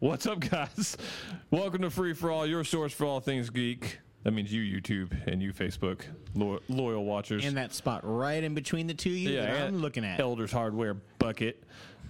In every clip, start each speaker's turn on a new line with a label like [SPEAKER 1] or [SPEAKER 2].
[SPEAKER 1] What's up, guys? Welcome to Free for All, your source for all things geek. That means you, YouTube, and you, Facebook, lo- loyal watchers.
[SPEAKER 2] in that spot right in between the two of you that I'm
[SPEAKER 1] and
[SPEAKER 2] looking at.
[SPEAKER 1] Elders Hardware Bucket.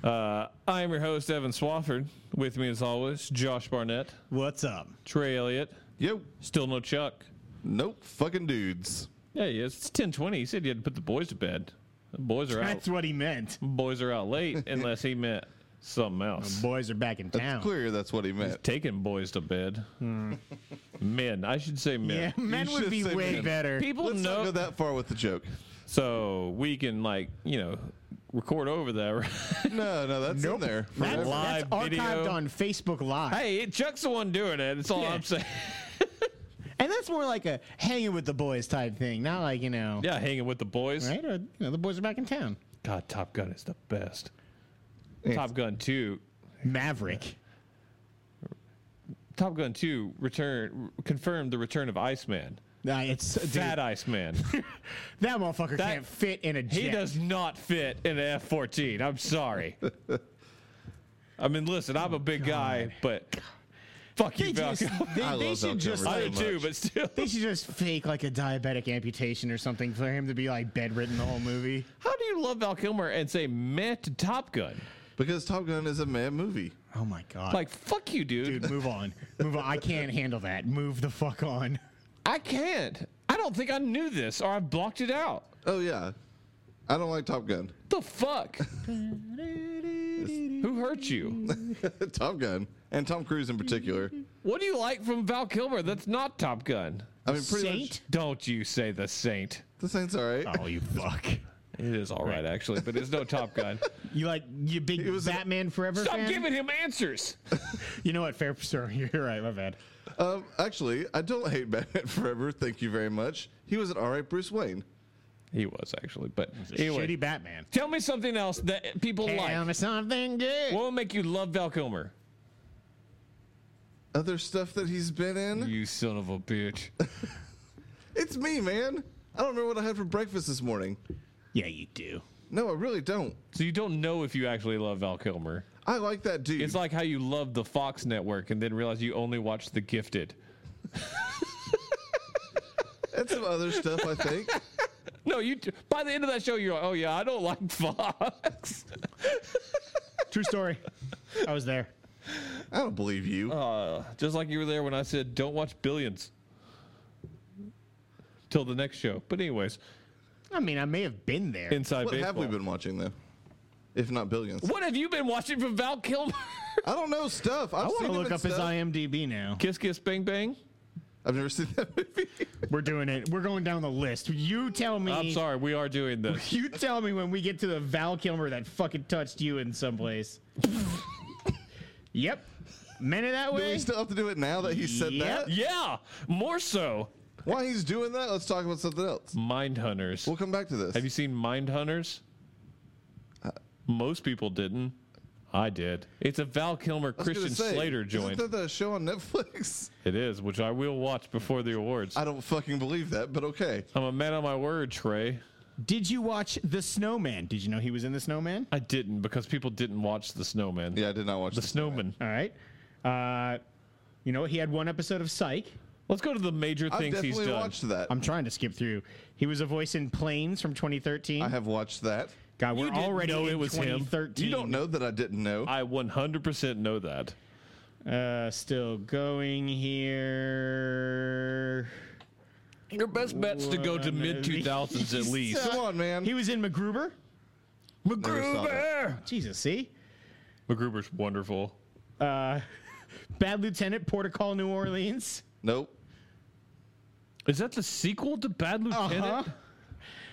[SPEAKER 1] Uh, I am your host, Evan Swafford. With me, as always, Josh Barnett,
[SPEAKER 2] What's up?
[SPEAKER 1] Trey Elliott.
[SPEAKER 3] Yo,
[SPEAKER 1] Still no Chuck.
[SPEAKER 3] nope, fucking dudes.
[SPEAKER 1] Yeah, he is. It's 1020. He said he had to put the boys to bed. The boys are out.
[SPEAKER 2] That's what he meant.
[SPEAKER 1] Boys are out late, unless he meant something else.
[SPEAKER 2] Boys are back in town.
[SPEAKER 3] It's clear that's what he meant.
[SPEAKER 1] Taking boys to bed. Men. I should say men.
[SPEAKER 2] Hmm. Yeah, men would
[SPEAKER 3] should
[SPEAKER 2] be
[SPEAKER 3] say
[SPEAKER 2] way
[SPEAKER 3] men.
[SPEAKER 2] better.
[SPEAKER 1] People
[SPEAKER 3] Let's
[SPEAKER 1] know
[SPEAKER 3] not go that far with the joke.
[SPEAKER 1] So we can like you know record over that. Right?
[SPEAKER 3] No, no, that's
[SPEAKER 2] Nope.
[SPEAKER 3] in there.
[SPEAKER 2] That's,
[SPEAKER 3] forever.
[SPEAKER 2] that's
[SPEAKER 1] Live
[SPEAKER 2] archived
[SPEAKER 1] video.
[SPEAKER 2] on Facebook Live,
[SPEAKER 1] hey, it, Chuck's the one doing it. That's all
[SPEAKER 2] Yeah.
[SPEAKER 1] I'm saying.
[SPEAKER 2] and that's more like a hanging with the boys type thing, not like you know,
[SPEAKER 1] yeah, hanging with the boys.
[SPEAKER 2] right? Or you know, the boys are back in town.
[SPEAKER 1] God, Top Gun is the best. Top Gun Two.
[SPEAKER 2] Maverick.
[SPEAKER 1] Top Gun Two return confirmed the return of Iceman.
[SPEAKER 2] Nah, it's dude,
[SPEAKER 1] Fat Iceman.
[SPEAKER 2] that motherfucker
[SPEAKER 1] that-
[SPEAKER 2] can't fit in a jet.
[SPEAKER 1] he does not fit in an F-14. I'm sorry. I mean, listen, I'm
[SPEAKER 2] Oh,
[SPEAKER 1] a big guy, but fuck
[SPEAKER 2] They,
[SPEAKER 1] you,
[SPEAKER 2] just,
[SPEAKER 1] Falcon.
[SPEAKER 2] they,
[SPEAKER 3] I
[SPEAKER 2] they
[SPEAKER 3] love
[SPEAKER 2] should
[SPEAKER 3] Val
[SPEAKER 2] just
[SPEAKER 3] Kilmer.
[SPEAKER 1] I
[SPEAKER 2] like,
[SPEAKER 1] do too, but still.
[SPEAKER 2] they should just fake like a diabetic amputation or something for him to be like bedridden the whole movie.
[SPEAKER 1] How do you love Val Kilmer and say meh to Top Gun?
[SPEAKER 3] because Top Gun is a mad movie.
[SPEAKER 2] Oh my god!
[SPEAKER 1] Like, fuck you, dude.
[SPEAKER 2] Dude, move on. Move on. I can't handle that. Move the fuck on.
[SPEAKER 1] I can't. I don't think I knew this or I blocked it out.
[SPEAKER 3] Oh yeah, I don't like Top Gun.
[SPEAKER 1] The fuck? Who hurt you?
[SPEAKER 3] Top Gun and Tom Cruise in particular.
[SPEAKER 1] What do you like from Val Kilmer that's not Top Gun?
[SPEAKER 3] I mean, pretty much
[SPEAKER 2] Saint?
[SPEAKER 1] Don't you say the saint.
[SPEAKER 3] the Saints all right.
[SPEAKER 2] Oh, you fuck.
[SPEAKER 1] It is all right, actually, but it's no Top Gun.
[SPEAKER 2] You like you big
[SPEAKER 3] was a-
[SPEAKER 2] Batman Forever
[SPEAKER 1] Stop
[SPEAKER 2] fan?
[SPEAKER 1] giving him answers.
[SPEAKER 2] you know what? Fair, sir. You're right. My bad.
[SPEAKER 3] Um, actually, I don't hate Batman Forever. Thank you very much. He was an all right Bruce Wayne.
[SPEAKER 1] He was, actually, but anyway.
[SPEAKER 2] Shitty Batman.
[SPEAKER 1] Tell me something else that people
[SPEAKER 2] Tell me
[SPEAKER 1] like.
[SPEAKER 2] something good.
[SPEAKER 1] What will make you love Val Kilmer?
[SPEAKER 3] Other stuff that he's been in.
[SPEAKER 1] You son of a bitch.
[SPEAKER 3] It's me, man. I don't remember what I had for breakfast this morning.
[SPEAKER 2] Yeah, you do.
[SPEAKER 3] No, I really don't.
[SPEAKER 1] So you don't know if you actually love Val Kilmer.
[SPEAKER 3] I like that dude.
[SPEAKER 1] It's like how you love the Fox network and then realize you only watch The Gifted.
[SPEAKER 3] and some other stuff. I think.
[SPEAKER 1] No, you by the end of that show you're like, "Oh yeah, I don't like Fox."
[SPEAKER 2] True story. I was there.
[SPEAKER 3] I don't believe you.
[SPEAKER 1] Oh, Just like you were there when I said don't watch Billions till the next show. But anyways,
[SPEAKER 2] I mean, I may have been there.
[SPEAKER 1] inside
[SPEAKER 3] what
[SPEAKER 1] baseball.
[SPEAKER 3] have we been watching though? If not billions,
[SPEAKER 1] what have you been watching from Val Kilmer?
[SPEAKER 3] I don't know stuff. I've
[SPEAKER 2] I want
[SPEAKER 3] seen
[SPEAKER 2] to
[SPEAKER 3] him
[SPEAKER 2] look
[SPEAKER 3] in
[SPEAKER 2] up his
[SPEAKER 3] stuff.
[SPEAKER 2] IMDb now.
[SPEAKER 1] Kiss Kiss Bang Bang?
[SPEAKER 3] I've never seen that movie.
[SPEAKER 2] We're doing it. We're going down the list. You tell me.
[SPEAKER 1] I'm sorry, we are doing this.
[SPEAKER 2] You tell me when we get to the Val Kilmer that fucking touched you in some place. yep. Meant it that
[SPEAKER 3] Do we
[SPEAKER 2] way.
[SPEAKER 3] still have to do it now that he said
[SPEAKER 2] Yep.
[SPEAKER 3] that?
[SPEAKER 1] yeah, more so.
[SPEAKER 3] While he's doing that, let's talk about something else.
[SPEAKER 1] Mind Hunters.
[SPEAKER 3] We'll come back to this.
[SPEAKER 1] Have you seen Mind Hunters? Most people didn't. I did. It's a Val
[SPEAKER 3] I
[SPEAKER 1] Kilmer
[SPEAKER 3] was gonna
[SPEAKER 1] Christian
[SPEAKER 3] say,
[SPEAKER 1] Slater joint.
[SPEAKER 3] Isn't that the show on Netflix?
[SPEAKER 1] It is, which I will watch before the awards.
[SPEAKER 3] I don't fucking believe that, but okay.
[SPEAKER 1] I'm a man of my word, Trey.
[SPEAKER 2] Did you watch The Snowman? Did you know he was in The Snowman?
[SPEAKER 1] I didn't because people didn't watch The Snowman.
[SPEAKER 3] Yeah, I did not watch
[SPEAKER 1] The
[SPEAKER 3] this.
[SPEAKER 1] Snowman.
[SPEAKER 2] All right. Uh, you know, he had one episode of Psych.
[SPEAKER 1] Let's go to the major
[SPEAKER 3] I've
[SPEAKER 1] things he's
[SPEAKER 3] definitely
[SPEAKER 1] done.
[SPEAKER 3] watched that.
[SPEAKER 2] I'm trying to skip through. He was a voice in Planes from 2013.
[SPEAKER 3] I have watched that.
[SPEAKER 2] God,
[SPEAKER 1] You
[SPEAKER 2] we're
[SPEAKER 1] didn't
[SPEAKER 2] already
[SPEAKER 1] know
[SPEAKER 2] in
[SPEAKER 1] it was him.
[SPEAKER 2] 2013.
[SPEAKER 3] You don't know that I didn't know.
[SPEAKER 1] I 100% know that.
[SPEAKER 2] Uh, still going here.
[SPEAKER 1] Your best bet's to go to
[SPEAKER 2] One
[SPEAKER 1] mid 2000s at
[SPEAKER 2] of
[SPEAKER 1] least.
[SPEAKER 2] these.
[SPEAKER 3] Come on, man.
[SPEAKER 2] He was in MacGruber.
[SPEAKER 3] Never saw that.
[SPEAKER 2] Jesus, see?
[SPEAKER 1] MacGruber's wonderful.
[SPEAKER 2] Bad Lieutenant, Port of Call, New Orleans.
[SPEAKER 3] Nope.
[SPEAKER 1] Is that the sequel to Bad
[SPEAKER 3] Uh-huh.
[SPEAKER 1] Lieutenant?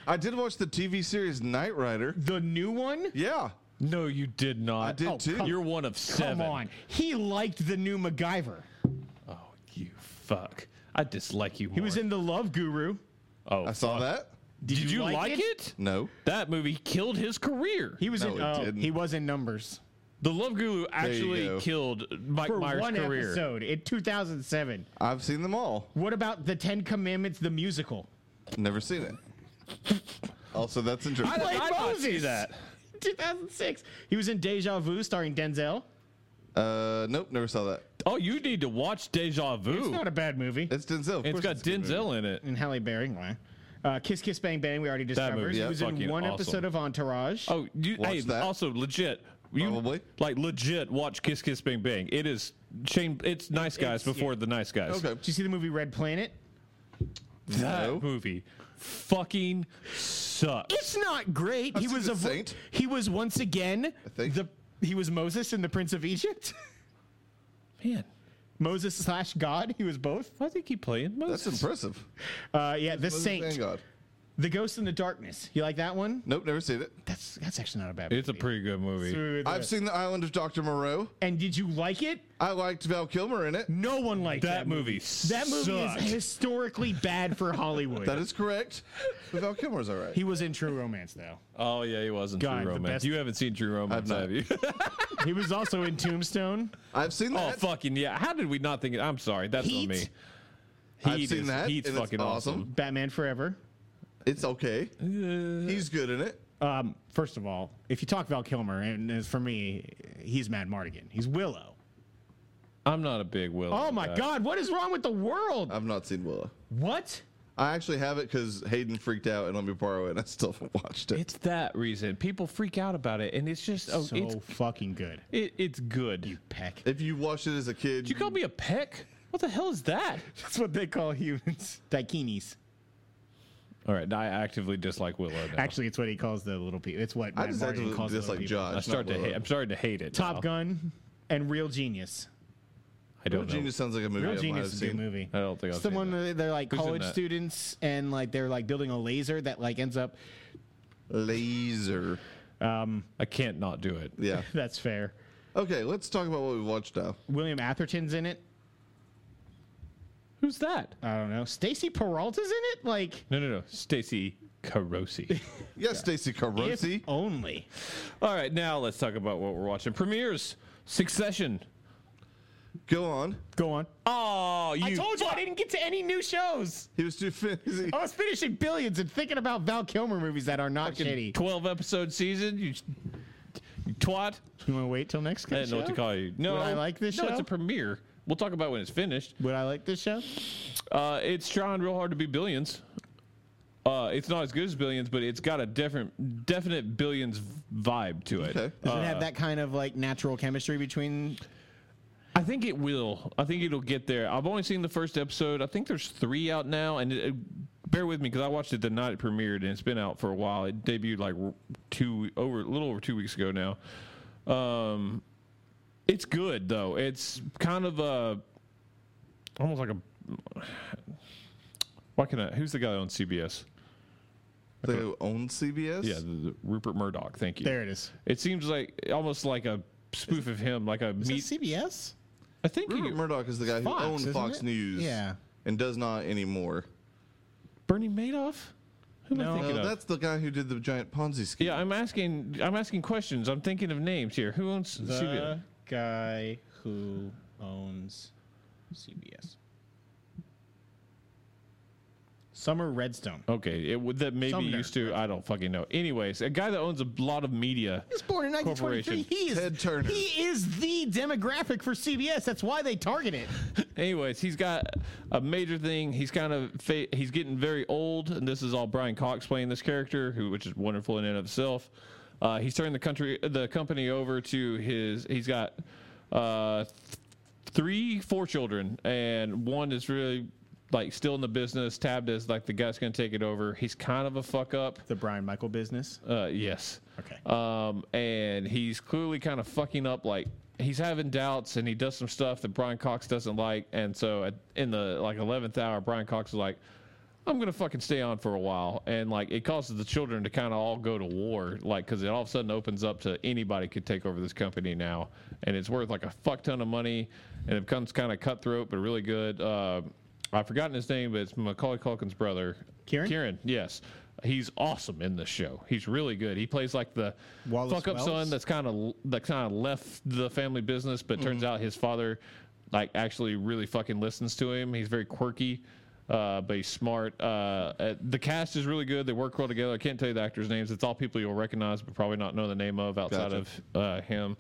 [SPEAKER 3] I did watch the TV series Knight Rider.
[SPEAKER 2] The new one?
[SPEAKER 3] Yeah,
[SPEAKER 1] No, you did not.
[SPEAKER 3] I did
[SPEAKER 2] Oh,
[SPEAKER 3] too.
[SPEAKER 2] come-
[SPEAKER 1] You're one of seven.
[SPEAKER 2] Come on. He liked the new MacGyver.
[SPEAKER 1] Oh, you fuck. I dislike you more.
[SPEAKER 2] He was in The Love Guru.
[SPEAKER 1] Oh,
[SPEAKER 3] I saw that.
[SPEAKER 1] Did, you, like, it?
[SPEAKER 3] No.
[SPEAKER 1] That movie killed his career.
[SPEAKER 2] He was
[SPEAKER 3] No,
[SPEAKER 2] in
[SPEAKER 3] it
[SPEAKER 2] oh,
[SPEAKER 3] didn't.
[SPEAKER 2] he was in Numbers.
[SPEAKER 1] the Love Guru actually
[SPEAKER 3] go.
[SPEAKER 1] killed Mike
[SPEAKER 2] For
[SPEAKER 1] Myers'
[SPEAKER 2] one
[SPEAKER 1] career.
[SPEAKER 2] episode in 2007.
[SPEAKER 3] I've seen them all.
[SPEAKER 2] What about The 10 Commandments the musical?
[SPEAKER 3] Never seen it. also, that's interesting.
[SPEAKER 1] I did
[SPEAKER 2] Played
[SPEAKER 1] not see
[SPEAKER 2] Moses.
[SPEAKER 1] that.
[SPEAKER 2] 2006. He was in Deja Vu starring Denzel.
[SPEAKER 3] Uh, nope, never saw that.
[SPEAKER 1] Oh, you need to watch Deja
[SPEAKER 2] It's
[SPEAKER 1] Vu.
[SPEAKER 2] not a Mm. bad movie.
[SPEAKER 3] It's Denzel. of
[SPEAKER 1] it's
[SPEAKER 3] course
[SPEAKER 1] got
[SPEAKER 3] a good movie.
[SPEAKER 1] Denzel in it.
[SPEAKER 2] and Halle Berry. Why? Uh, Kiss Kiss Bang Bang. We already
[SPEAKER 1] That
[SPEAKER 2] discovered.
[SPEAKER 1] movie,
[SPEAKER 2] He
[SPEAKER 1] yeah,
[SPEAKER 2] was in
[SPEAKER 1] fucking
[SPEAKER 2] one
[SPEAKER 1] awesome.
[SPEAKER 2] episode of Entourage.
[SPEAKER 1] Oh, you
[SPEAKER 3] Watch
[SPEAKER 1] hey,
[SPEAKER 3] that.
[SPEAKER 1] also legit. You,
[SPEAKER 3] Probably.
[SPEAKER 1] like legit watch Kiss Kiss Bang Bang. It is chain. It's nice guys
[SPEAKER 2] it's-
[SPEAKER 1] before the nice guys.
[SPEAKER 3] Okay.
[SPEAKER 2] Did you see the movie Red Planet?
[SPEAKER 1] that
[SPEAKER 3] No.
[SPEAKER 1] movie fucking sucks.
[SPEAKER 2] It's not great. he
[SPEAKER 3] seen
[SPEAKER 2] was
[SPEAKER 3] The
[SPEAKER 2] a vo-
[SPEAKER 3] Saint.
[SPEAKER 2] He was once again
[SPEAKER 3] think.
[SPEAKER 2] the he was Moses and the Prince of Egypt.
[SPEAKER 1] Man,
[SPEAKER 2] Moses slash God. He was both.
[SPEAKER 1] why do they keep playing
[SPEAKER 3] That's
[SPEAKER 1] Moses?
[SPEAKER 3] impressive.
[SPEAKER 2] Uh, yeah, the
[SPEAKER 3] Moses and
[SPEAKER 2] Saint,
[SPEAKER 3] God.
[SPEAKER 2] the Ghost in the Darkness. You like that one?
[SPEAKER 3] Nope, never seen it.
[SPEAKER 2] That's that's actually not a bad.
[SPEAKER 1] it's a
[SPEAKER 2] movie.
[SPEAKER 1] pretty good movie.
[SPEAKER 2] Through the-
[SPEAKER 3] I've seen The Island of Dr. Moreau.
[SPEAKER 2] and did you like it?
[SPEAKER 3] I liked Val Kilmer in it.
[SPEAKER 2] No one liked that,
[SPEAKER 1] That movie.
[SPEAKER 2] That movie
[SPEAKER 1] sucked.
[SPEAKER 2] is historically bad for Hollywood.
[SPEAKER 3] That is correct. But Val Kilmer's all right.
[SPEAKER 2] he was in True Romance though.
[SPEAKER 1] Oh yeah, he wasn't
[SPEAKER 2] God, the
[SPEAKER 1] True Romance.
[SPEAKER 2] best-
[SPEAKER 1] You haven't seen True Romance,
[SPEAKER 3] not.
[SPEAKER 1] have you?
[SPEAKER 2] He was also in Tombstone.
[SPEAKER 3] I've seen
[SPEAKER 1] oh
[SPEAKER 3] that.
[SPEAKER 1] fucking yeah. How did we not think? it? I'm sorry. That's
[SPEAKER 2] Heat.
[SPEAKER 1] on me.
[SPEAKER 3] I've
[SPEAKER 1] Heat
[SPEAKER 3] seen
[SPEAKER 1] is-
[SPEAKER 3] that.
[SPEAKER 1] Heat's
[SPEAKER 3] and
[SPEAKER 1] fucking
[SPEAKER 3] it's awesome.
[SPEAKER 1] awesome.
[SPEAKER 2] Batman Forever.
[SPEAKER 3] It's okay. He's good in it.
[SPEAKER 2] Um, first of all, if you talk Val Kilmer, and as for me, he's Mad Mardigan. He's Willow.
[SPEAKER 1] I'm not a big Will.
[SPEAKER 2] Oh my God, what is wrong with the world?
[SPEAKER 3] I've not seen Willa.
[SPEAKER 2] what?
[SPEAKER 3] I actually have it because Hayden freaked out and let me borrow it, and I still haven't watched it.
[SPEAKER 1] It's that reason people freak out about it, and it's just oh,
[SPEAKER 2] so
[SPEAKER 1] it's
[SPEAKER 2] fucking good.
[SPEAKER 1] it, it's good.
[SPEAKER 2] You peck.
[SPEAKER 3] If you watched it as a kid,
[SPEAKER 1] Did you call me a peck? What the hell is that?
[SPEAKER 2] That's what they call humans. Daikinis.
[SPEAKER 1] All right, I actively dislike Willow now.
[SPEAKER 2] Actually, it's what he calls the little people. It's what
[SPEAKER 3] I
[SPEAKER 2] Mad
[SPEAKER 3] just
[SPEAKER 2] Mardigan
[SPEAKER 3] actually
[SPEAKER 2] calls the little
[SPEAKER 3] dislike
[SPEAKER 2] people.
[SPEAKER 3] Josh.
[SPEAKER 1] I start
[SPEAKER 3] not
[SPEAKER 1] to
[SPEAKER 3] Willa.
[SPEAKER 1] hate. I'm starting to hate it.
[SPEAKER 2] Top
[SPEAKER 1] now.
[SPEAKER 2] Gun and Real Genius.
[SPEAKER 1] I
[SPEAKER 3] Real
[SPEAKER 1] don't know.
[SPEAKER 3] Genius sounds like a movie
[SPEAKER 2] Real
[SPEAKER 3] I might have
[SPEAKER 2] Genius is a good
[SPEAKER 3] seen.
[SPEAKER 2] movie.
[SPEAKER 1] I don't think I've
[SPEAKER 2] It's the
[SPEAKER 1] seen
[SPEAKER 2] one
[SPEAKER 1] that.
[SPEAKER 2] where they're like
[SPEAKER 1] Who's in
[SPEAKER 2] college
[SPEAKER 1] that?
[SPEAKER 2] students and like they're like building a laser that like ends up.
[SPEAKER 3] Laser.
[SPEAKER 1] I can't not do it.
[SPEAKER 3] Yeah.
[SPEAKER 2] That's fair.
[SPEAKER 3] Okay, let's talk about what we've watched now.
[SPEAKER 2] William Atherton's in it.
[SPEAKER 1] Who's that?
[SPEAKER 2] I don't know. Stacy Peralta's in it. Like
[SPEAKER 1] No, no, no. Stacy Carosi.
[SPEAKER 3] Yes, Stacy
[SPEAKER 2] if
[SPEAKER 3] Carosi.
[SPEAKER 2] only.
[SPEAKER 1] All right, now let's talk about what we're watching. Premieres, Succession.
[SPEAKER 3] Go on.
[SPEAKER 2] Go on.
[SPEAKER 1] Oh, you.
[SPEAKER 2] I told you I didn't get to any new shows.
[SPEAKER 3] He was too busy.
[SPEAKER 2] I was finishing billions and thinking about Val Kilmer movies that are not shitty.
[SPEAKER 1] Twelve episode season. You, you twat.
[SPEAKER 2] you want to wait till next
[SPEAKER 1] I didn't know what to call you. No,
[SPEAKER 2] Would I like this
[SPEAKER 1] no,
[SPEAKER 2] show?
[SPEAKER 1] it's a premiere. We'll talk about when it's finished.
[SPEAKER 2] Would I like this show?
[SPEAKER 1] Uh, it's trying real hard to be billions. Uh, it's not as good as billions, but it's got a different, definite billions vibe to it.
[SPEAKER 3] Okay.
[SPEAKER 2] Does it have that kind of like natural chemistry between?
[SPEAKER 1] I think it will. I think it'll get there. I've only seen the first episode. I think there's three out now, and it, it- bear with me because I watched it the night it premiered, and it's been out for a while. It debuted like r- two over a little over two weeks ago now. Um, it's good though. It's kind of a almost like a. Why can I? Who's the guy on CBS?
[SPEAKER 3] They own CBS?
[SPEAKER 1] Yeah, the, the Rupert Murdoch. Thank you.
[SPEAKER 2] There it is.
[SPEAKER 1] It seems like almost like a spoof of him, like a meet.
[SPEAKER 2] Is it CBS?
[SPEAKER 1] I think he,
[SPEAKER 3] Rupert Murdoch is the guy who
[SPEAKER 2] Fox,
[SPEAKER 3] owned
[SPEAKER 2] isn't
[SPEAKER 3] Fox
[SPEAKER 2] it?
[SPEAKER 3] News.
[SPEAKER 2] Yeah.
[SPEAKER 3] And does not anymore.
[SPEAKER 1] Bernie Madoff. Who am I
[SPEAKER 2] No.
[SPEAKER 1] thinking
[SPEAKER 3] No,
[SPEAKER 1] of?
[SPEAKER 3] that's the guy who did the giant Ponzi scheme.
[SPEAKER 1] Yeah, I'm asking. I'm asking questions. I'm thinking of names here. Who owns
[SPEAKER 2] The
[SPEAKER 1] CBS?
[SPEAKER 2] guy who owns CBS. Summer Redstone.
[SPEAKER 1] Okay, it would that maybe
[SPEAKER 2] Sumner.
[SPEAKER 1] used to. I don't fucking know. Anyways, a guy that owns a lot of media.
[SPEAKER 2] He was born in 1923.
[SPEAKER 1] Corporation.
[SPEAKER 2] He is,
[SPEAKER 3] Ted Turner.
[SPEAKER 2] He is the demographic for CBS. That's why they target it.
[SPEAKER 1] Anyways, he's got a major thing. He's kind of fa- he's getting very old, and this is all Brian Cox playing this character, who which is wonderful in and of itself. Uh, he's turned the country the company over to his. He's got uh, th- three, four children, and one is really like still in the business. Tabbed as like the guy's going to take it over. He's kind of a fuck up.
[SPEAKER 2] The Brian Michael business.
[SPEAKER 1] Uh, yes.
[SPEAKER 2] Okay.
[SPEAKER 1] Um, and he's clearly kind of fucking up. Like he's having doubts, and he does some stuff that Brian Cox doesn't like. And so, at, in the like eleventh hour, Brian Cox is like, "I'm gonna fucking stay on for a while." And like it causes the children to kind of all go to war, like because it all of a sudden opens up to anybody could take over this company now, and it's worth like a fuck ton of money, and it becomes kind of cutthroat but really good. Uh, I've forgotten his name, but it's Macaulay Culkin's brother,
[SPEAKER 2] Kieran?
[SPEAKER 1] Kieran, yes. He's awesome in this show. He's really good. He plays like the
[SPEAKER 2] Wallace
[SPEAKER 1] fuck up
[SPEAKER 2] Wells?
[SPEAKER 1] son that's kind of that kind of left the family business, but turns out his father like actually really fucking listens to him. He's very quirky, uh, but he's smart. Uh, uh, the cast is really good. They work well together. I can't tell you the actors' names. It's all people you'll recognize, but probably not know the name of outside
[SPEAKER 3] Gotcha.
[SPEAKER 1] of uh, him.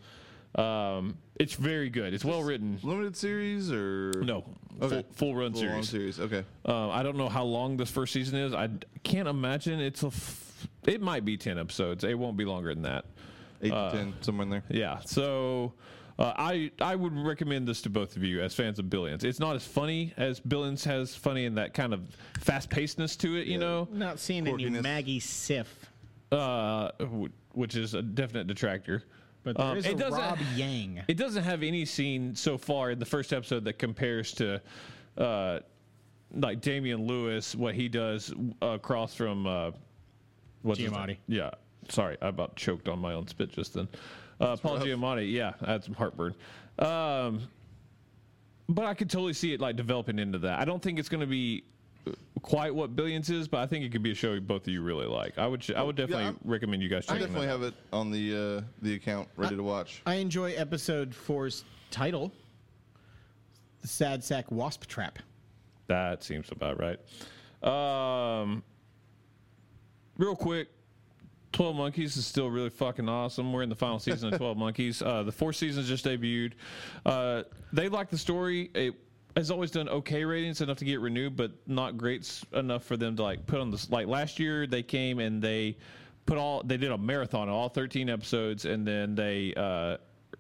[SPEAKER 1] Um, it's very good. It's well written.
[SPEAKER 3] Limited series or
[SPEAKER 1] No,
[SPEAKER 3] Okay.
[SPEAKER 1] full, full run
[SPEAKER 3] Full-on
[SPEAKER 1] series.
[SPEAKER 3] series. Okay.
[SPEAKER 1] Um, I don't know how long this first season is. I d- can't imagine it's a. F- it might be ten episodes. It won't be longer than that.
[SPEAKER 3] Eight to ten, somewhere in there.
[SPEAKER 1] Yeah. So uh, I I would recommend this to both of you as fans of Billions. It's not as funny as Billions has funny in that kind of fast pacedness to it, you know,
[SPEAKER 4] Not seeing any
[SPEAKER 3] Quirkiness.
[SPEAKER 4] Maggie Siff,
[SPEAKER 1] uh, wh- which is a definite detractor.
[SPEAKER 4] but there
[SPEAKER 1] Um,
[SPEAKER 4] is
[SPEAKER 1] it
[SPEAKER 4] a
[SPEAKER 1] doesn't-
[SPEAKER 4] Rob Yang.
[SPEAKER 1] It doesn't have any scene so far in the first episode that compares to, uh, like Damian Lewis, what he does uh, across from uh, what's his name?
[SPEAKER 4] Giamatti.
[SPEAKER 1] Yeah, sorry, I about choked on my own spit just then. Uh, Paul
[SPEAKER 3] rough.
[SPEAKER 1] Giamatti, yeah, I had some heartburn. Um, but I could totally see it like developing into that. I don't think it's going to be quite what Billions is, but I think it could be a show both of you really like. I would, sh- I would definitely
[SPEAKER 3] I'm-
[SPEAKER 1] recommend you guys
[SPEAKER 3] I
[SPEAKER 1] check it
[SPEAKER 3] definitely
[SPEAKER 1] out.
[SPEAKER 3] have it on the uh, the account ready to watch.
[SPEAKER 4] I enjoy episode four's title, the Sad Sack Wasp Trap.
[SPEAKER 1] That seems about right. Um, real quick, Twelve Monkeys is still really fucking awesome. We're in the final season of Twelve Monkeys. Uh, the fourth season just debuted. Uh, they like the story. It has always done okay ratings enough to get renewed, but not great s- enough for them to like put on this. Like last year, they came and they put all they did a marathon of all thirteen episodes, and then they uh,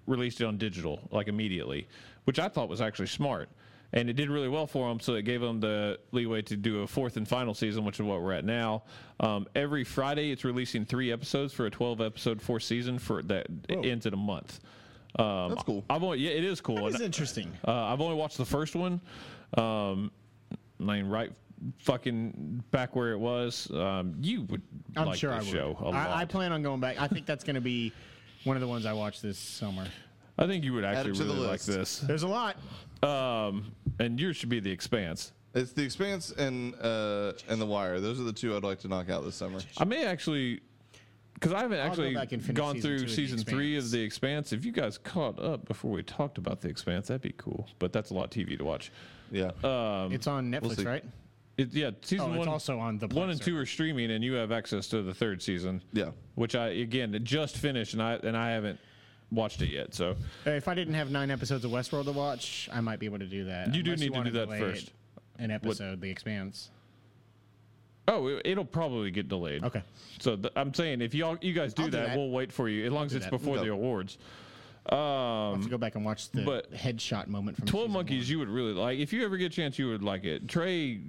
[SPEAKER 1] released it on digital like immediately, which I thought was actually smart. And it did really well for them, so it gave them the leeway to do a fourth and final season, which is what we're at now. Um, every Friday, it's releasing three episodes for a twelve-episode fourth season for that ends in a month. Um,
[SPEAKER 3] That's cool.
[SPEAKER 1] I've only, yeah, it is cool.
[SPEAKER 4] That is
[SPEAKER 1] And,
[SPEAKER 4] interesting.
[SPEAKER 1] uh, I've only watched the first one. Um, I mean, right, fucking back where it was. Um, you would.
[SPEAKER 4] I'm
[SPEAKER 1] like
[SPEAKER 4] sure I
[SPEAKER 1] this
[SPEAKER 4] would.
[SPEAKER 1] show a lot.
[SPEAKER 4] I, I plan on going back. I think that's going to be one of the ones I watch this summer.
[SPEAKER 1] I think you would
[SPEAKER 3] it
[SPEAKER 1] actually
[SPEAKER 3] to the
[SPEAKER 1] really like
[SPEAKER 3] list.
[SPEAKER 1] this.
[SPEAKER 4] There's a lot.
[SPEAKER 1] Um, and yours should be The Expanse.
[SPEAKER 3] It's The Expanse and uh, and The Wire. Those are the two I'd like to knock out this summer.
[SPEAKER 1] I may actually, because I haven't
[SPEAKER 4] go
[SPEAKER 1] actually
[SPEAKER 4] back and finish
[SPEAKER 1] gone
[SPEAKER 4] season two
[SPEAKER 1] through
[SPEAKER 4] of The
[SPEAKER 1] season three of
[SPEAKER 4] Expanse.
[SPEAKER 1] The Expanse. If you guys caught up before we talked about The Expanse, that'd be cool. But that's a lot of TV to watch.
[SPEAKER 3] Yeah.
[SPEAKER 1] Um,
[SPEAKER 4] it's on Netflix,
[SPEAKER 3] see.
[SPEAKER 4] right?
[SPEAKER 1] It, yeah, season
[SPEAKER 4] Oh,
[SPEAKER 1] one
[SPEAKER 4] it's also on the
[SPEAKER 1] one and
[SPEAKER 4] Plex,
[SPEAKER 1] two are streaming, and you have access to the third season.
[SPEAKER 3] Yeah.
[SPEAKER 1] which I again just finished, and I and I haven't watched it yet. So
[SPEAKER 4] Uh, If I didn't have nine episodes of Westworld to watch, I might be able to do that.
[SPEAKER 1] You do
[SPEAKER 4] Unless
[SPEAKER 1] need to
[SPEAKER 4] wanna
[SPEAKER 1] do that
[SPEAKER 4] delay
[SPEAKER 1] first.
[SPEAKER 4] it An episode, The Expanse.
[SPEAKER 1] oh, it, it'll probably get delayed.
[SPEAKER 4] Okay.
[SPEAKER 1] So th- I'm saying if y'all you guys do
[SPEAKER 4] I'll do
[SPEAKER 1] that,
[SPEAKER 4] that.
[SPEAKER 1] we'll wait for you as long as it's
[SPEAKER 4] that.
[SPEAKER 1] before
[SPEAKER 3] No.
[SPEAKER 1] the awards.
[SPEAKER 4] I'll have to go back and watch the
[SPEAKER 1] Um, but-
[SPEAKER 4] headshot moment from
[SPEAKER 1] Twelve
[SPEAKER 4] season
[SPEAKER 1] Monkeys, you would really like. If you ever get a chance, you would like it. Trey,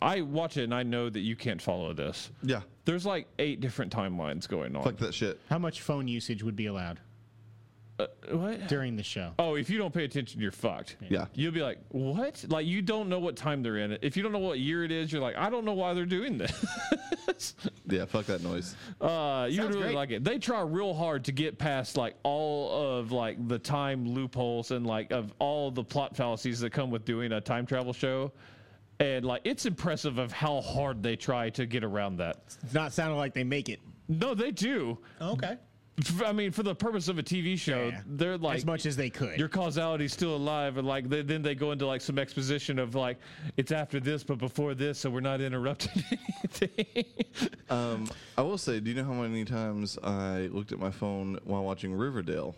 [SPEAKER 1] I watch it and I know that you can't follow this.
[SPEAKER 3] yeah.
[SPEAKER 1] There's like eight different timelines going on.
[SPEAKER 3] Fuck that shit.
[SPEAKER 4] How much phone usage would be allowed
[SPEAKER 1] what?
[SPEAKER 4] during the show?
[SPEAKER 1] Oh, if you don't pay attention, you're fucked.
[SPEAKER 3] Yeah.
[SPEAKER 1] You'll be like, what? Like, you don't know what time they're in. If you don't know what year it is, you're like, I don't know why they're doing this.
[SPEAKER 3] Yeah. Fuck that noise.
[SPEAKER 1] uh, you would
[SPEAKER 4] Sounds
[SPEAKER 1] really
[SPEAKER 4] great.
[SPEAKER 1] like it. They try real hard to get past like all of like the time loopholes and like of all the plot fallacies that come with doing a time travel show. And like, it's impressive of how hard they try to get around that.
[SPEAKER 4] It's not sounding like they make it.
[SPEAKER 1] No, they do.
[SPEAKER 4] Okay.
[SPEAKER 1] F- I mean, for the purpose of a TV show,
[SPEAKER 4] Yeah.
[SPEAKER 1] they're like
[SPEAKER 4] as much as they could.
[SPEAKER 1] your causality's still alive and like they, then they go into like some exposition of like it's after this but before this so we're not interrupting anything
[SPEAKER 3] Um, I will say, do you know how many times I looked at my phone while watching Riverdale?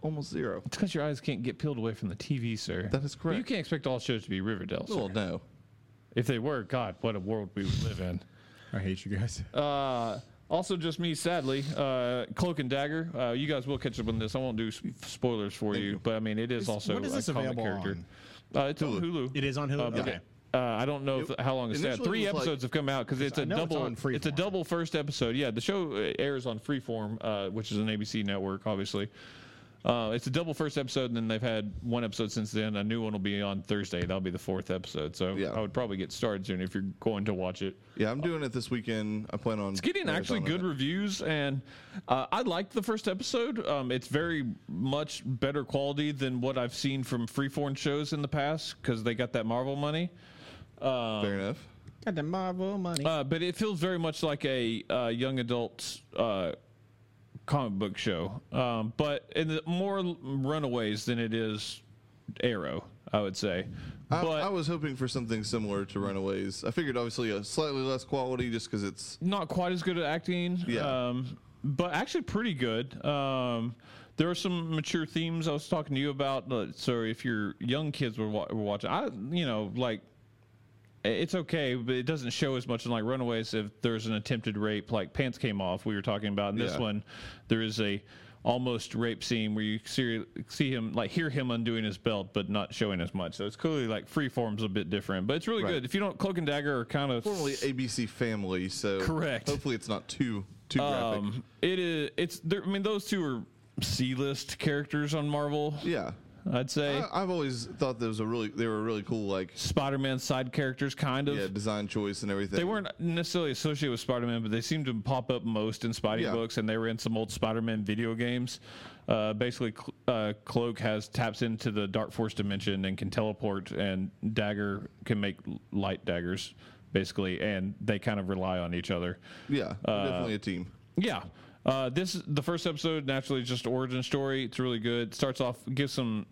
[SPEAKER 3] Almost zero.
[SPEAKER 1] it's because your eyes can't get peeled away from the tv sir
[SPEAKER 3] That is correct.
[SPEAKER 1] you can't expect all shows to be riverdale sir.
[SPEAKER 3] Well, no.
[SPEAKER 1] if they were god what a world we would live in
[SPEAKER 4] I hate you guys.
[SPEAKER 1] Uh, also, just me, sadly, uh, Cloak and Dagger. Uh, you guys will catch up on this. I won't do s- spoilers for you, but I mean, it is also
[SPEAKER 4] what is
[SPEAKER 1] a
[SPEAKER 4] this
[SPEAKER 1] comic
[SPEAKER 4] available
[SPEAKER 1] character. Uh, it's on Hulu.
[SPEAKER 4] It is on Hulu?
[SPEAKER 1] Uh, but
[SPEAKER 4] Okay.
[SPEAKER 1] it- Uh, I don't know if, how long it's that.
[SPEAKER 3] initially it
[SPEAKER 1] Three
[SPEAKER 3] was like-
[SPEAKER 1] episodes have come out because it's
[SPEAKER 4] I
[SPEAKER 1] a
[SPEAKER 4] know it's
[SPEAKER 1] double.
[SPEAKER 4] on
[SPEAKER 1] It's, a
[SPEAKER 4] Freeform.
[SPEAKER 1] double first episode. Yeah, the show uh, airs on Freeform, uh, which is an ABC network, obviously. Uh, it's a double first episode, and then they've had one episode since then. A new one will be on Thursday. That'll be the fourth episode. So
[SPEAKER 3] Yeah.
[SPEAKER 1] I would probably get started soon if you're going to watch it.
[SPEAKER 3] Yeah, I'm doing it this weekend. I plan on.
[SPEAKER 1] It's getting actually good
[SPEAKER 3] It.
[SPEAKER 1] reviews, and uh, I liked the first episode. Um, it's very much better quality than what I've seen from Freeform shows in the past because they got that Marvel money.
[SPEAKER 3] Fair enough.
[SPEAKER 4] Got the Marvel money.
[SPEAKER 1] Uh, but it feels very much like a uh, young adult uh, comic book show, um, but in the more Runaways than it is Arrow, I would say.
[SPEAKER 3] I,
[SPEAKER 1] um, but
[SPEAKER 3] I was hoping for something similar to Runaways. I figured obviously a slightly less quality just because it's
[SPEAKER 1] not quite as good at acting.
[SPEAKER 3] Yeah.
[SPEAKER 1] Um, but actually pretty good. Um, there are some mature themes I was talking to you about. uh, So if your young kids were, wa- were watching, I you know like i- it's okay, but it doesn't show as much in like Runaways if there's an attempted rape, like pants came off. We were talking about in this
[SPEAKER 3] Yeah.
[SPEAKER 1] one, there is a almost rape scene where you see, see him like hear him undoing his belt, but not showing as much. So it's clearly like free form's a bit different, but it's really
[SPEAKER 3] Right.
[SPEAKER 1] good. If you don't cloak and dagger or kind of
[SPEAKER 3] Formerly ABC Family, so
[SPEAKER 1] Correct.
[SPEAKER 3] Hopefully, it's not too too graphic.
[SPEAKER 1] Um, it is. It's. There, I mean, those two are C-list characters on Marvel.
[SPEAKER 3] yeah,
[SPEAKER 1] I'd say
[SPEAKER 3] I, I've always thought there was a really they were really cool like
[SPEAKER 1] Spider-Man side characters, kind of.
[SPEAKER 3] yeah design choice and everything.
[SPEAKER 1] They weren't necessarily associated with Spider-Man, but they seemed to pop up most in Spidey
[SPEAKER 3] Yeah.
[SPEAKER 1] books, and they were in some old Spider-Man video games. Uh, basically, Cl- uh, Cloak has taps into the Dark Force dimension and can teleport, and Dagger can make l- light daggers, basically, and they kind of rely on each other.
[SPEAKER 3] Yeah,
[SPEAKER 1] Uh,
[SPEAKER 3] definitely a team.
[SPEAKER 1] Yeah. Uh, this the first episode naturally is just origin story. It's really good. Starts off gives some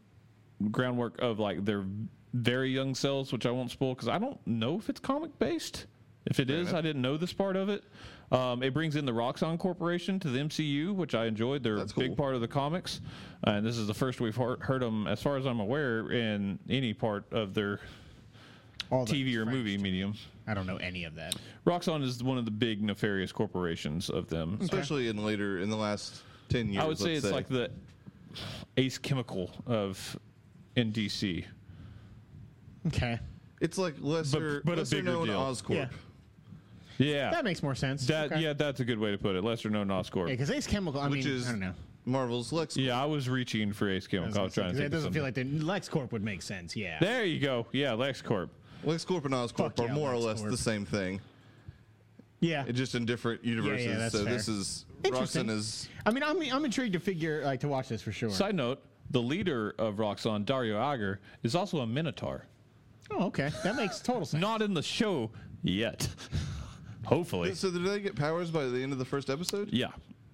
[SPEAKER 1] groundwork of like their very young selves, which I won't spoil because I don't know if it's comic based. If it is, I didn't know this part of it. Um, it brings in the Roxxon Corporation to the MCU, which I enjoyed. They're
[SPEAKER 3] That's
[SPEAKER 1] a big
[SPEAKER 3] cool.
[SPEAKER 1] part of the comics, and this is the first we've heard, heard them, as far as I'm aware, in any part of their
[SPEAKER 2] All the
[SPEAKER 1] TV or
[SPEAKER 2] French.
[SPEAKER 1] movie medium.
[SPEAKER 2] I don't know any of that.
[SPEAKER 1] Roxxon is one of the big nefarious corporations of them.
[SPEAKER 3] Especially in later in the last ten years.
[SPEAKER 1] I would say
[SPEAKER 3] let's
[SPEAKER 1] it's like the Ace Chemical of in DC.
[SPEAKER 2] Okay,
[SPEAKER 3] it's like lesser
[SPEAKER 1] but a
[SPEAKER 3] lesser
[SPEAKER 1] bigger
[SPEAKER 3] known
[SPEAKER 1] deal.
[SPEAKER 3] Oscorp.
[SPEAKER 2] Yeah.
[SPEAKER 1] Yeah,
[SPEAKER 2] that
[SPEAKER 1] that,
[SPEAKER 2] makes more sense. Okay.
[SPEAKER 1] yeah, that's a good way to put it. Lesser known Oscorp.
[SPEAKER 2] Yeah,
[SPEAKER 1] Yeah,
[SPEAKER 2] because Ace Chemical. I
[SPEAKER 3] Which
[SPEAKER 2] mean,
[SPEAKER 3] is-
[SPEAKER 2] I don't know.
[SPEAKER 3] Marvel's Lex.
[SPEAKER 1] I was reaching for Ace Chemical. I was trying to. Think
[SPEAKER 2] Because That
[SPEAKER 1] of
[SPEAKER 2] doesn't
[SPEAKER 1] something.
[SPEAKER 2] feel like the LexCorp would make sense. Yeah.
[SPEAKER 1] There you go. Yeah, LexCorp.
[SPEAKER 3] LexCorp and Oscorp
[SPEAKER 2] Fuck
[SPEAKER 3] are
[SPEAKER 2] yeah,
[SPEAKER 3] more or less
[SPEAKER 2] LexCorp.
[SPEAKER 3] the same thing.
[SPEAKER 2] yeah.
[SPEAKER 3] It's just in different universes.
[SPEAKER 2] that's
[SPEAKER 3] so
[SPEAKER 2] fair.
[SPEAKER 3] this is
[SPEAKER 2] Interesting.
[SPEAKER 3] Roxanne is
[SPEAKER 2] I mean, I'm I'm intrigued to figure like to watch this for sure.
[SPEAKER 1] Side note: the leader of Roxxon, Dario Agar, is also a Minotaur.
[SPEAKER 2] oh, okay, that makes total sense.
[SPEAKER 1] Not in the show yet. Hopefully,
[SPEAKER 3] so did they get powers by the end of the first episode?
[SPEAKER 1] yeah,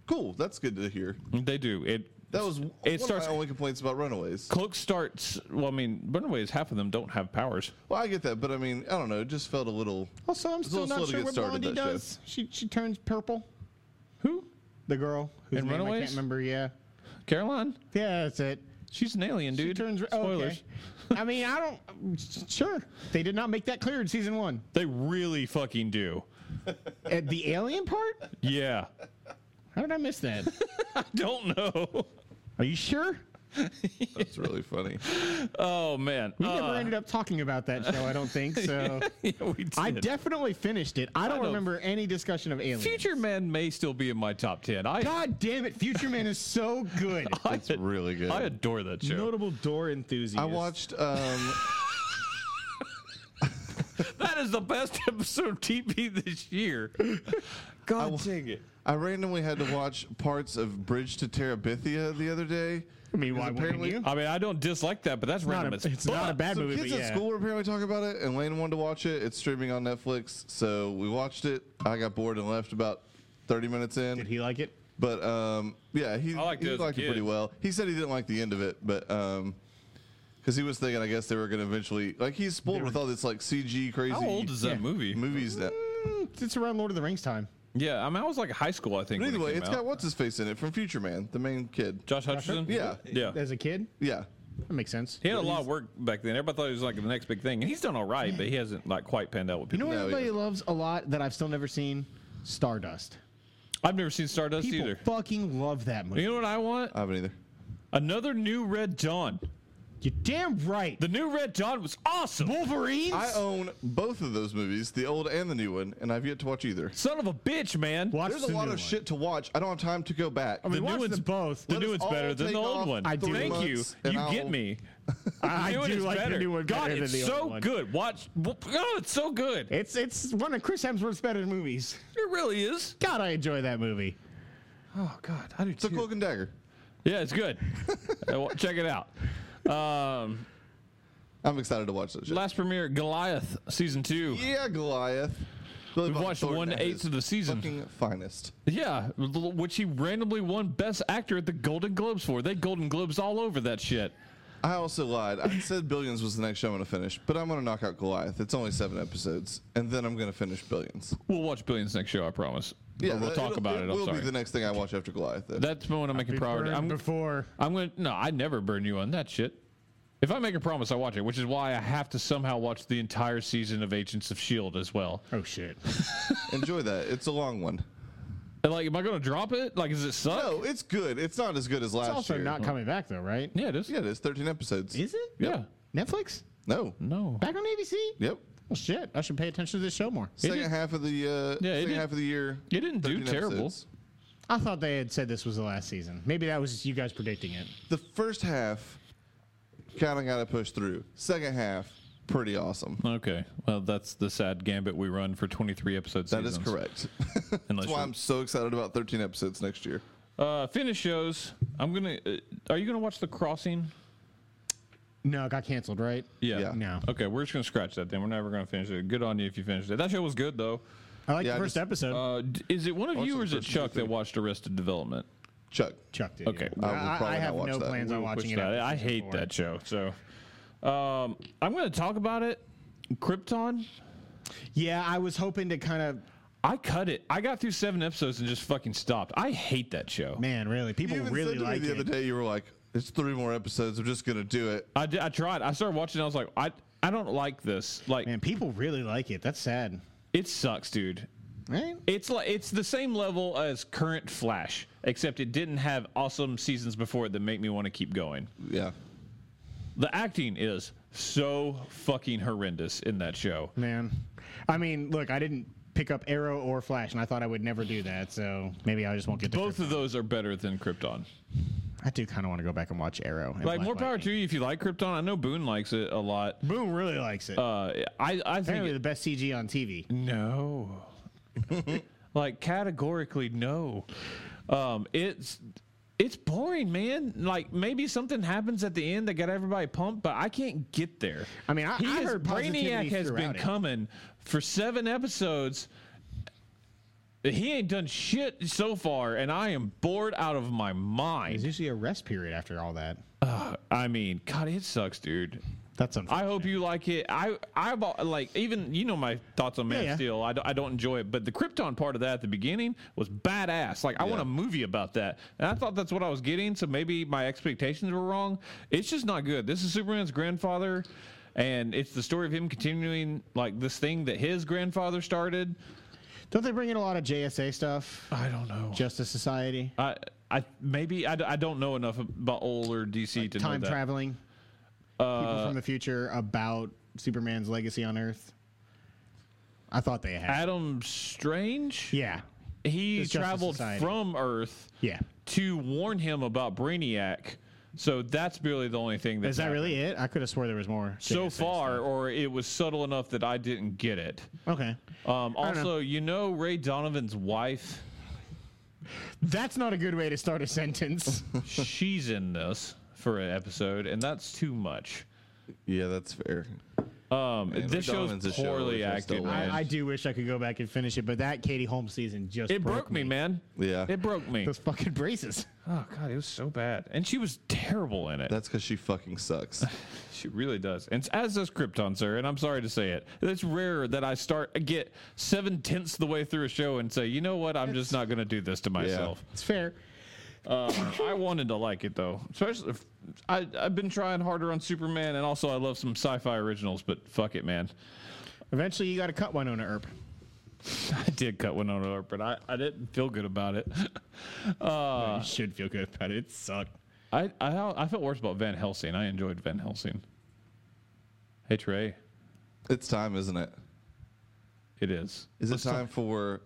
[SPEAKER 3] Cool. That's good to hear.
[SPEAKER 1] they do. It
[SPEAKER 3] That was one
[SPEAKER 1] It starts-
[SPEAKER 3] of my only complaints about Runaways.
[SPEAKER 1] Cloak starts. Well, I mean, Runaways. Half of them don't have powers.
[SPEAKER 3] Well, I get that, but I mean, I don't know. It just felt a little.
[SPEAKER 2] Also, I'm
[SPEAKER 3] It's a
[SPEAKER 2] still
[SPEAKER 3] little slow
[SPEAKER 2] not
[SPEAKER 3] to
[SPEAKER 2] sure
[SPEAKER 3] get
[SPEAKER 2] what
[SPEAKER 3] started,
[SPEAKER 2] Blondie
[SPEAKER 3] that show.
[SPEAKER 2] does. She she turns purple.
[SPEAKER 1] Who?
[SPEAKER 2] The girl whose
[SPEAKER 1] In
[SPEAKER 2] name I
[SPEAKER 1] Runaways?
[SPEAKER 2] can't remember. Yeah.
[SPEAKER 1] Caroline?
[SPEAKER 2] Yeah, that's it.
[SPEAKER 1] She's an alien, dude.
[SPEAKER 2] She turns. re- oh,
[SPEAKER 1] Spoilers.
[SPEAKER 2] okay. I mean, I don't. Sure, they did not make that clear in season one.
[SPEAKER 1] They really fucking do.
[SPEAKER 2] At the alien part?
[SPEAKER 1] Yeah.
[SPEAKER 2] How did I miss that?
[SPEAKER 1] Don't know.
[SPEAKER 2] Are you sure?
[SPEAKER 3] That's really funny.
[SPEAKER 1] Oh man.
[SPEAKER 2] We never
[SPEAKER 1] Uh,
[SPEAKER 2] ended up talking about that show. I don't think so.
[SPEAKER 1] yeah, we
[SPEAKER 2] I
[SPEAKER 1] did.
[SPEAKER 2] definitely finished it. I don't
[SPEAKER 1] know.
[SPEAKER 2] remember any discussion of aliens.
[SPEAKER 1] Future Man may still be in my top ten. I
[SPEAKER 2] God damn it, Future Man is so good.
[SPEAKER 1] Oh,
[SPEAKER 3] That's really good.
[SPEAKER 1] I adore that show.
[SPEAKER 2] Notable door enthusiast.
[SPEAKER 3] I watched. Um,
[SPEAKER 1] That is the best episode of TV this year. God dang it.
[SPEAKER 3] I randomly had to watch parts of Bridge to Terabithia the other day.
[SPEAKER 2] I mean,
[SPEAKER 3] Because
[SPEAKER 2] why wouldn't
[SPEAKER 3] apparently-
[SPEAKER 2] you?
[SPEAKER 1] I mean, I don't dislike that, but that's random.
[SPEAKER 2] Not a-
[SPEAKER 1] as
[SPEAKER 2] it's not a
[SPEAKER 1] fuck.
[SPEAKER 2] bad
[SPEAKER 3] Some
[SPEAKER 2] movie,
[SPEAKER 3] kids
[SPEAKER 2] but
[SPEAKER 3] at
[SPEAKER 2] yeah.
[SPEAKER 3] school were apparently talking about it, and Lane wanted to watch it. It's streaming on Netflix, so we watched it. I got bored and left about thirty minutes in.
[SPEAKER 2] Did he like it?
[SPEAKER 3] But um, yeah, he,
[SPEAKER 1] I liked
[SPEAKER 3] he
[SPEAKER 1] it as a
[SPEAKER 3] liked it
[SPEAKER 1] kid.
[SPEAKER 3] pretty well. He said he didn't like the end of it, but um 'cause because he was thinking, I guess they were going to eventually like he's spoiled with all this like CG crazy.
[SPEAKER 1] How old is that
[SPEAKER 2] Yeah.
[SPEAKER 1] movie?
[SPEAKER 3] movies now?
[SPEAKER 2] Mm, It's around Lord of the Rings time.
[SPEAKER 1] Yeah, I mean, I was like high school, I
[SPEAKER 3] But
[SPEAKER 1] think. when it
[SPEAKER 3] anyway,
[SPEAKER 1] came
[SPEAKER 3] it's
[SPEAKER 1] out.
[SPEAKER 3] got what's his face in it from Future Man, the main kid.
[SPEAKER 1] Josh Hutcherson.
[SPEAKER 3] Yeah.
[SPEAKER 1] yeah.
[SPEAKER 2] As a kid?
[SPEAKER 3] Yeah,
[SPEAKER 2] That makes sense.
[SPEAKER 1] He had a lot of work back then. Everybody thought he was like the next big thing, and he's done all right, but he hasn't like quite panned out with
[SPEAKER 2] You know
[SPEAKER 1] people.
[SPEAKER 2] what
[SPEAKER 3] No,
[SPEAKER 2] everybody
[SPEAKER 3] yeah.
[SPEAKER 2] loves a lot that I've still never seen? Stardust.
[SPEAKER 1] I've never seen Stardust
[SPEAKER 2] People
[SPEAKER 1] either.
[SPEAKER 2] fucking love that movie.
[SPEAKER 1] You know what I want?
[SPEAKER 3] I haven't either.
[SPEAKER 1] Another new Red Dawn.
[SPEAKER 2] You're damn right.
[SPEAKER 1] The new Red Dawn was awesome. uh,
[SPEAKER 2] Wolverines?
[SPEAKER 3] I own both of those movies, the old and the new one, and I've yet to watch either.
[SPEAKER 1] Son of a bitch, man.
[SPEAKER 2] Watch
[SPEAKER 3] There's a
[SPEAKER 2] the
[SPEAKER 3] lot of
[SPEAKER 2] new one.
[SPEAKER 3] shit to watch. I don't have time to go back.
[SPEAKER 1] The
[SPEAKER 2] mean,
[SPEAKER 1] new
[SPEAKER 2] watch
[SPEAKER 1] one's
[SPEAKER 2] them both.
[SPEAKER 1] The
[SPEAKER 3] Let
[SPEAKER 1] new
[SPEAKER 3] us
[SPEAKER 1] one's better
[SPEAKER 3] all
[SPEAKER 1] than the
[SPEAKER 3] take
[SPEAKER 1] old
[SPEAKER 3] off
[SPEAKER 1] one.
[SPEAKER 2] I do. three
[SPEAKER 1] Thank you.
[SPEAKER 3] months, and
[SPEAKER 1] You
[SPEAKER 3] I'll-
[SPEAKER 1] get me.
[SPEAKER 2] I
[SPEAKER 1] The new one
[SPEAKER 2] do
[SPEAKER 1] is
[SPEAKER 2] like
[SPEAKER 1] better.
[SPEAKER 2] the new one
[SPEAKER 1] God,
[SPEAKER 2] better than
[SPEAKER 1] it's
[SPEAKER 2] the
[SPEAKER 1] so
[SPEAKER 2] old one.
[SPEAKER 1] good. Watch. w- Oh, it's so good. It
[SPEAKER 2] It's it's one of Chris Hemsworth's better movies.
[SPEAKER 1] really is.
[SPEAKER 2] God, I enjoy that movie.
[SPEAKER 1] Oh God, I do
[SPEAKER 3] It's a cloak and dagger.
[SPEAKER 1] Yeah, it's good. Uh, wa- Check it out. Um,
[SPEAKER 3] I'm excited to watch that shit.
[SPEAKER 1] last premiere, Goliath season two.
[SPEAKER 3] yeah, Goliath. Billy
[SPEAKER 1] We've
[SPEAKER 3] Bob
[SPEAKER 1] watched
[SPEAKER 3] Thornton at
[SPEAKER 1] one-eighth
[SPEAKER 3] his
[SPEAKER 1] of the season.
[SPEAKER 3] Fucking finest.
[SPEAKER 1] Yeah, l- which he randomly won Best Actor at the Golden Globes for. They Golden Globes all over that shit.
[SPEAKER 3] I also lied. I said Billions was the next show I'm going to finish, but I'm going to knock out Goliath. It's only seven episodes, and then I'm going to finish Billions.
[SPEAKER 1] We'll watch Billions next show, I promise.
[SPEAKER 3] Yeah,
[SPEAKER 1] Or we'll
[SPEAKER 3] uh,
[SPEAKER 1] talk
[SPEAKER 3] it'll-
[SPEAKER 1] about it.
[SPEAKER 3] It
[SPEAKER 1] I'm
[SPEAKER 3] will
[SPEAKER 1] sorry.
[SPEAKER 3] be the next thing I watch after Goliath. Though.
[SPEAKER 1] That's the one I'm making priority.
[SPEAKER 2] Burned
[SPEAKER 1] I'm,
[SPEAKER 2] before.
[SPEAKER 1] I'm gonna no, I never burn you on that shit. If I make a promise, I watch it, which is why I have to somehow watch the entire season of Agents of Shield E as well.
[SPEAKER 2] Oh shit.
[SPEAKER 3] Enjoy that. It's a long one.
[SPEAKER 1] And like, am I gonna drop it? Like, does it suck?
[SPEAKER 3] No, it's good. It's not as good as last
[SPEAKER 2] It's also
[SPEAKER 3] year.
[SPEAKER 2] not coming back though, right?
[SPEAKER 1] Yeah, it is.
[SPEAKER 3] yeah, it is. 13 episodes.
[SPEAKER 2] Is it?
[SPEAKER 1] Yeah.
[SPEAKER 2] Netflix?
[SPEAKER 3] no.
[SPEAKER 1] No.
[SPEAKER 2] Back on ABC?
[SPEAKER 3] Yep.
[SPEAKER 2] Well, Oh, shit. I should pay attention to this show more.
[SPEAKER 3] Second
[SPEAKER 1] did-
[SPEAKER 3] half of the uh,
[SPEAKER 1] Yeah, it
[SPEAKER 3] second
[SPEAKER 1] did-
[SPEAKER 3] half of the year.
[SPEAKER 1] it didn't do
[SPEAKER 3] 13
[SPEAKER 1] terrible.
[SPEAKER 3] episodes.
[SPEAKER 2] I thought they had said this was the last season. Maybe that was just you guys predicting it.
[SPEAKER 3] The first half kind of got to push through. Second half, pretty awesome.
[SPEAKER 1] Okay. Well, that's the sad gambit we run for 23 episodes.
[SPEAKER 3] That is correct.
[SPEAKER 1] Unless
[SPEAKER 3] That's why
[SPEAKER 1] you're-
[SPEAKER 3] I'm so excited about 13 episodes next year.
[SPEAKER 1] Uh, finish shows. I'm gonna. Uh, are you gonna watch The Crossing?
[SPEAKER 2] No, it got canceled, right?
[SPEAKER 3] Yeah.
[SPEAKER 2] No.
[SPEAKER 1] Okay, we're just gonna scratch that. Then we're never gonna finish it. Good on you if you finished it. That show was good though.
[SPEAKER 2] I like
[SPEAKER 3] Yeah, I
[SPEAKER 2] the first
[SPEAKER 3] just-
[SPEAKER 2] episode.
[SPEAKER 1] Uh, d- is it one of
[SPEAKER 3] Watched
[SPEAKER 1] you
[SPEAKER 3] the
[SPEAKER 1] or is it
[SPEAKER 3] first two,
[SPEAKER 1] Chuck that
[SPEAKER 3] three.
[SPEAKER 1] watched Arrested Development?
[SPEAKER 3] Chuck,
[SPEAKER 2] Chucked it.
[SPEAKER 1] okay.
[SPEAKER 2] yeah.
[SPEAKER 3] I will
[SPEAKER 2] I, I
[SPEAKER 3] probably not
[SPEAKER 2] have
[SPEAKER 3] watch
[SPEAKER 2] no
[SPEAKER 3] that.
[SPEAKER 2] plans
[SPEAKER 3] We
[SPEAKER 2] on
[SPEAKER 1] We'll
[SPEAKER 2] watching
[SPEAKER 1] push
[SPEAKER 2] it.
[SPEAKER 1] that.
[SPEAKER 2] after
[SPEAKER 1] I
[SPEAKER 2] season
[SPEAKER 1] hate
[SPEAKER 2] four.
[SPEAKER 1] that show. So um, I'm going to talk about it. Krypton.
[SPEAKER 2] Yeah, I was hoping to kind of.
[SPEAKER 1] I cut it. I got through seven episodes and just fucking stopped. I hate that show.
[SPEAKER 2] Man, really, people
[SPEAKER 3] you even
[SPEAKER 2] really
[SPEAKER 3] said to
[SPEAKER 2] like
[SPEAKER 3] me the
[SPEAKER 2] it.
[SPEAKER 3] other day, you were like, "It's three more episodes. I'm just gonna do it."
[SPEAKER 1] I, did, I tried. I started watching. I was like, I I don't like this. Like
[SPEAKER 2] Man, people really like it. That's sad.
[SPEAKER 1] it sucks, dude.
[SPEAKER 2] Right?
[SPEAKER 1] It's like it's the same level as current Flash, except it didn't have awesome seasons before it that make me want to keep going.
[SPEAKER 3] Yeah,
[SPEAKER 1] The acting is so fucking horrendous in that show.
[SPEAKER 2] Man, I mean, look, I didn't pick up Arrow or Flash, and I thought I would never do that. So maybe I just won't get to
[SPEAKER 1] Both of those are better than Krypton.
[SPEAKER 2] Krypton. I do kind of want to go back and watch Arrow. and
[SPEAKER 1] Like
[SPEAKER 2] Black
[SPEAKER 1] more power
[SPEAKER 2] Lightning.
[SPEAKER 1] to you if you like Krypton. I know Boone likes it a lot.
[SPEAKER 2] Boom really likes it.
[SPEAKER 1] Uh, I I think
[SPEAKER 2] Apparently,
[SPEAKER 1] it-
[SPEAKER 2] the best CG on TV.
[SPEAKER 1] no, like categorically no. Um, it's it's boring, man. Like maybe something happens at the end that got everybody pumped, but I can't get there.
[SPEAKER 2] I mean, I-
[SPEAKER 1] he
[SPEAKER 2] I
[SPEAKER 1] has-
[SPEAKER 2] heard positivity
[SPEAKER 1] Brainiac has been
[SPEAKER 2] throughout it.
[SPEAKER 1] coming for seven episodes. He ain't done shit so far, and I am bored out of my
[SPEAKER 2] There's
[SPEAKER 1] mind.
[SPEAKER 2] usually a rest period after all that.
[SPEAKER 1] Ugh, I mean, God, it sucks, dude.
[SPEAKER 2] That's something.
[SPEAKER 1] I hope you like it. I I bought like even you know my thoughts on Man
[SPEAKER 2] Yeah,
[SPEAKER 1] of
[SPEAKER 2] yeah.
[SPEAKER 1] Steel. I, don't- I don't enjoy it, but the Krypton part of that at the beginning was badass. Like I want
[SPEAKER 3] Yeah.
[SPEAKER 1] a movie about that, and I thought that's what I was getting. So maybe my expectations were wrong. It's just not good. This is Superman's grandfather, and it's the story of him continuing like this thing that his grandfather started.
[SPEAKER 2] Don't they bring in a lot of JSA stuff?
[SPEAKER 1] I don't know.
[SPEAKER 2] Justice Society,
[SPEAKER 1] I I maybe I, d- I don't know enough about older DC to
[SPEAKER 2] time
[SPEAKER 1] know that. Uh,
[SPEAKER 2] traveling, people from the future about Superman's legacy on Earth. I thought they had.
[SPEAKER 1] Adam Strange.
[SPEAKER 2] yeah,
[SPEAKER 1] he
[SPEAKER 2] It's Justice
[SPEAKER 1] traveled
[SPEAKER 2] Society.
[SPEAKER 1] from Earth.
[SPEAKER 2] yeah.
[SPEAKER 1] to warn him about Brainiac. So that's really the only thing that's
[SPEAKER 2] Is that
[SPEAKER 1] happened
[SPEAKER 2] really it? I could have swore there was more.
[SPEAKER 1] so
[SPEAKER 2] JSA
[SPEAKER 1] far, or it was subtle enough that I didn't get it.
[SPEAKER 2] stuff. okay.
[SPEAKER 1] Um,
[SPEAKER 2] don't know.
[SPEAKER 1] also, you know Ray Donovan's wife,
[SPEAKER 2] That's not a good way to start a sentence.
[SPEAKER 1] she's in this for an episode, and that's too much.
[SPEAKER 3] yeah, that's fair.
[SPEAKER 1] Um,
[SPEAKER 3] Man, Ray
[SPEAKER 1] this show's
[SPEAKER 3] Donovan's a show
[SPEAKER 1] poorly
[SPEAKER 3] which I still
[SPEAKER 1] acted,
[SPEAKER 3] love.
[SPEAKER 1] man.
[SPEAKER 2] I, I do wish I could go back and finish it, but that Katie Holmes season just
[SPEAKER 1] it broke me, man.
[SPEAKER 3] Yeah.
[SPEAKER 1] it broke me.
[SPEAKER 2] Those fucking braces.
[SPEAKER 1] Oh god, it was so bad, and she was terrible in it.
[SPEAKER 3] That's because she fucking sucks.
[SPEAKER 1] She really does. And as does Krypton, sir. And I'm sorry to say it. It's rare that I start get seven tenths the way through a show and say, you know what, I'm just not going to do this to myself.
[SPEAKER 2] It's fair.
[SPEAKER 1] Uh, I wanted to like it though. Especially if I, I've been trying harder on Superman, and also I love some sci-fi originals. But fuck it, man.
[SPEAKER 2] Eventually, you got to cut Winona Earp.
[SPEAKER 1] I did cut one on over, but I, I didn't feel good about it. Uh,
[SPEAKER 2] you should feel good about it. It sucked.
[SPEAKER 1] I, I I felt worse about Van Helsing. I enjoyed Van Helsing. Hey Trey,
[SPEAKER 3] it's time, isn't it?
[SPEAKER 1] it is.
[SPEAKER 3] Is it time for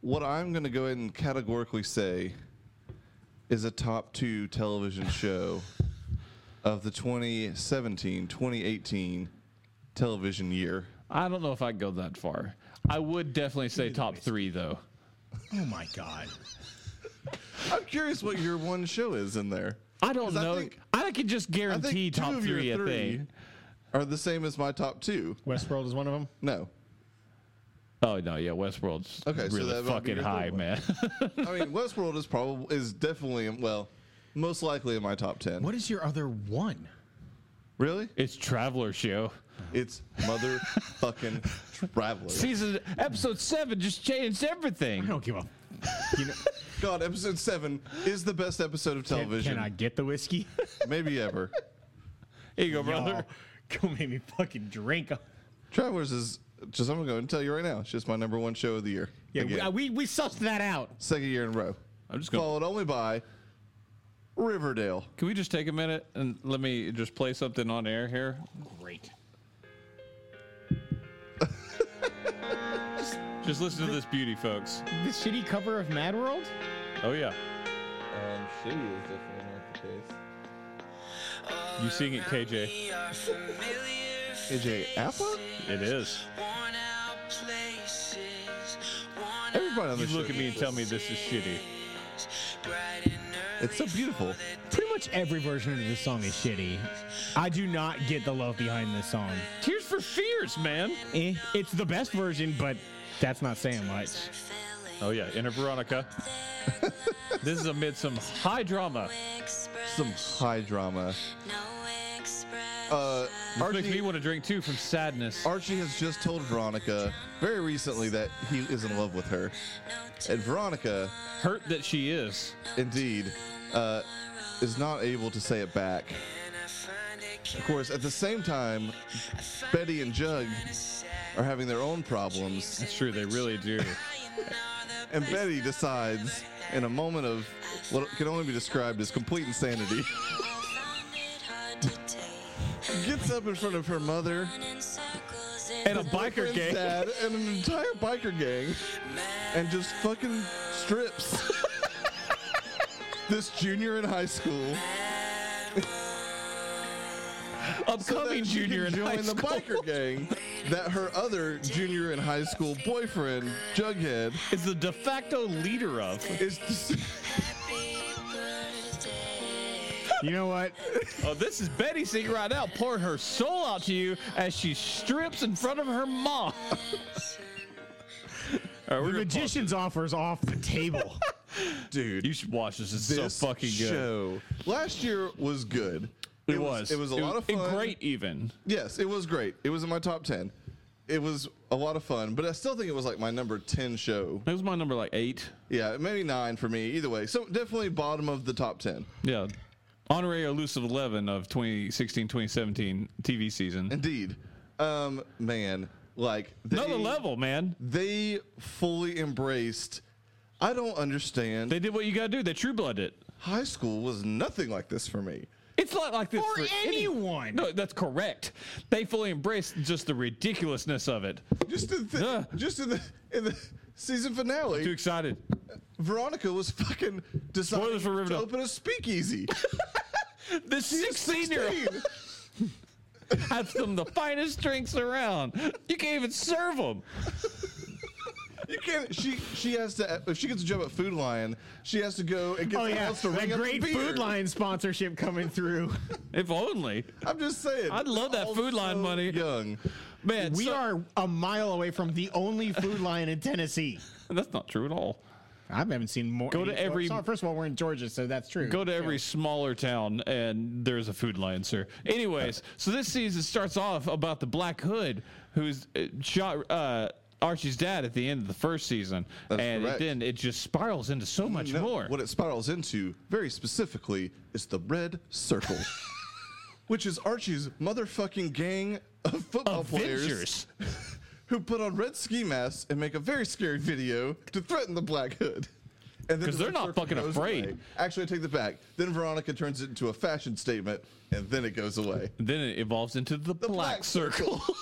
[SPEAKER 3] what I'm gonna go ahead and categorically say is a top two television show of the 2017 2018 television year?
[SPEAKER 1] I don't know if I'd go that far. I would definitely say top three though.
[SPEAKER 2] Oh my god.
[SPEAKER 3] I'm curious what your one show is in there.
[SPEAKER 1] I don't
[SPEAKER 3] 'Cause I
[SPEAKER 1] know. I,
[SPEAKER 3] think-
[SPEAKER 1] could just guarantee
[SPEAKER 3] two
[SPEAKER 1] top
[SPEAKER 3] of your
[SPEAKER 1] three a
[SPEAKER 3] three
[SPEAKER 1] thing.
[SPEAKER 3] Are the same as my top two?
[SPEAKER 2] Westworld is one of them.
[SPEAKER 3] No,
[SPEAKER 1] Oh no, yeah, Westworld's
[SPEAKER 3] Okay, so
[SPEAKER 1] really
[SPEAKER 3] that might be
[SPEAKER 1] fucking
[SPEAKER 3] your third
[SPEAKER 1] high,
[SPEAKER 3] one.
[SPEAKER 1] man.
[SPEAKER 3] I mean Westworld is probably is definitely well, most likely in my top ten.
[SPEAKER 2] What is your other one?
[SPEAKER 3] Really?
[SPEAKER 1] it's Traveler Show.
[SPEAKER 3] It's motherfucking Traveler.
[SPEAKER 1] Season episode seven just changed everything.
[SPEAKER 2] I don't give a.
[SPEAKER 4] You know,
[SPEAKER 3] God, episode seven is the best episode of
[SPEAKER 4] can,
[SPEAKER 3] television
[SPEAKER 4] can I get the whiskey?
[SPEAKER 3] maybe ever.
[SPEAKER 1] Here you go, brother.
[SPEAKER 4] Y'all, go make me fucking drink.
[SPEAKER 3] Travelers is just I'm gonna go and tell you right now. It's just my number one show of the year.
[SPEAKER 4] Yeah, we,
[SPEAKER 3] Again,
[SPEAKER 4] uh, we we sussed that out.
[SPEAKER 3] second year in a row.
[SPEAKER 1] I'm just gonna-
[SPEAKER 3] followed only by Riverdale.
[SPEAKER 1] Can we just take a minute and let me just play something on air here?
[SPEAKER 4] Great.
[SPEAKER 1] Just listen to this beauty, folks.
[SPEAKER 4] The shitty cover of Mad World.
[SPEAKER 1] Oh yeah,
[SPEAKER 5] Um, she is definitely not the case.
[SPEAKER 1] you sing it, KJ.
[SPEAKER 3] AJ Appa?
[SPEAKER 1] It is.
[SPEAKER 3] Everybody on
[SPEAKER 1] You
[SPEAKER 3] this
[SPEAKER 1] look
[SPEAKER 3] show-
[SPEAKER 1] at me and tell me this is shitty.
[SPEAKER 3] It's so beautiful.
[SPEAKER 2] Pretty much every version of this song is shitty. I do not get the love behind this song.
[SPEAKER 1] Tears for fears, man.
[SPEAKER 2] Eh, it's the best version, but that's not saying much.
[SPEAKER 1] Oh yeah, Inner Veronica. this is amid some high drama.
[SPEAKER 3] Some high drama. Uh,
[SPEAKER 1] Which makes me
[SPEAKER 3] Archie,
[SPEAKER 1] want to drink too from sadness.
[SPEAKER 3] Archie has just told Veronica very recently that he is in love with her. And Veronica,
[SPEAKER 1] Hurt that she is.
[SPEAKER 3] indeed, uh, is not able to say it back. Of course, at the same time, Betty and Jug are having their own problems.
[SPEAKER 1] It's true, they really do.
[SPEAKER 3] And Betty decides, in a moment of what can only be described as complete insanity, gets up in front of her mother
[SPEAKER 1] And a biker
[SPEAKER 3] boyfriend's
[SPEAKER 1] gang.
[SPEAKER 3] dad, and an entire biker gang, and just fucking strips this junior in high school. so that
[SPEAKER 1] Upcoming
[SPEAKER 3] she can
[SPEAKER 1] junior in
[SPEAKER 3] join
[SPEAKER 1] high
[SPEAKER 3] the
[SPEAKER 1] school.
[SPEAKER 3] biker gang that her other junior in high school boyfriend, Jughead,
[SPEAKER 1] is the de facto leader of.
[SPEAKER 3] is.
[SPEAKER 2] You know what?
[SPEAKER 1] Oh, this is Betty singing right now, pouring her soul out to you as she strips in front of her mom. All right, we're gonna
[SPEAKER 2] The
[SPEAKER 1] pause.
[SPEAKER 2] magician's offer is off the table.
[SPEAKER 3] Dude.
[SPEAKER 1] You should watch this. It's
[SPEAKER 3] this
[SPEAKER 1] so fucking good.
[SPEAKER 3] show. Last year was good.
[SPEAKER 1] It, was,
[SPEAKER 3] It was a lot of
[SPEAKER 1] it
[SPEAKER 3] fun.
[SPEAKER 1] Great, even.
[SPEAKER 3] Yes, it was great. It was in my top ten. It was a lot of fun, but I still think it was like my number ten show.
[SPEAKER 1] It was my number like eight.
[SPEAKER 3] Yeah, maybe nine for me. Either way, so definitely bottom of the top ten.
[SPEAKER 1] Yeah. Honorary elusive 11 of 2016 2017 TV season.
[SPEAKER 3] Indeed, um, man, like they,
[SPEAKER 1] Another level, man.
[SPEAKER 3] They fully embraced. I don't understand.
[SPEAKER 1] They did what you got to do. They true blooded it.
[SPEAKER 3] High school was nothing like this for me.
[SPEAKER 1] It's not like this
[SPEAKER 4] For
[SPEAKER 1] any-
[SPEAKER 4] anyone.
[SPEAKER 1] No, that's correct. They fully embraced just the ridiculousness of it.
[SPEAKER 3] Just in the,
[SPEAKER 1] Ugh.
[SPEAKER 3] just in the in the season finale.
[SPEAKER 1] Too excited.
[SPEAKER 3] Veronica was fucking deciding
[SPEAKER 1] Spoilers for
[SPEAKER 3] to
[SPEAKER 1] Riverdale.
[SPEAKER 3] open a speakeasy.
[SPEAKER 1] The 16 year old.
[SPEAKER 3] Dude,
[SPEAKER 1] Have some of the finest drinks around. You can't even serve them.
[SPEAKER 3] you can't. She she has to. If she gets a job at Food Lion, she has to go and get
[SPEAKER 2] Oh
[SPEAKER 3] someone
[SPEAKER 2] yeah,
[SPEAKER 3] else to
[SPEAKER 2] that
[SPEAKER 3] ring
[SPEAKER 2] great
[SPEAKER 3] up the beer.
[SPEAKER 2] food line sponsorship coming through.
[SPEAKER 1] If only.
[SPEAKER 3] I'm just saying.
[SPEAKER 1] I'd love that
[SPEAKER 3] all
[SPEAKER 1] Food Lion
[SPEAKER 3] so
[SPEAKER 1] money.
[SPEAKER 3] Young.
[SPEAKER 1] Man,
[SPEAKER 2] We
[SPEAKER 1] so-
[SPEAKER 2] are a mile away from the only food line in Tennessee.
[SPEAKER 1] That's not true at all.
[SPEAKER 2] I haven't seen more.
[SPEAKER 1] Go to
[SPEAKER 2] any- well,
[SPEAKER 1] every-
[SPEAKER 2] so- First of all, we're in Georgia, so that's true.
[SPEAKER 1] Go to every smaller town and there's a food line, sir. Anyways, so this season starts off about the Black Hood, who's uh, shot uh, Archie's dad at the end of the first season,
[SPEAKER 3] That's
[SPEAKER 1] and it,
[SPEAKER 3] correct.
[SPEAKER 1] then it just spirals into so much
[SPEAKER 3] No,
[SPEAKER 1] more.
[SPEAKER 3] What it spirals into, very specifically, is the red circle, which is Archie's motherfucking gang of football players
[SPEAKER 1] Avengers.
[SPEAKER 3] who put on red ski masks and make a very scary video to threaten the Black Hood. And then
[SPEAKER 1] 'Cause
[SPEAKER 3] the
[SPEAKER 1] they're
[SPEAKER 3] red
[SPEAKER 1] not
[SPEAKER 3] circle
[SPEAKER 1] fucking
[SPEAKER 3] goes
[SPEAKER 1] afraid.
[SPEAKER 3] away. Actually, I take that back. Then Veronica turns it into a fashion statement, and then it goes away.
[SPEAKER 1] Then it evolves into the, black,
[SPEAKER 3] black
[SPEAKER 1] circle.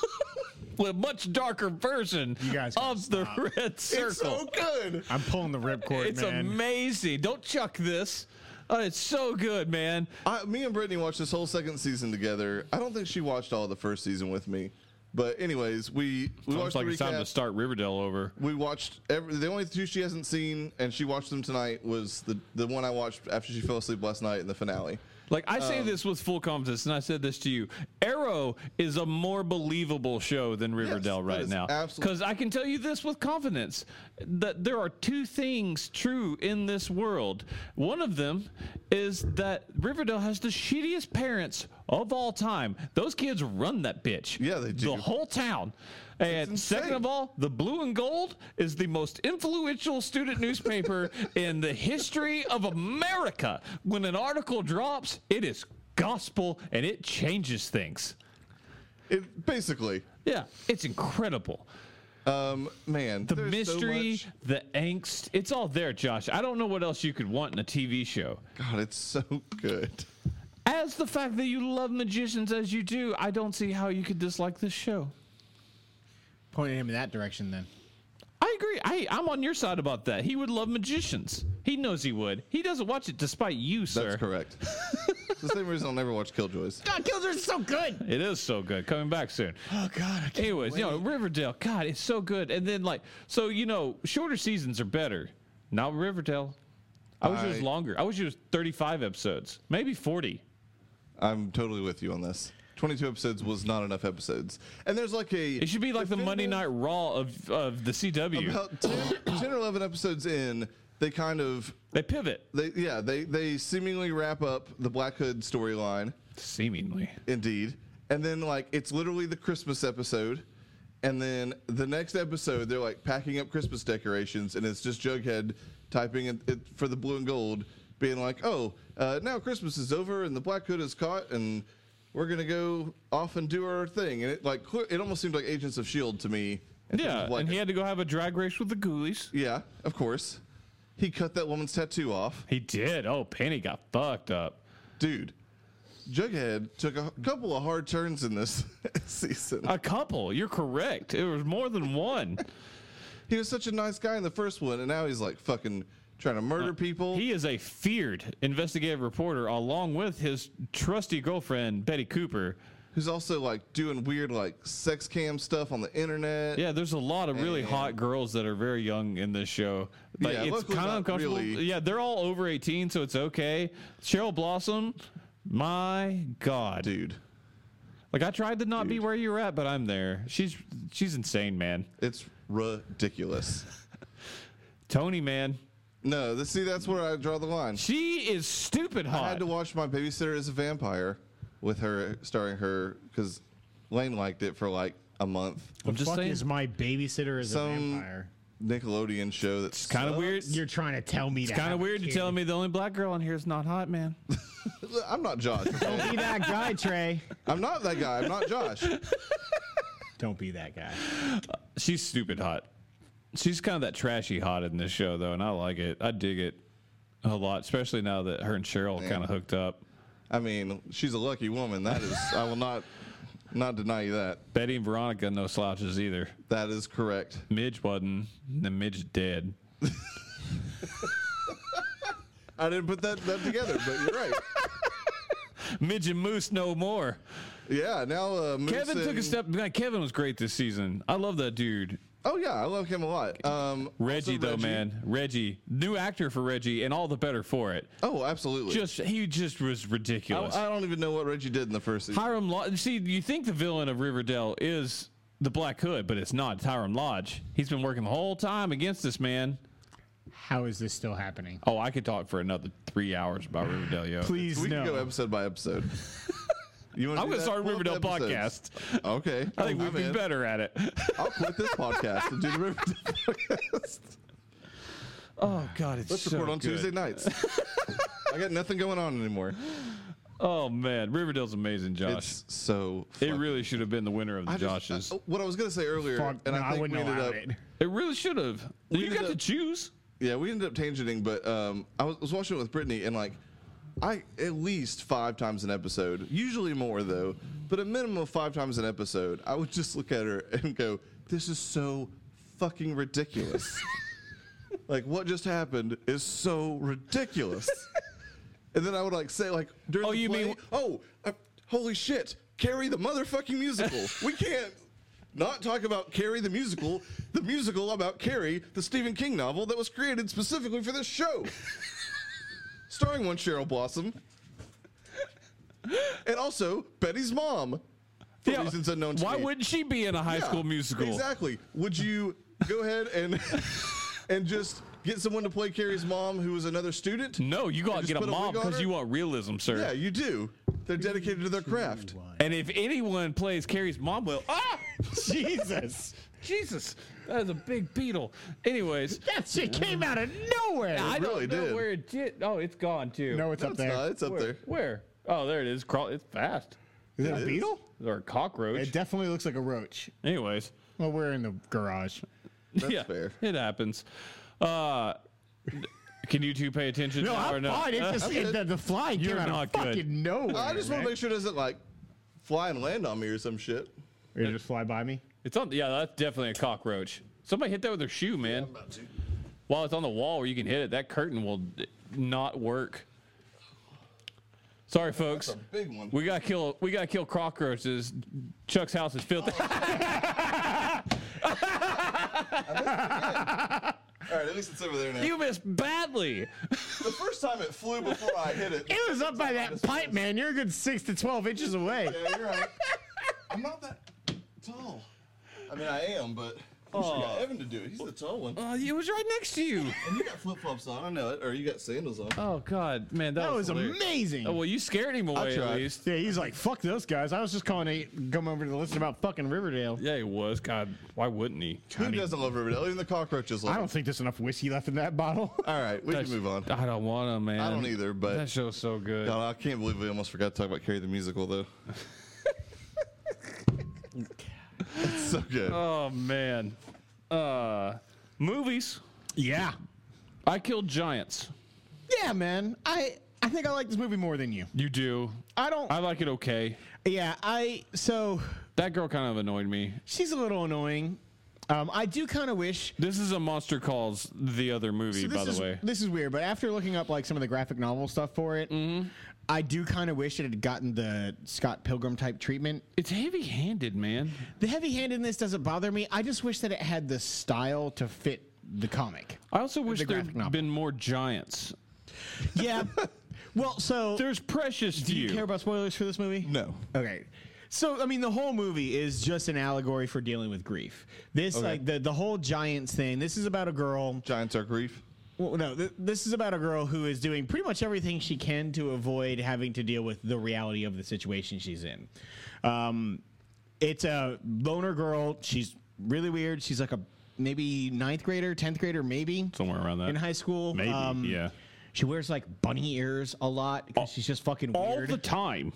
[SPEAKER 1] A much darker version
[SPEAKER 2] guys gotta
[SPEAKER 1] of the red circle.
[SPEAKER 3] It's so good.
[SPEAKER 2] I'm pulling the ripcord,
[SPEAKER 1] It's
[SPEAKER 2] man.
[SPEAKER 1] amazing. Don't chuck this. Uh, it's so good, man.
[SPEAKER 3] I, me and Brittany watched this whole second season together. I don't think she watched all the first season with me, but anyways, we we
[SPEAKER 1] Sounds
[SPEAKER 3] watched
[SPEAKER 1] like
[SPEAKER 3] the
[SPEAKER 1] it's time to
[SPEAKER 3] recap.
[SPEAKER 1] start Riverdale over.
[SPEAKER 3] We watched every, the only two she hasn't seen, and she watched them tonight. Was the the one I watched after she fell asleep last night in the finale.
[SPEAKER 1] Like I
[SPEAKER 3] Um,
[SPEAKER 1] say this with full confidence, and I said this to you. Arrow is a more believable show than Riverdale
[SPEAKER 3] that
[SPEAKER 1] right
[SPEAKER 3] is
[SPEAKER 1] now,
[SPEAKER 3] absolute-
[SPEAKER 1] because I can tell you this with confidence that there are two things true in this world. One of them is that Riverdale has the shittiest parents of all time. Those kids run that bitch.
[SPEAKER 3] Yeah, they do.
[SPEAKER 1] The whole town. And
[SPEAKER 3] insane.
[SPEAKER 1] second of all, the Blue and Gold is the most influential student newspaper in the history of America. When an article drops, it is gospel and it changes things.
[SPEAKER 3] It, basically,
[SPEAKER 1] Yeah, it's incredible.
[SPEAKER 3] um, man,
[SPEAKER 1] The
[SPEAKER 3] there's so
[SPEAKER 1] mystery,
[SPEAKER 3] much-
[SPEAKER 1] the angst, it's all there, Josh. I don't know what else you could want in a TV show.
[SPEAKER 3] God, it's so good.
[SPEAKER 1] As the fact that you love magicians as you do, I don't see how you could dislike this show.
[SPEAKER 2] Pointing him in that direction then.
[SPEAKER 1] I agree. I, I'm on your side about that. He would love magicians. He knows he would. He doesn't watch it despite you, sir.
[SPEAKER 3] That's correct. It's the same reason I'll never watch Killjoys.
[SPEAKER 4] God, Killers are so good.
[SPEAKER 1] It is so good. Coming back soon.
[SPEAKER 2] Oh God, I can't
[SPEAKER 1] Anyways, you know,
[SPEAKER 2] wait.
[SPEAKER 1] Riverdale, God, it's so good. And then, like, so, you know, shorter seasons are better. Not Riverdale. I wish it was
[SPEAKER 3] I-
[SPEAKER 1] longer. I wish it was 35 episodes, maybe 40.
[SPEAKER 3] I'm totally with you on this. 22 episodes was not enough episodes. And there's like a.
[SPEAKER 1] It should be like the Monday Night Raw of, of the CW.
[SPEAKER 3] About 10, 10 or 11 episodes in, they kind of.
[SPEAKER 1] they pivot,
[SPEAKER 3] They, yeah, they, they seemingly wrap up the Black Hood storyline.
[SPEAKER 1] seemingly.
[SPEAKER 3] Indeed. And then like it's literally the Christmas episode. And then the next episode, they're like packing up Christmas decorations, and it's just Jughead typing it, it for the blue and gold, being like, "Oh, uh, now Christmas is over, and the Black Hood is caught, and we're gonna go off and do our thing." And it like cl- it almost seemed like Agents of Shield E to me. in terms
[SPEAKER 1] Yeah,
[SPEAKER 3] of, like,
[SPEAKER 1] and he had to go have a drag race with the Ghoulies.
[SPEAKER 3] yeah, of course. He cut that woman's tattoo off,
[SPEAKER 1] He did. Oh, Penny got fucked up.
[SPEAKER 3] dude. Jughead took a couple of hard turns in this season.
[SPEAKER 1] A couple. You're correct. It was more than one.
[SPEAKER 3] He was such a nice guy in the first one, and now he's like fucking trying to murder people.
[SPEAKER 1] Uh, He is a feared investigative reporter, along with his trusty girlfriend Betty Cooper.
[SPEAKER 3] who's also like doing weird like sex cam stuff on the internet.
[SPEAKER 1] Yeah, there's a lot of really
[SPEAKER 3] And-
[SPEAKER 1] hot girls that are very young in this show. Like,
[SPEAKER 3] Yeah,
[SPEAKER 1] it's
[SPEAKER 3] luckily
[SPEAKER 1] kind of
[SPEAKER 3] not
[SPEAKER 1] uncomfortable.
[SPEAKER 3] really.
[SPEAKER 1] Yeah, they're all over 18, so it's okay. Cheryl Blossom, my God,
[SPEAKER 3] dude,
[SPEAKER 1] Like I tried to not be
[SPEAKER 3] Dude.
[SPEAKER 1] where you're at, but I'm there. She's she's insane, man.
[SPEAKER 3] it's ridiculous.
[SPEAKER 1] Tony, man,
[SPEAKER 3] no, th- see, that's where I draw the line.
[SPEAKER 1] she is stupid
[SPEAKER 3] I
[SPEAKER 1] hot.
[SPEAKER 3] had to watch my babysitter as a vampire with her starring her because Lane liked it for like a month.
[SPEAKER 1] I'm just
[SPEAKER 4] Fuck
[SPEAKER 1] saying,
[SPEAKER 4] is my babysitter is a
[SPEAKER 3] Some-
[SPEAKER 4] vampire.
[SPEAKER 3] Nickelodeon show that's
[SPEAKER 1] kind of weird.
[SPEAKER 4] You're trying to tell me that.
[SPEAKER 1] Kind of weird to tell me the only black girl on here is not hot, man.
[SPEAKER 3] I'm not Josh. okay?
[SPEAKER 4] Be that guy, Trey.
[SPEAKER 3] I'm not that guy. I'm not Josh.
[SPEAKER 4] Don't be that guy.
[SPEAKER 1] She's stupid hot. She's kind of that trashy hot in this show though, and I like it. I dig it a lot, especially now that her and Cheryl kind of hooked up.
[SPEAKER 3] I mean, she's a lucky woman. That is, I will not not deny you that.
[SPEAKER 1] Betty and Veronica no slouches either.
[SPEAKER 3] That is correct.
[SPEAKER 1] Midge wasn't. The Midge dead.
[SPEAKER 3] I didn't put that, that together, but you're right.
[SPEAKER 1] Midge and Moose no more.
[SPEAKER 3] Yeah, now uh, Moose
[SPEAKER 1] Kevin took a
[SPEAKER 3] and-
[SPEAKER 1] step. Man, Kevin was great this season. I love that dude.
[SPEAKER 3] Oh yeah, I love him a lot. Um,
[SPEAKER 1] Reggie
[SPEAKER 3] also
[SPEAKER 1] though,
[SPEAKER 3] Reggie.
[SPEAKER 1] man, Reggie, new actor for Reggie, and all the better for it.
[SPEAKER 3] Oh, absolutely.
[SPEAKER 1] Just he just was
[SPEAKER 3] I,
[SPEAKER 1] ridiculous.
[SPEAKER 3] I don't even know what Reggie did in the first season.
[SPEAKER 1] Hiram Lodge. See, you think the villain of Riverdale is the Black Hood, but it's not. It's Hiram Lodge. He's been working the whole time against this man.
[SPEAKER 4] How is this still happening?
[SPEAKER 1] Oh, I could talk for another three hours about Riverdale, yo.
[SPEAKER 4] Please
[SPEAKER 3] we
[SPEAKER 4] no.
[SPEAKER 3] can go episode by episode. You want?
[SPEAKER 1] I'm gonna start a Riverdale podcast.
[SPEAKER 3] Okay,
[SPEAKER 1] I think we'd
[SPEAKER 3] Oh, I'm
[SPEAKER 1] be
[SPEAKER 3] in.
[SPEAKER 1] better at it.
[SPEAKER 3] I'll quit this podcast and do the Riverdale podcast.
[SPEAKER 1] oh God, it's
[SPEAKER 3] Let's record on Tuesday nights. I got nothing going on anymore.
[SPEAKER 1] Oh man, Riverdale's amazing, Josh.
[SPEAKER 3] It's so.
[SPEAKER 1] It
[SPEAKER 3] fucking-
[SPEAKER 1] really should have been the winner of the
[SPEAKER 3] I just-
[SPEAKER 1] Josh's.
[SPEAKER 3] uh, what I was gonna say earlier,
[SPEAKER 4] Fuck,
[SPEAKER 3] and
[SPEAKER 4] no,
[SPEAKER 3] I think
[SPEAKER 4] wouldn't
[SPEAKER 3] we ended
[SPEAKER 4] allow
[SPEAKER 3] up.
[SPEAKER 4] it.
[SPEAKER 1] It really should have. You
[SPEAKER 3] ended
[SPEAKER 1] got to
[SPEAKER 3] up-
[SPEAKER 1] choose.
[SPEAKER 3] Yeah, we ended up tangenting, but um, I was, was watching it with Brittany, and like, I at least five times an episode, usually more though, but a minimum of five times an episode, I would just look at her and go, "This is so fucking ridiculous." like, what just happened is so ridiculous. and then I would like say, like, during
[SPEAKER 1] Oh,
[SPEAKER 3] the
[SPEAKER 1] you
[SPEAKER 3] play,
[SPEAKER 1] mean-
[SPEAKER 3] oh, uh, holy shit, Carrie the motherfucking musical. we can't not talk about Carrie the musical, the musical about Carrie, the Stephen King novel that was created specifically for this show, starring one Cheryl Blossom, and also Betty's mom. For reasons unknown to
[SPEAKER 1] why
[SPEAKER 3] me.
[SPEAKER 1] wouldn't she be in a high
[SPEAKER 3] Yeah,
[SPEAKER 1] school musical?
[SPEAKER 3] Exactly. Would you go ahead and and just get someone to play Carrie's mom, who was another student?
[SPEAKER 1] No, you
[SPEAKER 3] And
[SPEAKER 1] gotta
[SPEAKER 3] just
[SPEAKER 1] get a
[SPEAKER 3] put a
[SPEAKER 1] mom
[SPEAKER 3] wig on
[SPEAKER 1] because
[SPEAKER 3] her?
[SPEAKER 1] you want realism, sir.
[SPEAKER 3] Yeah, you do. They're dedicated to their craft.
[SPEAKER 1] And if anyone plays Carrie's mom, will ah
[SPEAKER 2] Jesus.
[SPEAKER 1] Jesus, that is a big beetle. Anyways,
[SPEAKER 4] That shit came out of nowhere.
[SPEAKER 1] I
[SPEAKER 3] really
[SPEAKER 1] don't know
[SPEAKER 3] did.
[SPEAKER 1] where it did. Oh, it's gone too.
[SPEAKER 2] No, it's
[SPEAKER 3] No,
[SPEAKER 2] up
[SPEAKER 3] it's
[SPEAKER 2] there.
[SPEAKER 3] not. It's up
[SPEAKER 1] where,
[SPEAKER 3] there.
[SPEAKER 1] Where? Oh, there it is. Crawl. It's fast.
[SPEAKER 2] Is it,
[SPEAKER 3] It
[SPEAKER 2] a
[SPEAKER 3] is.
[SPEAKER 2] beetle?
[SPEAKER 1] Or a cockroach.
[SPEAKER 2] It definitely looks like a roach.
[SPEAKER 1] Anyways,
[SPEAKER 2] Well, we're in the garage.
[SPEAKER 3] That's
[SPEAKER 1] yeah,
[SPEAKER 3] fair.
[SPEAKER 1] it happens. Uh, can you two pay attention?
[SPEAKER 2] No,
[SPEAKER 1] now or
[SPEAKER 2] I'm
[SPEAKER 1] no?
[SPEAKER 2] fine. It's
[SPEAKER 1] Uh,
[SPEAKER 2] just it, the, the fly came
[SPEAKER 1] You're
[SPEAKER 2] out
[SPEAKER 1] not
[SPEAKER 2] of
[SPEAKER 1] good.
[SPEAKER 2] fucking nowhere.
[SPEAKER 3] I just want to make sure it doesn't like fly and land on me or some shit.
[SPEAKER 2] Or just fly by me.
[SPEAKER 1] it's on. Yeah, that's definitely a cockroach. Somebody hit that with their shoe, man. While it's on the wall where you can hit it, that curtain will d- not work. Sorry, folks.
[SPEAKER 3] It's a big one.
[SPEAKER 1] We gotta kill. We gotta kill cockroaches. Chuck's house is filthy.
[SPEAKER 3] All right, at least it's over there now.
[SPEAKER 1] you missed badly.
[SPEAKER 3] the first time it flew before I hit it.
[SPEAKER 2] It was up by that pipe, man. You're a good six to twelve inches away.
[SPEAKER 3] Yeah, you're right. I'm not that tall. I mean, I am, but we should got Evan to do it. He's the tall one.
[SPEAKER 1] Oh, it was right next to you.
[SPEAKER 3] And you got flip flops on. I know it. Or you got sandals on.
[SPEAKER 1] Oh God, man, that,
[SPEAKER 2] That was
[SPEAKER 1] hilarious.
[SPEAKER 2] amazing.
[SPEAKER 1] Oh well, you scared him away at
[SPEAKER 3] tried.
[SPEAKER 1] least.
[SPEAKER 2] Yeah, he's like, fuck those guys. I was just calling to come over to listen about fucking Riverdale.
[SPEAKER 1] Yeah, he was. God, why wouldn't he?
[SPEAKER 3] Who doesn't love Riverdale? Even the cockroaches love
[SPEAKER 2] I don't think there's enough whiskey left in that bottle.
[SPEAKER 3] it. All right, we can move on.
[SPEAKER 1] I don't want to, man.
[SPEAKER 3] I don't e- either, but-
[SPEAKER 1] that show's so good.
[SPEAKER 3] God, I can't believe we almost forgot to talk about Carrie the Musical, though. it's so good.
[SPEAKER 1] Oh man, uh, movies.
[SPEAKER 2] yeah.
[SPEAKER 1] I killed giants.
[SPEAKER 2] Yeah, man. I I think I like this movie more than you.
[SPEAKER 1] You do.
[SPEAKER 2] I don't
[SPEAKER 1] I like it okay.
[SPEAKER 2] Yeah, I so
[SPEAKER 1] That girl kind of annoyed me.
[SPEAKER 2] she's a little annoying. Um, I do kind of wish
[SPEAKER 1] This is a Monster Calls the other movie,
[SPEAKER 2] So this
[SPEAKER 1] by the
[SPEAKER 2] is,
[SPEAKER 1] way.
[SPEAKER 2] This is weird, but after looking up like some of the graphic novel stuff for it,
[SPEAKER 1] Mm-hmm.
[SPEAKER 2] I do kind of wish it had gotten the Scott Pilgrim type treatment.
[SPEAKER 1] It's heavy-handed, man.
[SPEAKER 2] The heavy hand in this doesn't bother me. I just wish that it had the style to fit the comic.
[SPEAKER 1] I also wish
[SPEAKER 2] The
[SPEAKER 1] there'd
[SPEAKER 2] graphic novel.
[SPEAKER 1] been more giants.
[SPEAKER 2] Yeah. well, so
[SPEAKER 1] There's precious
[SPEAKER 2] do
[SPEAKER 1] to
[SPEAKER 2] you care about spoilers for this movie?
[SPEAKER 3] No.
[SPEAKER 2] Okay. So I mean, the whole movie is just an allegory for dealing with grief. This like the the whole giants thing. This is about a girl.
[SPEAKER 3] Giants are grief.
[SPEAKER 2] Well, no, th- this is about a girl who is doing pretty much everything she can to avoid having to deal with the reality of the situation she's in. Um, it's a loner girl. She's really weird. She's like a maybe ninth grader, tenth grader, maybe
[SPEAKER 1] somewhere around that.
[SPEAKER 2] in high school. Um,
[SPEAKER 1] Maybe, yeah.
[SPEAKER 2] She wears like bunny ears a lot because she's just fucking
[SPEAKER 1] all
[SPEAKER 2] weird
[SPEAKER 1] the time.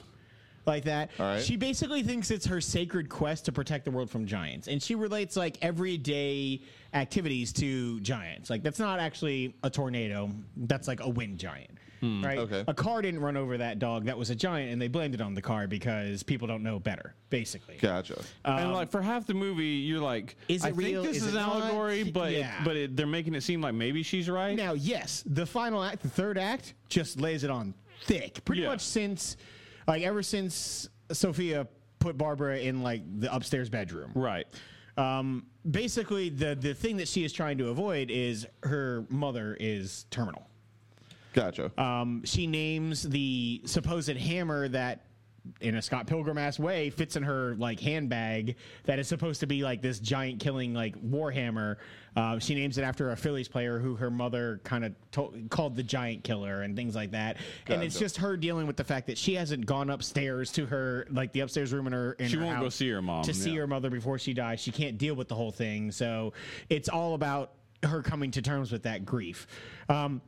[SPEAKER 2] like that.
[SPEAKER 3] All right.
[SPEAKER 2] She basically thinks it's her sacred quest to protect the world from giants, and she relates like everyday activities to giants. Like that's not actually a tornado; that's like a wind giant, right?
[SPEAKER 3] Hmm. Okay.
[SPEAKER 2] A car didn't run over that dog; that was a giant, and they blamed it on the car because people don't know better, basically.
[SPEAKER 3] Gotcha.
[SPEAKER 1] and like for half the movie, you're like,
[SPEAKER 2] Um, Is
[SPEAKER 1] I
[SPEAKER 2] it real?
[SPEAKER 1] think this
[SPEAKER 2] Is
[SPEAKER 1] is,
[SPEAKER 2] it
[SPEAKER 1] an
[SPEAKER 2] not?"
[SPEAKER 1] allegory, but it-
[SPEAKER 2] Yeah.
[SPEAKER 1] but it, they're making it seem like maybe she's right.
[SPEAKER 2] Now, yes, the final act, the third act, just lays it on thick. Pretty
[SPEAKER 1] Yeah.
[SPEAKER 2] much since, like, ever since Sophia put Barbara in like the upstairs bedroom,
[SPEAKER 1] Right.
[SPEAKER 2] Um, basically, the the thing that she is trying to avoid is her mother is terminal.
[SPEAKER 3] Gotcha.
[SPEAKER 2] Um, she names the supposed hammer that, in a Scott Pilgrim ass way, fits in her like handbag that is supposed to be like this giant killing like war hammer. Uh, she names it after a Phillies player who her mother kind of to- called the giant killer and things like that. And it's
[SPEAKER 3] Gotcha.
[SPEAKER 2] just her dealing with the fact that she hasn't gone upstairs to her like the upstairs room in her. In
[SPEAKER 1] She
[SPEAKER 2] her
[SPEAKER 1] won't go
[SPEAKER 2] house
[SPEAKER 1] see her mom,
[SPEAKER 2] to see
[SPEAKER 1] yeah.
[SPEAKER 2] her mother before she dies. She can't deal with the whole thing, so it's all about her coming to terms with that grief. Um,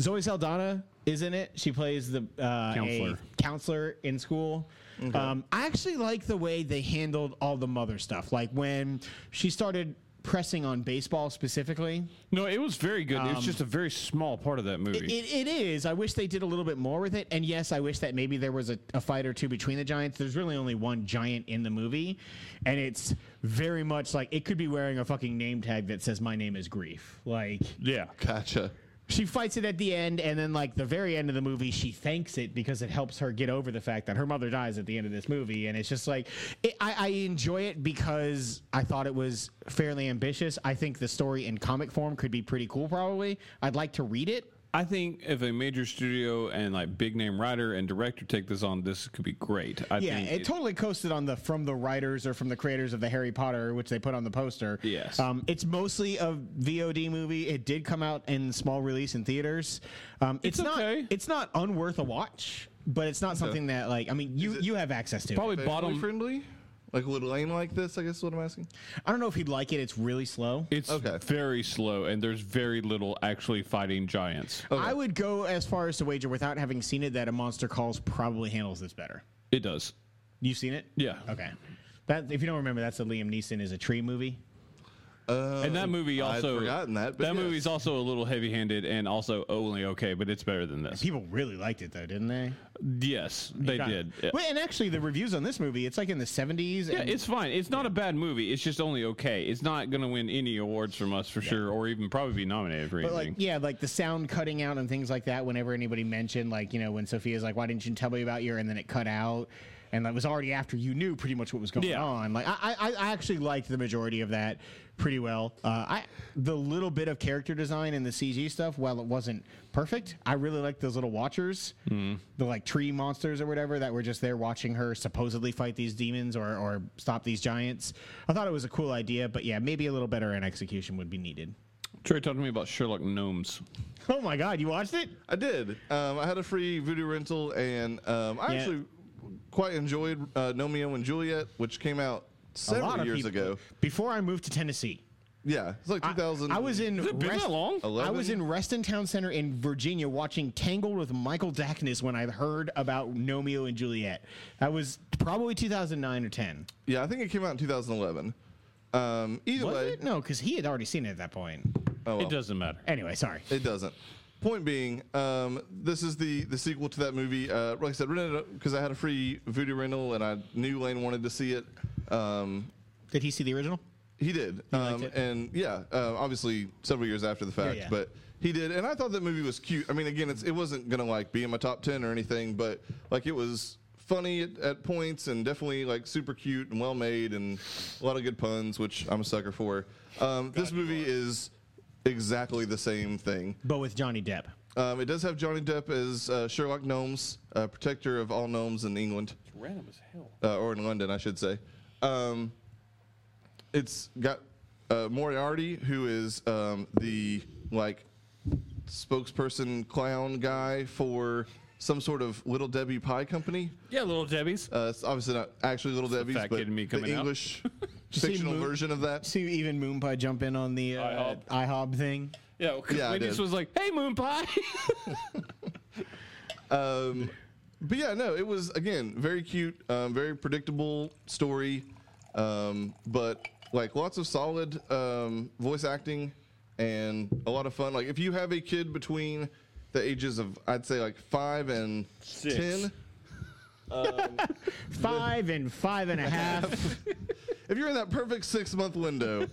[SPEAKER 2] Zoe Saldana is in it. She plays the uh,
[SPEAKER 1] Counselor.
[SPEAKER 2] a counselor in school. Um, I actually like the way they handled all the mother stuff. Like when she started pressing on baseball specifically.
[SPEAKER 1] No, it was very good. it was just a very small part of that movie.
[SPEAKER 2] Um, It, it is. I wish they did a little bit more with it. And yes, I wish that maybe there was a, a fight or two between the giants. There's really only one giant in the movie, and it's very much like it could be wearing a fucking name tag that says "My name is Grief." Like
[SPEAKER 1] yeah.
[SPEAKER 3] Gotcha.
[SPEAKER 2] she fights it at the end, and then like the very end of the movie, she thanks it because it helps her get over the fact that her mother dies at the end of this movie, and it's just like it, I, I enjoy it because I thought it was fairly ambitious. I think the story in comic form could be pretty cool. Probably, I'd like to read it.
[SPEAKER 1] I think if a major studio and like big name writer and director take this on, this could be great. I
[SPEAKER 2] Yeah,
[SPEAKER 1] think
[SPEAKER 2] it, totally coasted on the from the writers or from the creators of the Harry Potter, which they put on the poster.
[SPEAKER 1] Yes.
[SPEAKER 2] um, it's mostly a VOD movie. It did come out in small release in theaters. Um, it's,
[SPEAKER 1] It's
[SPEAKER 2] not.
[SPEAKER 1] okay.
[SPEAKER 2] It's not unworth a watch. but it's not something that like I mean you you have access to. it.
[SPEAKER 6] Probably
[SPEAKER 3] Family
[SPEAKER 6] bottom.
[SPEAKER 3] friendly? Like would Lane like this? I guess is what I'm asking.
[SPEAKER 2] I don't know if he'd like it. It's really slow.
[SPEAKER 1] It's
[SPEAKER 3] Okay.
[SPEAKER 1] very slow, and there's very little actually fighting giants.
[SPEAKER 2] I would go as far as to wager without having seen it that a Monster Calls probably handles this better.
[SPEAKER 1] It does.
[SPEAKER 2] You've seen it?
[SPEAKER 1] Yeah.
[SPEAKER 2] Okay. That if you don't remember, that's the Liam Neeson is a tree movie.
[SPEAKER 1] And that movie
[SPEAKER 3] I'd
[SPEAKER 1] also
[SPEAKER 3] forgotten that, but
[SPEAKER 1] that
[SPEAKER 3] yes.
[SPEAKER 1] movie's also a little heavy-handed and also only okay, but it's better than this.
[SPEAKER 2] People really liked it though, didn't they?
[SPEAKER 1] Yes, they did. Yeah.
[SPEAKER 2] Wait, and actually, the reviews on this movie, it's like in the seventies.
[SPEAKER 1] Yeah, it's fine. It's not a bad movie. It's just only okay. It's not going to win any awards from us for sure, or even probably be nominated for
[SPEAKER 2] But
[SPEAKER 1] anything.
[SPEAKER 2] like, yeah, like the sound cutting out and things like that. Whenever anybody mentioned, like, you know, when Sophia's like, "Why didn't you tell me about your?" and then it cut out, and that was already after you knew pretty much what was going
[SPEAKER 1] Yeah.
[SPEAKER 2] on. Like, I, I, I actually liked the majority of that pretty well. Uh, I the little bit of character design and the CG stuff, while it wasn't perfect, I really liked those little watchers, the like tree monsters or whatever that were just there watching her supposedly fight these demons or or stop these giants. I thought it was a cool idea, but yeah, maybe a little better in execution would be needed.
[SPEAKER 1] Trey talked to me about Sherlock Gnomes.
[SPEAKER 2] Oh my God, you watched it?
[SPEAKER 3] I did. Um, I had a free voodoo rental, and um, I
[SPEAKER 2] Yeah.
[SPEAKER 3] actually quite enjoyed uh, Nomeo and Juliet, which came out several years ago.
[SPEAKER 2] Before I moved to Tennessee,
[SPEAKER 3] Yeah, it's like
[SPEAKER 2] I-
[SPEAKER 3] 2000.
[SPEAKER 2] I, was in.
[SPEAKER 1] it been that long?
[SPEAKER 2] I was
[SPEAKER 3] 11?
[SPEAKER 2] in Reston Town Center in Virginia watching Tangled with Michael Dakness when I heard about Nomeo and Juliet. That was probably 2009 or 10.
[SPEAKER 3] Yeah, I think it came out in 2011. Um, either
[SPEAKER 2] Was
[SPEAKER 3] way, oh
[SPEAKER 2] it? No, because he had already seen it at that point.
[SPEAKER 1] It doesn't matter.
[SPEAKER 2] Anyway, sorry.
[SPEAKER 3] It doesn't. Point being, um, this is the the sequel to that movie. Uh, like I said, because I had a free voodoo rental and I knew Lane wanted to see it. Um,
[SPEAKER 2] Did he see the original?
[SPEAKER 3] he did, um,
[SPEAKER 2] it?
[SPEAKER 3] and yeah, uh, obviously several years after the fact,
[SPEAKER 2] yeah.
[SPEAKER 3] but he did. And I thought that movie was cute. I mean, again, it's, it wasn't gonna like be in my top ten or anything, but like it was funny at, at points and definitely like super cute and well made and a lot of good puns, which I'm a sucker for. Um, this movie is exactly the same thing.
[SPEAKER 2] But with Johnny Depp.
[SPEAKER 3] Um, it does have Johnny Depp as uh, Sherlock Gnomes, uh, protector of all gnomes in England,
[SPEAKER 1] Random as hell.
[SPEAKER 3] uh, or in London, I should say. Um, it's got uh, Moriarty, who is um, the like spokesperson clown guy for some sort of Little Debbie Pie Company.
[SPEAKER 1] Yeah, Little Debbie's.
[SPEAKER 3] Uh, it's obviously not actually Little Debbie's,
[SPEAKER 1] fat
[SPEAKER 3] but
[SPEAKER 1] kid in me
[SPEAKER 3] the
[SPEAKER 1] coming out.
[SPEAKER 3] English
[SPEAKER 2] see
[SPEAKER 3] fictional
[SPEAKER 2] Moon-
[SPEAKER 3] version of that.
[SPEAKER 2] See even Moon Pie jump in on the uh,
[SPEAKER 1] IHOP.
[SPEAKER 2] IHOB thing.
[SPEAKER 1] yeah,
[SPEAKER 3] yeah, I
[SPEAKER 1] yeah
[SPEAKER 3] did.
[SPEAKER 1] was like, "Hey, Moon Pie."
[SPEAKER 3] Um, but yeah, no, it was again very cute, um, very predictable story, um, but like lots of solid um, voice acting and a lot of fun. Like if you have a kid between the ages of I'd say like five and ten,
[SPEAKER 2] Five and five and a half.
[SPEAKER 3] if you're in that perfect six month window,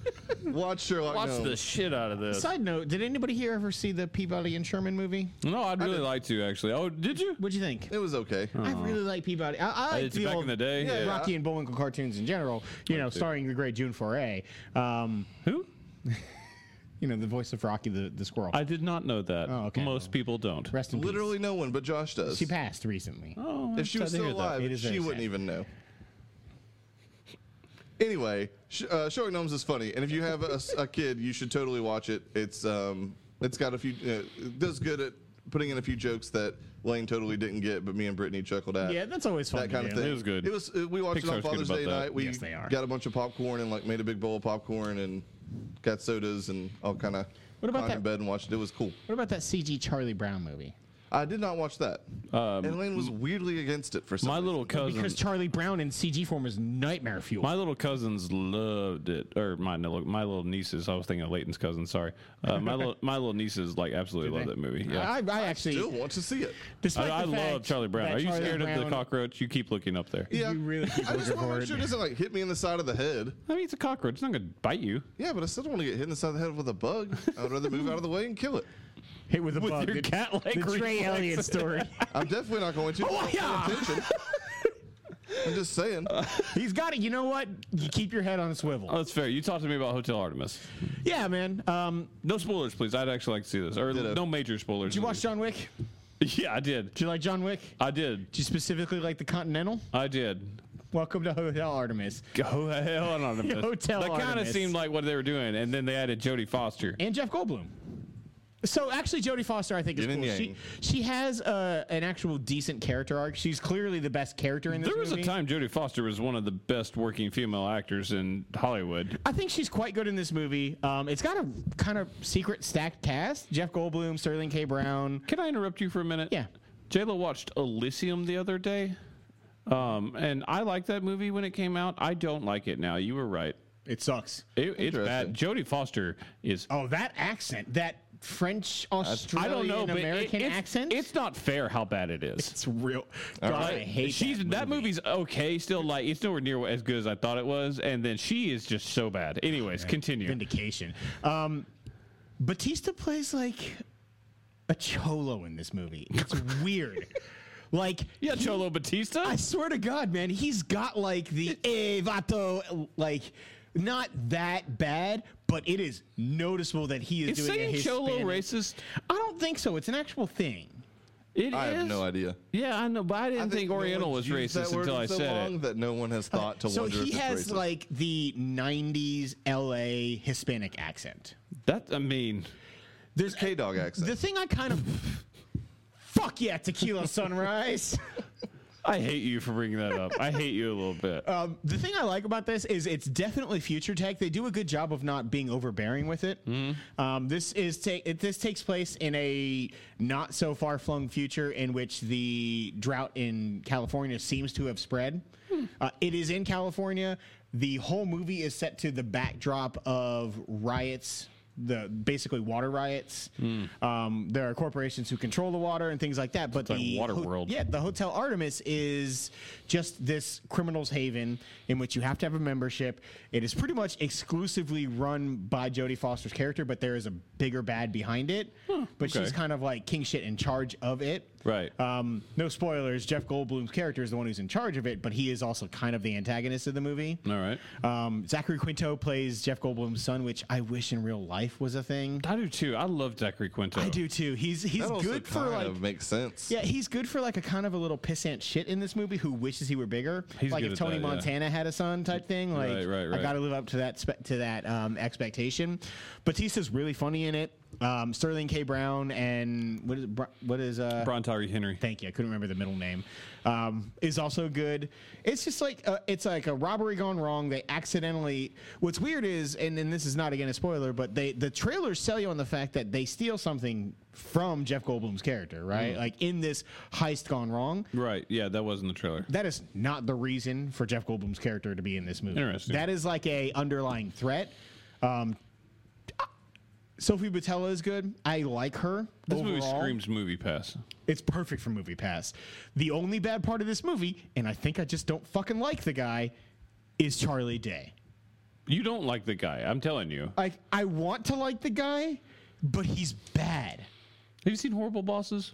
[SPEAKER 3] watch Sherlock
[SPEAKER 1] Watch
[SPEAKER 3] Gnomes.
[SPEAKER 1] the shit out of this.
[SPEAKER 2] Side note, did anybody here ever see the Peabody and Sherman movie?
[SPEAKER 1] No, I'd really like to actually. Oh, did you?
[SPEAKER 2] What'd you think?
[SPEAKER 3] it was okay.
[SPEAKER 1] Oh,
[SPEAKER 2] I really like Peabody. I, I like
[SPEAKER 1] It's
[SPEAKER 2] the
[SPEAKER 1] Uh-huh. back
[SPEAKER 2] old
[SPEAKER 1] in the day, yeah.
[SPEAKER 2] Rocky and Bullwinkle cartoons in general. You know, starring the great June Foray. Um,
[SPEAKER 1] Who?
[SPEAKER 2] you know, the voice of Rocky the, the squirrel.
[SPEAKER 1] I did not know that.
[SPEAKER 2] Oh, okay.
[SPEAKER 1] Most people don't.
[SPEAKER 2] Rest in
[SPEAKER 3] Literally no one, but Josh does.
[SPEAKER 2] peace. She passed recently.
[SPEAKER 1] Oh,
[SPEAKER 3] If she was still alive,
[SPEAKER 2] It is
[SPEAKER 3] she
[SPEAKER 2] very
[SPEAKER 3] wouldn't
[SPEAKER 2] sad.
[SPEAKER 3] even know. Anyway, Sh- uh, Sherlock Gnomes is funny, and if you have a, s- a kid, you should totally watch it. It's um, it's got a few, uh, it does good at putting in a few jokes that Lane totally didn't get, but me and Brittany chuckled at.
[SPEAKER 2] Yeah, that's always fun.
[SPEAKER 3] that
[SPEAKER 2] to
[SPEAKER 3] kind of
[SPEAKER 2] do.
[SPEAKER 3] thing.
[SPEAKER 1] It was good.
[SPEAKER 3] It was. uh, we watched it on
[SPEAKER 1] Pixar's good
[SPEAKER 3] Father's
[SPEAKER 1] about
[SPEAKER 3] Day
[SPEAKER 1] that.
[SPEAKER 3] night. We
[SPEAKER 2] Yes, they are.
[SPEAKER 3] got a bunch of popcorn and like made a big bowl of popcorn and got sodas and all kind of.
[SPEAKER 2] What about
[SPEAKER 3] in
[SPEAKER 2] that-
[SPEAKER 3] bed and watched it. It was cool.
[SPEAKER 2] What about that CG Charlie Brown movie?
[SPEAKER 3] I did not watch that, and Lane was weirdly against it for some.
[SPEAKER 1] my
[SPEAKER 3] reason.
[SPEAKER 1] little cousin.
[SPEAKER 2] Because Charlie Brown in CG form is nightmare fuel.
[SPEAKER 1] My little cousins loved it, or my little my little nieces. I was thinking of Leighton's cousin. Sorry, uh, my little my little nieces like absolutely love that movie. Yeah,
[SPEAKER 2] I, I actually,
[SPEAKER 3] still want to see it.
[SPEAKER 1] I,
[SPEAKER 2] despite
[SPEAKER 1] I
[SPEAKER 2] the
[SPEAKER 1] love
[SPEAKER 2] fact
[SPEAKER 1] Charlie Brown.
[SPEAKER 2] that
[SPEAKER 1] Are you
[SPEAKER 2] Charlie
[SPEAKER 1] scared of the
[SPEAKER 2] Brown-
[SPEAKER 1] cockroach? You keep looking up there.
[SPEAKER 3] Yeah.
[SPEAKER 2] You really keep
[SPEAKER 3] I just want
[SPEAKER 2] looking
[SPEAKER 3] to
[SPEAKER 2] forward.
[SPEAKER 3] make sure it doesn't like hit me in the side of the head.
[SPEAKER 1] I mean, it's a cockroach. It's not gonna bite you.
[SPEAKER 3] Yeah, but I still don't want to get hit in the side of the head with a bug. I would rather move out of the way and kill it.
[SPEAKER 2] Hit with a bug.
[SPEAKER 1] your
[SPEAKER 2] The-
[SPEAKER 1] cat-like
[SPEAKER 2] the Trey
[SPEAKER 1] reflex.
[SPEAKER 2] Elliott story.
[SPEAKER 3] I'm definitely not going to. I'm not paying attention. I'm just saying.
[SPEAKER 2] He's got it. You know what? You keep your head on a swivel.
[SPEAKER 1] Oh, that's fair. You talked to me about Hotel Artemis.
[SPEAKER 2] yeah, man. Um,
[SPEAKER 1] No spoilers, please. I'd actually like to see this, or
[SPEAKER 3] Ditto.
[SPEAKER 1] no major spoilers.
[SPEAKER 2] did you watch John Wick?
[SPEAKER 1] Yeah, I did.
[SPEAKER 2] Do you like John Wick?
[SPEAKER 1] I did.
[SPEAKER 2] Do you specifically like the Continental?
[SPEAKER 1] I did.
[SPEAKER 2] Welcome to Hotel Artemis.
[SPEAKER 1] Go hell on Artemis.
[SPEAKER 2] Hotel
[SPEAKER 1] That kind of
[SPEAKER 2] Artemis.
[SPEAKER 1] seemed like what they were doing, and then they added Jodie Foster.
[SPEAKER 2] And Jeff Goldblum. So actually, Jodie Foster, I think is
[SPEAKER 3] Yin and
[SPEAKER 2] cool. She
[SPEAKER 3] yang.
[SPEAKER 2] she has uh, an actual decent character arc. She's clearly the best character in this.
[SPEAKER 1] There was a
[SPEAKER 2] movie.
[SPEAKER 1] time Jodie Foster was one of the best working female actors in Hollywood.
[SPEAKER 2] I think she's quite good in this movie. Um, it's got a kind of secret stacked cast: Jeff Goldblum, Sterling K. Brown.
[SPEAKER 1] Can I interrupt you for a minute?
[SPEAKER 2] Yeah.
[SPEAKER 1] Jayla watched Elysium the other day, um, and I liked that movie when it came out. I don't like it now. You were right.
[SPEAKER 7] It sucks.
[SPEAKER 1] It, it's bad. Jodie Foster is.
[SPEAKER 7] Oh, that accent. That
[SPEAKER 2] That French
[SPEAKER 1] I don't
[SPEAKER 2] Australian
[SPEAKER 1] know, but it-
[SPEAKER 2] American
[SPEAKER 1] it's,
[SPEAKER 2] accent.
[SPEAKER 1] It's not fair how bad it is.
[SPEAKER 7] it's real. God, I hate
[SPEAKER 1] She's
[SPEAKER 7] that.
[SPEAKER 1] that, movie's okay. Still, like it's nowhere near as good as I thought it was. And then she is just so bad. Anyways, continue.
[SPEAKER 2] vindication. Um, Batista plays like a cholo in this movie. It's weird. Like
[SPEAKER 1] yeah, Cholo Batista.
[SPEAKER 2] I swear to God, man, he's got like the eh, vato, like not that bad, but it is noticeable that he is
[SPEAKER 1] is
[SPEAKER 2] doing a
[SPEAKER 1] saying Cholo
[SPEAKER 2] Hispanic-
[SPEAKER 1] racist?
[SPEAKER 2] I don't think so. It's an actual thing.
[SPEAKER 1] It is.
[SPEAKER 3] I have no idea.
[SPEAKER 1] Yeah, I know, but I didn't
[SPEAKER 3] I
[SPEAKER 1] think,
[SPEAKER 3] no
[SPEAKER 1] Oriental
[SPEAKER 3] one's
[SPEAKER 1] was
[SPEAKER 3] used that
[SPEAKER 1] racist
[SPEAKER 3] word
[SPEAKER 1] until
[SPEAKER 3] in
[SPEAKER 1] I
[SPEAKER 3] so
[SPEAKER 1] said
[SPEAKER 3] long
[SPEAKER 1] it.
[SPEAKER 3] That no one has thought to
[SPEAKER 2] So
[SPEAKER 3] wonder
[SPEAKER 2] he
[SPEAKER 3] if it's
[SPEAKER 2] has
[SPEAKER 3] racist.
[SPEAKER 2] like the '90s LA Hispanic accent.
[SPEAKER 1] That I mean,
[SPEAKER 2] There's
[SPEAKER 3] K dog accent.
[SPEAKER 2] the thing I kind of fuck yeah, tequila sunrise.
[SPEAKER 1] I hate you for bringing that up. I hate you a little bit.
[SPEAKER 3] Uh,
[SPEAKER 2] Um, the thing I like about this is it's definitely future tech. They do a good job of not being overbearing with it.
[SPEAKER 1] Mm-hmm.
[SPEAKER 2] Um, this is ta- it- this takes place in a not so far flung future in which the drought in California seems to have spread. Uh, it is in California. The whole movie is set to the backdrop of riots. The basically water riots.
[SPEAKER 1] Hmm.
[SPEAKER 2] Um, there are corporations who control the water and things like that. But
[SPEAKER 1] like
[SPEAKER 2] the
[SPEAKER 1] Waterworld.
[SPEAKER 2] yeah, the Hotel Artemis is just this criminals haven in which you have to have a membership. It is pretty much exclusively run by Jodie Foster's character, but there is a bigger bad behind it. but she's
[SPEAKER 1] okay.
[SPEAKER 2] kind of like king shit in charge of it.
[SPEAKER 1] Right.
[SPEAKER 3] uh,
[SPEAKER 2] Um, no spoilers. Jeff Goldblum's character is the one who's in charge of it, but he is also kind of the antagonist of the movie.
[SPEAKER 1] All right.
[SPEAKER 2] Um, Zachary Quinto plays Jeff Goldblum's son, which I wish in real life was a thing.
[SPEAKER 1] I do too. I love Zachary Quinto.
[SPEAKER 2] I do too. He's he's
[SPEAKER 3] that also
[SPEAKER 2] good for
[SPEAKER 3] kind
[SPEAKER 2] like
[SPEAKER 3] of makes sense.
[SPEAKER 2] yeah, he's good for like a kind of a little pissant shit in this movie who wishes he were bigger.
[SPEAKER 1] He's
[SPEAKER 2] like
[SPEAKER 1] good
[SPEAKER 2] if
[SPEAKER 1] at
[SPEAKER 2] Tony
[SPEAKER 1] that, yeah.
[SPEAKER 2] Montana had a son type thing. Like
[SPEAKER 1] Right, right,
[SPEAKER 2] I
[SPEAKER 1] right.
[SPEAKER 2] got to live up to that spe- to that um, expectation. Batista's really funny in it. Um, Sterling K. Brown and what is Br- what is uh,
[SPEAKER 1] Brian Tyree Henry.
[SPEAKER 2] Thank you. I couldn't remember the middle name. Um, is also good. It's just like uh it's like a robbery gone wrong. They accidentally. What's weird is, and, and this is not again a spoiler, but they the trailers sell you on the fact that they steal something from Jeff Goldblum's character,
[SPEAKER 1] Mm.
[SPEAKER 2] right? Like in this heist gone wrong.
[SPEAKER 1] Right. Yeah, that was in the trailer.
[SPEAKER 2] That is not the reason for Jeff Goldblum's character to be in this movie.
[SPEAKER 1] Interesting.
[SPEAKER 2] That is like a underlying threat. Um, Sophie Batella is good. I like her.
[SPEAKER 1] This movie
[SPEAKER 2] overall.
[SPEAKER 1] screams movie pass.
[SPEAKER 2] It's perfect for Movie Pass. The only bad part of this movie, and I think I just don't fucking like the guy, is Charlie Day.
[SPEAKER 1] You don't like the guy. I'm telling you.
[SPEAKER 2] Like I want to like the guy, but he's bad.
[SPEAKER 1] Have you seen Horrible Bosses?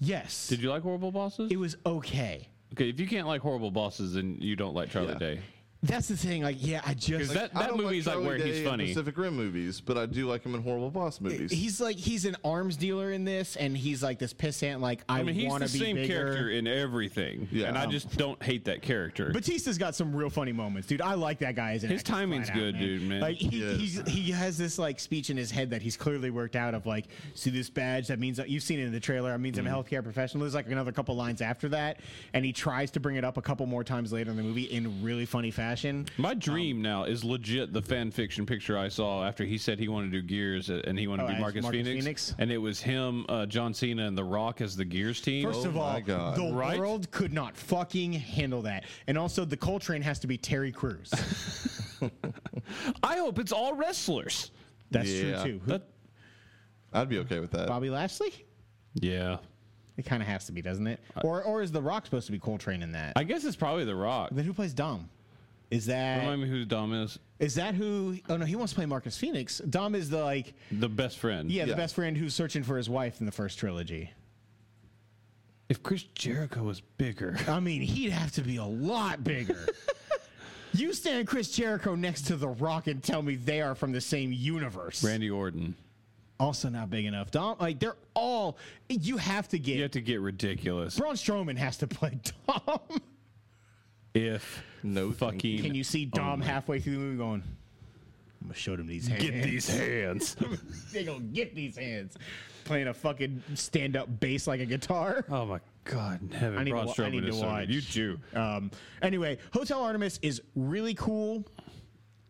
[SPEAKER 2] Yes.
[SPEAKER 1] Did you like Horrible Bosses?
[SPEAKER 2] it was okay.
[SPEAKER 1] Okay, if you can't like Horrible Bosses, then you don't like Charlie
[SPEAKER 3] Yeah.
[SPEAKER 1] Day.
[SPEAKER 2] That's the thing. Like, yeah, I just
[SPEAKER 1] Is that
[SPEAKER 3] I
[SPEAKER 1] that
[SPEAKER 3] don't
[SPEAKER 1] movie's like,
[SPEAKER 3] Charlie
[SPEAKER 1] where
[SPEAKER 3] Day
[SPEAKER 1] he's
[SPEAKER 3] in
[SPEAKER 1] funny.
[SPEAKER 3] Pacific Rim movies, but I do like him in horrible boss movies.
[SPEAKER 2] he's like he's an arms dealer in this, and he's like this pissant. Like I,
[SPEAKER 1] I mean, he's
[SPEAKER 2] want
[SPEAKER 1] the
[SPEAKER 2] to be
[SPEAKER 1] same
[SPEAKER 2] bigger.
[SPEAKER 1] character in everything,
[SPEAKER 3] Yeah.
[SPEAKER 1] and I
[SPEAKER 3] Um,
[SPEAKER 1] just don't hate that character.
[SPEAKER 2] Batista's got some real funny moments, dude. I like that guy. As an
[SPEAKER 1] His
[SPEAKER 2] actor
[SPEAKER 1] timing's
[SPEAKER 2] flat out,
[SPEAKER 1] good, dude, man.
[SPEAKER 2] Like he,
[SPEAKER 3] Yes.
[SPEAKER 2] he's, he has this like speech in his head that he's clearly worked out of like, see this badge that means that you've seen it in the trailer. That means I'm
[SPEAKER 1] Mm-hmm.
[SPEAKER 2] a healthcare professional. There's like another couple lines after that, and he tries to bring it up a couple more times later in the movie in really funny fashion.
[SPEAKER 1] My dream now is legit the fan fiction picture I saw after he said he wanted to do Gears uh, and he wanted
[SPEAKER 2] Oh,
[SPEAKER 1] to be
[SPEAKER 2] as
[SPEAKER 1] Marcus,
[SPEAKER 2] Marcus
[SPEAKER 1] Phoenix,
[SPEAKER 2] Phoenix?
[SPEAKER 1] and it was him, uh, John Cena, and The Rock as the Gears team.
[SPEAKER 2] First
[SPEAKER 3] Oh
[SPEAKER 2] of all,
[SPEAKER 3] my God.
[SPEAKER 2] the
[SPEAKER 1] Right?
[SPEAKER 2] world could not fucking handle that, and also the Coltrane has to be Terry Crews.
[SPEAKER 1] I hope it's all wrestlers.
[SPEAKER 2] That's
[SPEAKER 3] Yeah.
[SPEAKER 2] true too. Who-
[SPEAKER 1] That,
[SPEAKER 3] I'd be okay with that.
[SPEAKER 2] Bobby Lashley.
[SPEAKER 1] yeah,
[SPEAKER 2] It kind of has to be, doesn't it?
[SPEAKER 1] Uh,
[SPEAKER 2] Or or is The Rock supposed to be Coltrane in that?
[SPEAKER 1] I guess it's probably The Rock.
[SPEAKER 2] Then who plays Dom? Is that
[SPEAKER 1] Remind me who Dom is.
[SPEAKER 2] is that who? Oh no, he wants to play Marcus Phoenix. Dom is the like
[SPEAKER 1] The best friend.
[SPEAKER 2] yeah, the
[SPEAKER 3] Yeah.
[SPEAKER 2] best friend who's searching for his wife in the first trilogy.
[SPEAKER 1] If Chris Jericho was bigger,
[SPEAKER 2] I mean, he'd have to be a lot bigger. you stand Chris Jericho next to The Rock and tell me they are from the same universe.
[SPEAKER 1] Randy Orton.
[SPEAKER 2] Also not big enough. Dom, like they're all. You have to get.
[SPEAKER 1] You have to get ridiculous.
[SPEAKER 2] Braun Strowman has to play Dom.
[SPEAKER 1] If
[SPEAKER 3] No, thank
[SPEAKER 1] fucking
[SPEAKER 2] Can you see Dom
[SPEAKER 1] my-
[SPEAKER 2] Oh halfway through the movie going? gonna show them these hands.
[SPEAKER 1] hands.
[SPEAKER 2] they gonna get these hands. Playing a fucking stand-up bass like a guitar.
[SPEAKER 1] oh my God, in heaven.
[SPEAKER 2] I need to
[SPEAKER 1] Braun
[SPEAKER 2] wa- I
[SPEAKER 1] Strowman
[SPEAKER 2] need
[SPEAKER 1] is
[SPEAKER 2] to
[SPEAKER 1] so good.
[SPEAKER 2] watch.
[SPEAKER 1] You Jew.
[SPEAKER 2] Um, anyway, Hotel Artemis is really cool.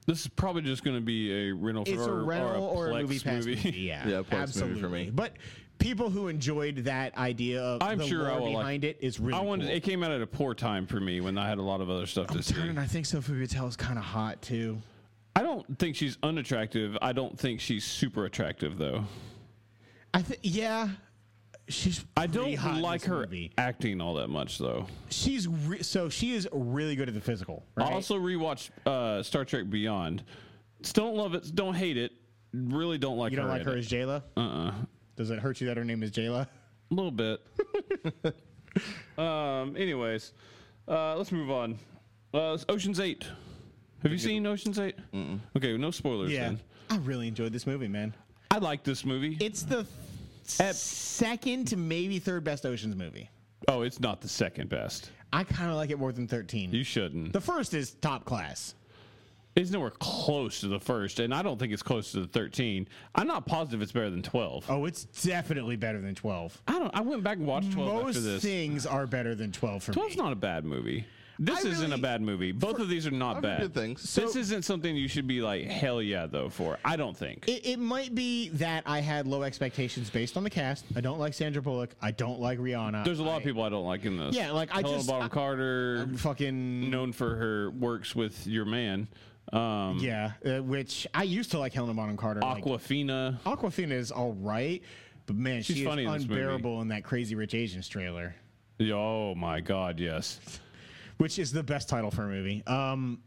[SPEAKER 1] This is probably just going to be a rental
[SPEAKER 2] It's
[SPEAKER 1] or,
[SPEAKER 2] a rental or a,
[SPEAKER 1] Plex
[SPEAKER 2] movie pass movie. Yeah,
[SPEAKER 3] Yeah, Plex movie for
[SPEAKER 2] absolutely.
[SPEAKER 3] me.
[SPEAKER 2] But people who enjoyed that idea of
[SPEAKER 1] I'm
[SPEAKER 2] the
[SPEAKER 1] sure I
[SPEAKER 2] lore
[SPEAKER 1] will, like-
[SPEAKER 2] behind it is really
[SPEAKER 1] I wanted.
[SPEAKER 2] cool.
[SPEAKER 1] It came out at a poor time for me when I had a lot of other stuff to see.
[SPEAKER 2] Turn, I think Sophie Vitale is kind of hot too.
[SPEAKER 1] I don't think she's unattractive. I don't think she's super attractive though.
[SPEAKER 2] I think yeah, she's.
[SPEAKER 1] I
[SPEAKER 2] pretty
[SPEAKER 1] don't
[SPEAKER 2] hot in
[SPEAKER 1] like
[SPEAKER 2] this
[SPEAKER 1] her
[SPEAKER 2] movie.
[SPEAKER 1] acting all that much though.
[SPEAKER 2] She's re- so she is really good at the physical. Right?
[SPEAKER 1] I also rewatched uh, Star Trek Beyond. Still don't love it. Don't hate it. Really don't Uh-uh. like
[SPEAKER 2] you don't
[SPEAKER 1] her.
[SPEAKER 2] like
[SPEAKER 1] in
[SPEAKER 2] her
[SPEAKER 1] it.
[SPEAKER 2] as Jayla? Uh uh Does it hurt you that her name is Jayla?
[SPEAKER 1] A little bit. um. Anyways, uh, let's move on. Uh, Ocean's Eight. Have you seen Ocean's 8 Okay, no spoilers. Then.
[SPEAKER 2] I really enjoyed this movie, man.
[SPEAKER 1] I like this movie.
[SPEAKER 2] It's the second, maybe third best Ocean's movie.
[SPEAKER 1] oh, it's not the second best.
[SPEAKER 2] I kind of like it more than 13.
[SPEAKER 1] You shouldn't.
[SPEAKER 2] the first is top class.
[SPEAKER 1] It's nowhere close to the first, and I don't think it's close to the thirteen. I'm not positive it's better than twelve.
[SPEAKER 2] Oh, it's definitely better than 12.
[SPEAKER 1] I don't. I went back and watched twelve after
[SPEAKER 2] Most
[SPEAKER 1] this.
[SPEAKER 2] things are better than 12 for
[SPEAKER 1] Twelve's
[SPEAKER 2] me.
[SPEAKER 1] not a bad movie. This
[SPEAKER 2] I
[SPEAKER 1] isn't a
[SPEAKER 2] really-
[SPEAKER 1] bad movie. Both of these are not
[SPEAKER 3] I've
[SPEAKER 1] bad.
[SPEAKER 3] heard good things.
[SPEAKER 1] this isn't something you should be like hell yeah though for. I don't think.
[SPEAKER 2] It, it might be that I had low expectations based on the cast. I don't like Sandra Bullock. I don't like Rihanna.
[SPEAKER 1] There's a lot of people I don't like in this.
[SPEAKER 2] Yeah, like, I
[SPEAKER 1] Helena
[SPEAKER 2] just-
[SPEAKER 1] Bonham
[SPEAKER 2] I-
[SPEAKER 1] Carter,
[SPEAKER 2] fucking
[SPEAKER 1] known for her works with your man, um,
[SPEAKER 2] yeah, uh, which I used to like Helena Bonham Carter. like,
[SPEAKER 1] Aquafina.
[SPEAKER 2] Aquafina is all right, but man,
[SPEAKER 1] She's
[SPEAKER 2] she
[SPEAKER 1] funny in
[SPEAKER 2] is
[SPEAKER 1] this movie.
[SPEAKER 2] unbearable in that Crazy Rich Asians trailer,
[SPEAKER 1] Oh my god, yes.
[SPEAKER 2] which is the best title for a movie. Um,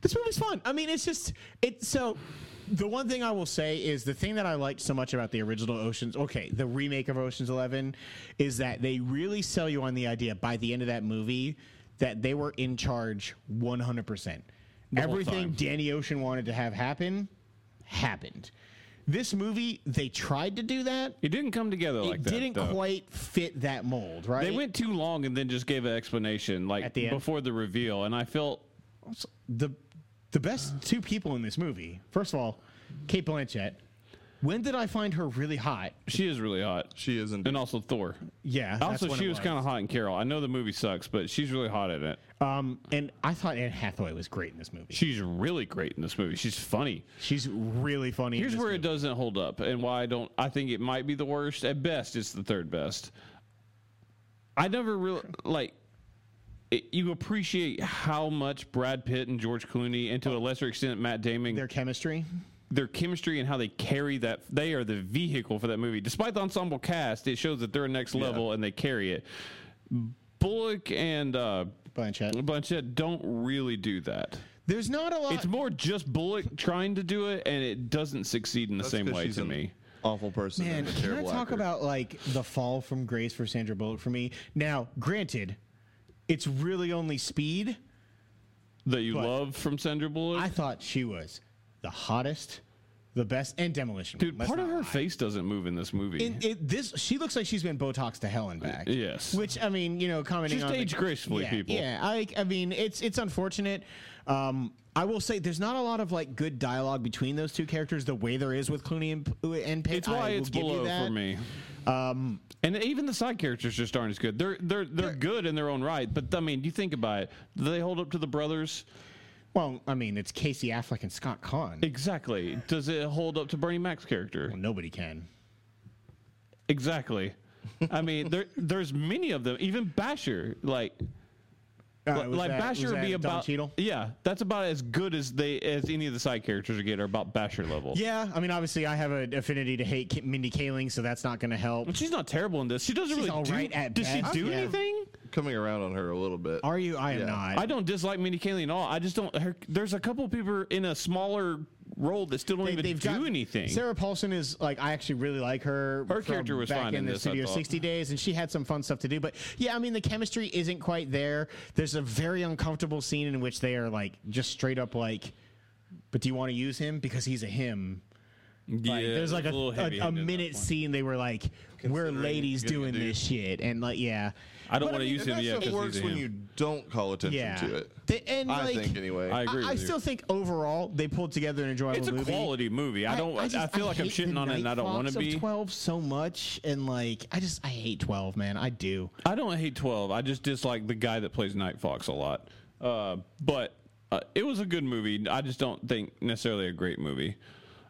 [SPEAKER 2] this movie's fun. I mean, it's just it. So, the one thing I will say is the thing that I liked so much about the original Oceans, okay, the remake of Oceans Eleven, is that they really sell you on the idea by the end of that movie that they were in charge one hundred percent.
[SPEAKER 1] whole
[SPEAKER 2] Everything
[SPEAKER 1] time.
[SPEAKER 2] Danny Ocean wanted to have happen happened. This movie, they tried to do that.
[SPEAKER 1] It didn't come together like
[SPEAKER 2] it
[SPEAKER 1] that.
[SPEAKER 2] didn't
[SPEAKER 1] though.
[SPEAKER 2] quite fit that mold, right?
[SPEAKER 1] They went too long and then just gave an explanation like
[SPEAKER 2] At the end.
[SPEAKER 1] before the reveal, and I felt
[SPEAKER 2] the the best two people in this movie. First of all, Kate Blanchett. When did I find her really hot?
[SPEAKER 1] she is really hot.
[SPEAKER 3] She is indeed.
[SPEAKER 1] and also Thor.
[SPEAKER 2] Yeah, that's
[SPEAKER 1] Also,
[SPEAKER 2] when
[SPEAKER 1] she
[SPEAKER 2] it
[SPEAKER 1] was, kind of hot in Carol. I know the movie sucks, but she's really hot in it.
[SPEAKER 2] Um, and I thought Anne Hathaway was great in this movie.
[SPEAKER 1] She's really great in this movie. She's funny.
[SPEAKER 2] She's really funny.
[SPEAKER 1] Here's where it doesn't hold up, and why I don't. I think it might be the worst. At best, it's the third best. I never really like. It, you appreciate how much Brad Pitt and George Clooney, and to a lesser extent Matt Damon,
[SPEAKER 2] their chemistry.
[SPEAKER 1] their chemistry and how they carry that they are the vehicle for that movie despite the ensemble cast it shows that they're next level and they carry it bullock and uh
[SPEAKER 2] Blanchett.
[SPEAKER 1] Blanchett don't really do that.
[SPEAKER 2] There's not a lot.
[SPEAKER 3] Uh,
[SPEAKER 1] It's more just Bullock trying to do it, and it doesn't succeed in the
[SPEAKER 3] That's
[SPEAKER 1] same
[SPEAKER 3] 'cause
[SPEAKER 1] way
[SPEAKER 3] she's
[SPEAKER 1] to
[SPEAKER 3] an
[SPEAKER 1] me.
[SPEAKER 3] Awful person.
[SPEAKER 2] Man,
[SPEAKER 3] and a
[SPEAKER 2] can I
[SPEAKER 3] terrible
[SPEAKER 2] talk
[SPEAKER 3] actor.
[SPEAKER 2] about like the fall from grace for Sandra Bullock for me? Now, granted, it's really only speed.
[SPEAKER 1] That you
[SPEAKER 2] But-
[SPEAKER 1] love from Sandra Bullock,
[SPEAKER 2] I thought she was the hottest, the best, and demolition.
[SPEAKER 1] dude.
[SPEAKER 2] Man, let's
[SPEAKER 1] Part of
[SPEAKER 2] not
[SPEAKER 1] her
[SPEAKER 2] lie.
[SPEAKER 1] face doesn't move in this movie.
[SPEAKER 2] In, it, this she looks like she's been Botox to hell and back.
[SPEAKER 1] yes.
[SPEAKER 2] Which I mean, you know, commenting
[SPEAKER 1] Just
[SPEAKER 2] on
[SPEAKER 1] age gracefully,
[SPEAKER 2] yeah,
[SPEAKER 1] people.
[SPEAKER 2] Yeah, I, I mean, it's it's unfortunate. Um, I will say there's not a lot of like good dialogue between those two characters the way there is with Clooney and, and Pitt.
[SPEAKER 1] it's why
[SPEAKER 2] I will
[SPEAKER 1] it's
[SPEAKER 2] give you
[SPEAKER 1] below
[SPEAKER 2] that.
[SPEAKER 1] for me.
[SPEAKER 2] Um,
[SPEAKER 1] And even the side characters just aren't as good. They're they're they're, good in their own right, but I mean, you think about it. Do they hold up to the brothers?
[SPEAKER 2] well, I mean, it's Casey Affleck and Scott Conn.
[SPEAKER 1] Exactly. Does it hold up to Bernie Mac's character?
[SPEAKER 2] Nobody can.
[SPEAKER 1] Exactly. I mean, there there's many of them. Even Basher, like
[SPEAKER 2] Uh, was
[SPEAKER 1] like
[SPEAKER 2] that-
[SPEAKER 1] Basher
[SPEAKER 2] was
[SPEAKER 1] would
[SPEAKER 2] that
[SPEAKER 1] be
[SPEAKER 2] Don
[SPEAKER 1] about
[SPEAKER 2] Cheadle?
[SPEAKER 1] yeah. That's about as good as they as any of the side characters are get are about Basher level.
[SPEAKER 2] Yeah, I mean, obviously, I have an affinity to hate Ki- Mindy Kaling, so that's not going to help.
[SPEAKER 1] But she's not terrible in this. She doesn't
[SPEAKER 2] She's
[SPEAKER 1] really
[SPEAKER 2] all
[SPEAKER 1] do.
[SPEAKER 2] right at
[SPEAKER 1] does
[SPEAKER 2] best,
[SPEAKER 1] she do
[SPEAKER 2] yeah.
[SPEAKER 1] anything?
[SPEAKER 3] coming around on her a little bit.
[SPEAKER 2] Are you? I am
[SPEAKER 3] Yeah.
[SPEAKER 2] not.
[SPEAKER 1] I don't dislike Mindy Kaling at all. I just don't. Her, there's a couple people in a smaller role that still don't even do
[SPEAKER 2] they've got-
[SPEAKER 1] anything.
[SPEAKER 2] Sarah Paulson is like I actually really like her.
[SPEAKER 1] Her
[SPEAKER 2] from
[SPEAKER 1] character was
[SPEAKER 2] back
[SPEAKER 1] fine
[SPEAKER 2] in,
[SPEAKER 1] in
[SPEAKER 2] the
[SPEAKER 1] this, I
[SPEAKER 2] Studio
[SPEAKER 1] thought.
[SPEAKER 2] 60 days, and she had some fun stuff to do. But yeah, I mean the chemistry isn't quite there. There's a very uncomfortable scene in which they are like just straight up like, "But do you want to use him because he's a him?"
[SPEAKER 1] Yeah,
[SPEAKER 2] Like, there's like a,
[SPEAKER 1] little
[SPEAKER 2] a, a
[SPEAKER 1] heavy-handed at that
[SPEAKER 2] minute
[SPEAKER 1] point.
[SPEAKER 2] scene they were like, we're
[SPEAKER 3] Considering
[SPEAKER 2] ladies
[SPEAKER 3] you're getting a
[SPEAKER 2] doing
[SPEAKER 3] dude.
[SPEAKER 2] this shit. And like, yeah.
[SPEAKER 1] I don't
[SPEAKER 2] But
[SPEAKER 1] want to
[SPEAKER 2] mean,
[SPEAKER 1] use him
[SPEAKER 3] that
[SPEAKER 1] yet
[SPEAKER 3] stuff
[SPEAKER 1] because
[SPEAKER 3] works
[SPEAKER 1] he's a
[SPEAKER 3] when
[SPEAKER 1] ham.
[SPEAKER 3] you don't call attention
[SPEAKER 2] Yeah.
[SPEAKER 3] to it.
[SPEAKER 2] The- and,
[SPEAKER 3] I
[SPEAKER 2] like,
[SPEAKER 3] think anyway.
[SPEAKER 1] I agree.
[SPEAKER 2] I, I
[SPEAKER 1] with you.
[SPEAKER 2] still think overall they pulled together an enjoyable
[SPEAKER 1] it's a
[SPEAKER 2] movie.
[SPEAKER 1] quality movie. I don't. I,
[SPEAKER 2] just-
[SPEAKER 1] feel like I'm
[SPEAKER 2] hate
[SPEAKER 1] shitting
[SPEAKER 2] the
[SPEAKER 1] on it, and I
[SPEAKER 2] Night
[SPEAKER 1] don't want
[SPEAKER 2] Fox
[SPEAKER 1] to
[SPEAKER 2] of
[SPEAKER 1] be.
[SPEAKER 2] Twelve so much, and like I just I hate Twelve, man. I do.
[SPEAKER 1] I don't hate Twelve. I just dislike the guy that plays Night Fox a lot. Uh, but uh, it was a good movie. I just don't think necessarily a great movie.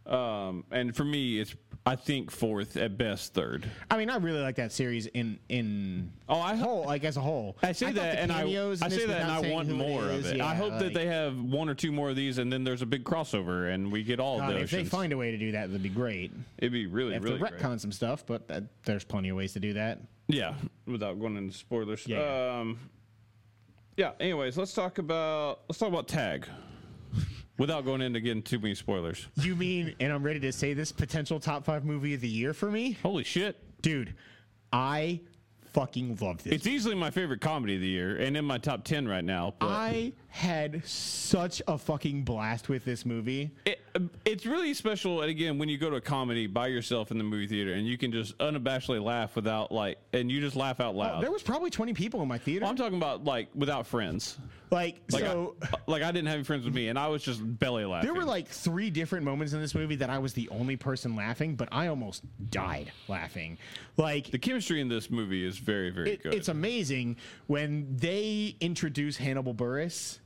[SPEAKER 1] Um, and for me, it's I think fourth at best, third.
[SPEAKER 2] I mean, I really like that series in in
[SPEAKER 1] Oh, I hope.
[SPEAKER 2] whole, like as a whole.
[SPEAKER 1] I say
[SPEAKER 2] thought
[SPEAKER 1] that,
[SPEAKER 2] the
[SPEAKER 1] and I,
[SPEAKER 2] cameos in
[SPEAKER 1] I
[SPEAKER 2] this
[SPEAKER 1] say that,
[SPEAKER 2] without
[SPEAKER 1] and I
[SPEAKER 2] saying
[SPEAKER 1] want
[SPEAKER 2] who
[SPEAKER 1] more
[SPEAKER 2] it
[SPEAKER 1] of
[SPEAKER 2] is,
[SPEAKER 1] it. I
[SPEAKER 2] yeah,
[SPEAKER 1] hope
[SPEAKER 2] like,
[SPEAKER 1] that they have one or two more of these, and then there's a big crossover, and we get all
[SPEAKER 2] God,
[SPEAKER 1] of those.
[SPEAKER 2] if they find a way to do that, that'd be great.
[SPEAKER 1] It'd be really,
[SPEAKER 2] If
[SPEAKER 1] really
[SPEAKER 2] they
[SPEAKER 1] great.
[SPEAKER 2] retcon some stuff, but that, there's plenty of ways to do that.
[SPEAKER 1] Yeah, without going into spoilers.
[SPEAKER 2] Yeah, yeah.
[SPEAKER 1] Um, yeah. Anyways, let's talk about let's talk about tag, without going into getting too many spoilers.
[SPEAKER 2] You mean? And I'm ready to say this potential top five movie of the year for me,
[SPEAKER 1] Holy shit!
[SPEAKER 2] dude. I fucking love this.
[SPEAKER 1] It's easily my favorite comedy of the year, and in my top ten right now. But
[SPEAKER 2] I had such a fucking blast with this movie.
[SPEAKER 1] it, it's really special. And again, when you go to a comedy by yourself in the movie theater, and you can just unabashedly laugh without like, and you just laugh out loud.
[SPEAKER 2] Oh, There was probably 20 people in my theater.
[SPEAKER 1] Well, I'm talking about like without friends.
[SPEAKER 2] like,
[SPEAKER 1] Like,
[SPEAKER 2] so
[SPEAKER 1] I, like I didn't have any friends with me, and I was just belly laughing.
[SPEAKER 2] there were like three different moments in this movie that I was the only person laughing, but I almost died laughing. Like,
[SPEAKER 1] the chemistry in this movie is very, very
[SPEAKER 2] it-
[SPEAKER 1] good.
[SPEAKER 2] It's amazing when they introduce Hannibal Burris,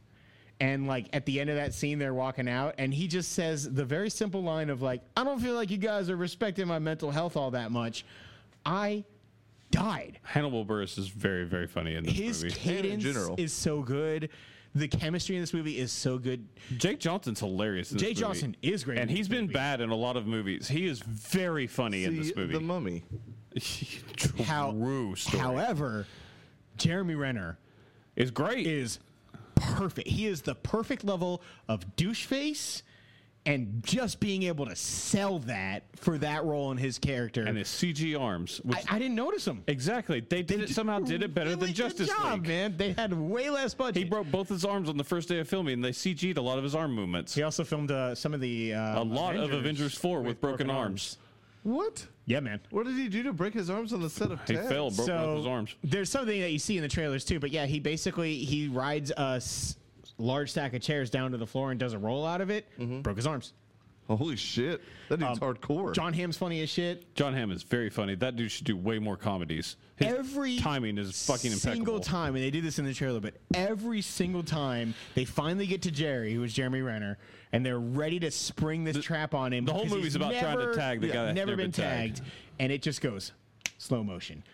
[SPEAKER 2] and like at the end of that scene, they're walking out, and he just says the very simple line of like, "I don't feel like you guys are respecting my mental health all that much." I died.
[SPEAKER 1] Hannibal Burris is very, very funny in this
[SPEAKER 2] His
[SPEAKER 1] movie.
[SPEAKER 2] cadence
[SPEAKER 3] general.
[SPEAKER 2] is so good. The chemistry in this movie is so good.
[SPEAKER 1] Jake Johnson's hilarious. In this
[SPEAKER 2] Jay
[SPEAKER 1] movie.
[SPEAKER 2] Johnson is great,
[SPEAKER 1] and
[SPEAKER 2] in
[SPEAKER 1] he's
[SPEAKER 2] this
[SPEAKER 1] been
[SPEAKER 2] movie.
[SPEAKER 1] bad in a lot of movies. He is very funny in
[SPEAKER 3] See,
[SPEAKER 1] this
[SPEAKER 3] The
[SPEAKER 1] movie.
[SPEAKER 3] mummy.
[SPEAKER 2] How-
[SPEAKER 1] True story.
[SPEAKER 2] However, Jeremy Renner
[SPEAKER 1] is great.
[SPEAKER 2] is perfect. He is the perfect level of douche face and just being able to sell that for that role in his character.
[SPEAKER 1] and his CG arms, which
[SPEAKER 2] I, I didn't notice him.
[SPEAKER 1] exactly they did it somehow did it better
[SPEAKER 2] Really
[SPEAKER 1] than
[SPEAKER 2] good
[SPEAKER 1] Justice
[SPEAKER 2] job,
[SPEAKER 1] League.
[SPEAKER 2] man. They had way less budget.
[SPEAKER 1] He broke both his arms on the first day of filming, and they CG'd a lot of his arm movements.
[SPEAKER 2] He also filmed uh, some of the uh,
[SPEAKER 1] A lot of Avengers Four with, broken, arms.
[SPEAKER 3] What?
[SPEAKER 2] Yeah, man.
[SPEAKER 3] What did he do to break his arms on the set of
[SPEAKER 1] He
[SPEAKER 3] Ted?
[SPEAKER 1] fell, broke both his arms.
[SPEAKER 2] There's something that you see in the trailers too, but yeah, he basically he rides a s- large stack of chairs down to the floor and does a roll out of it.
[SPEAKER 1] Mm-hmm.
[SPEAKER 2] Broke his arms. Um,
[SPEAKER 3] Holy shit! That dude's
[SPEAKER 1] Um,
[SPEAKER 3] hardcore.
[SPEAKER 2] John Hamm's funny as shit.
[SPEAKER 1] John Hamm is very funny. That dude should do way more comedies. His
[SPEAKER 2] Every
[SPEAKER 1] timing is fucking impeccable.
[SPEAKER 2] Single time, and they do this in the trailer, but every single time they finally get to Jerry, who is Jeremy Renner, and they're ready to spring this trap on him.
[SPEAKER 1] the whole
[SPEAKER 2] because
[SPEAKER 1] movie's
[SPEAKER 2] he's
[SPEAKER 1] about trying to tag the guy that's
[SPEAKER 2] never
[SPEAKER 1] never been
[SPEAKER 2] been
[SPEAKER 1] tagged.
[SPEAKER 2] tagged, and it just goes slow motion.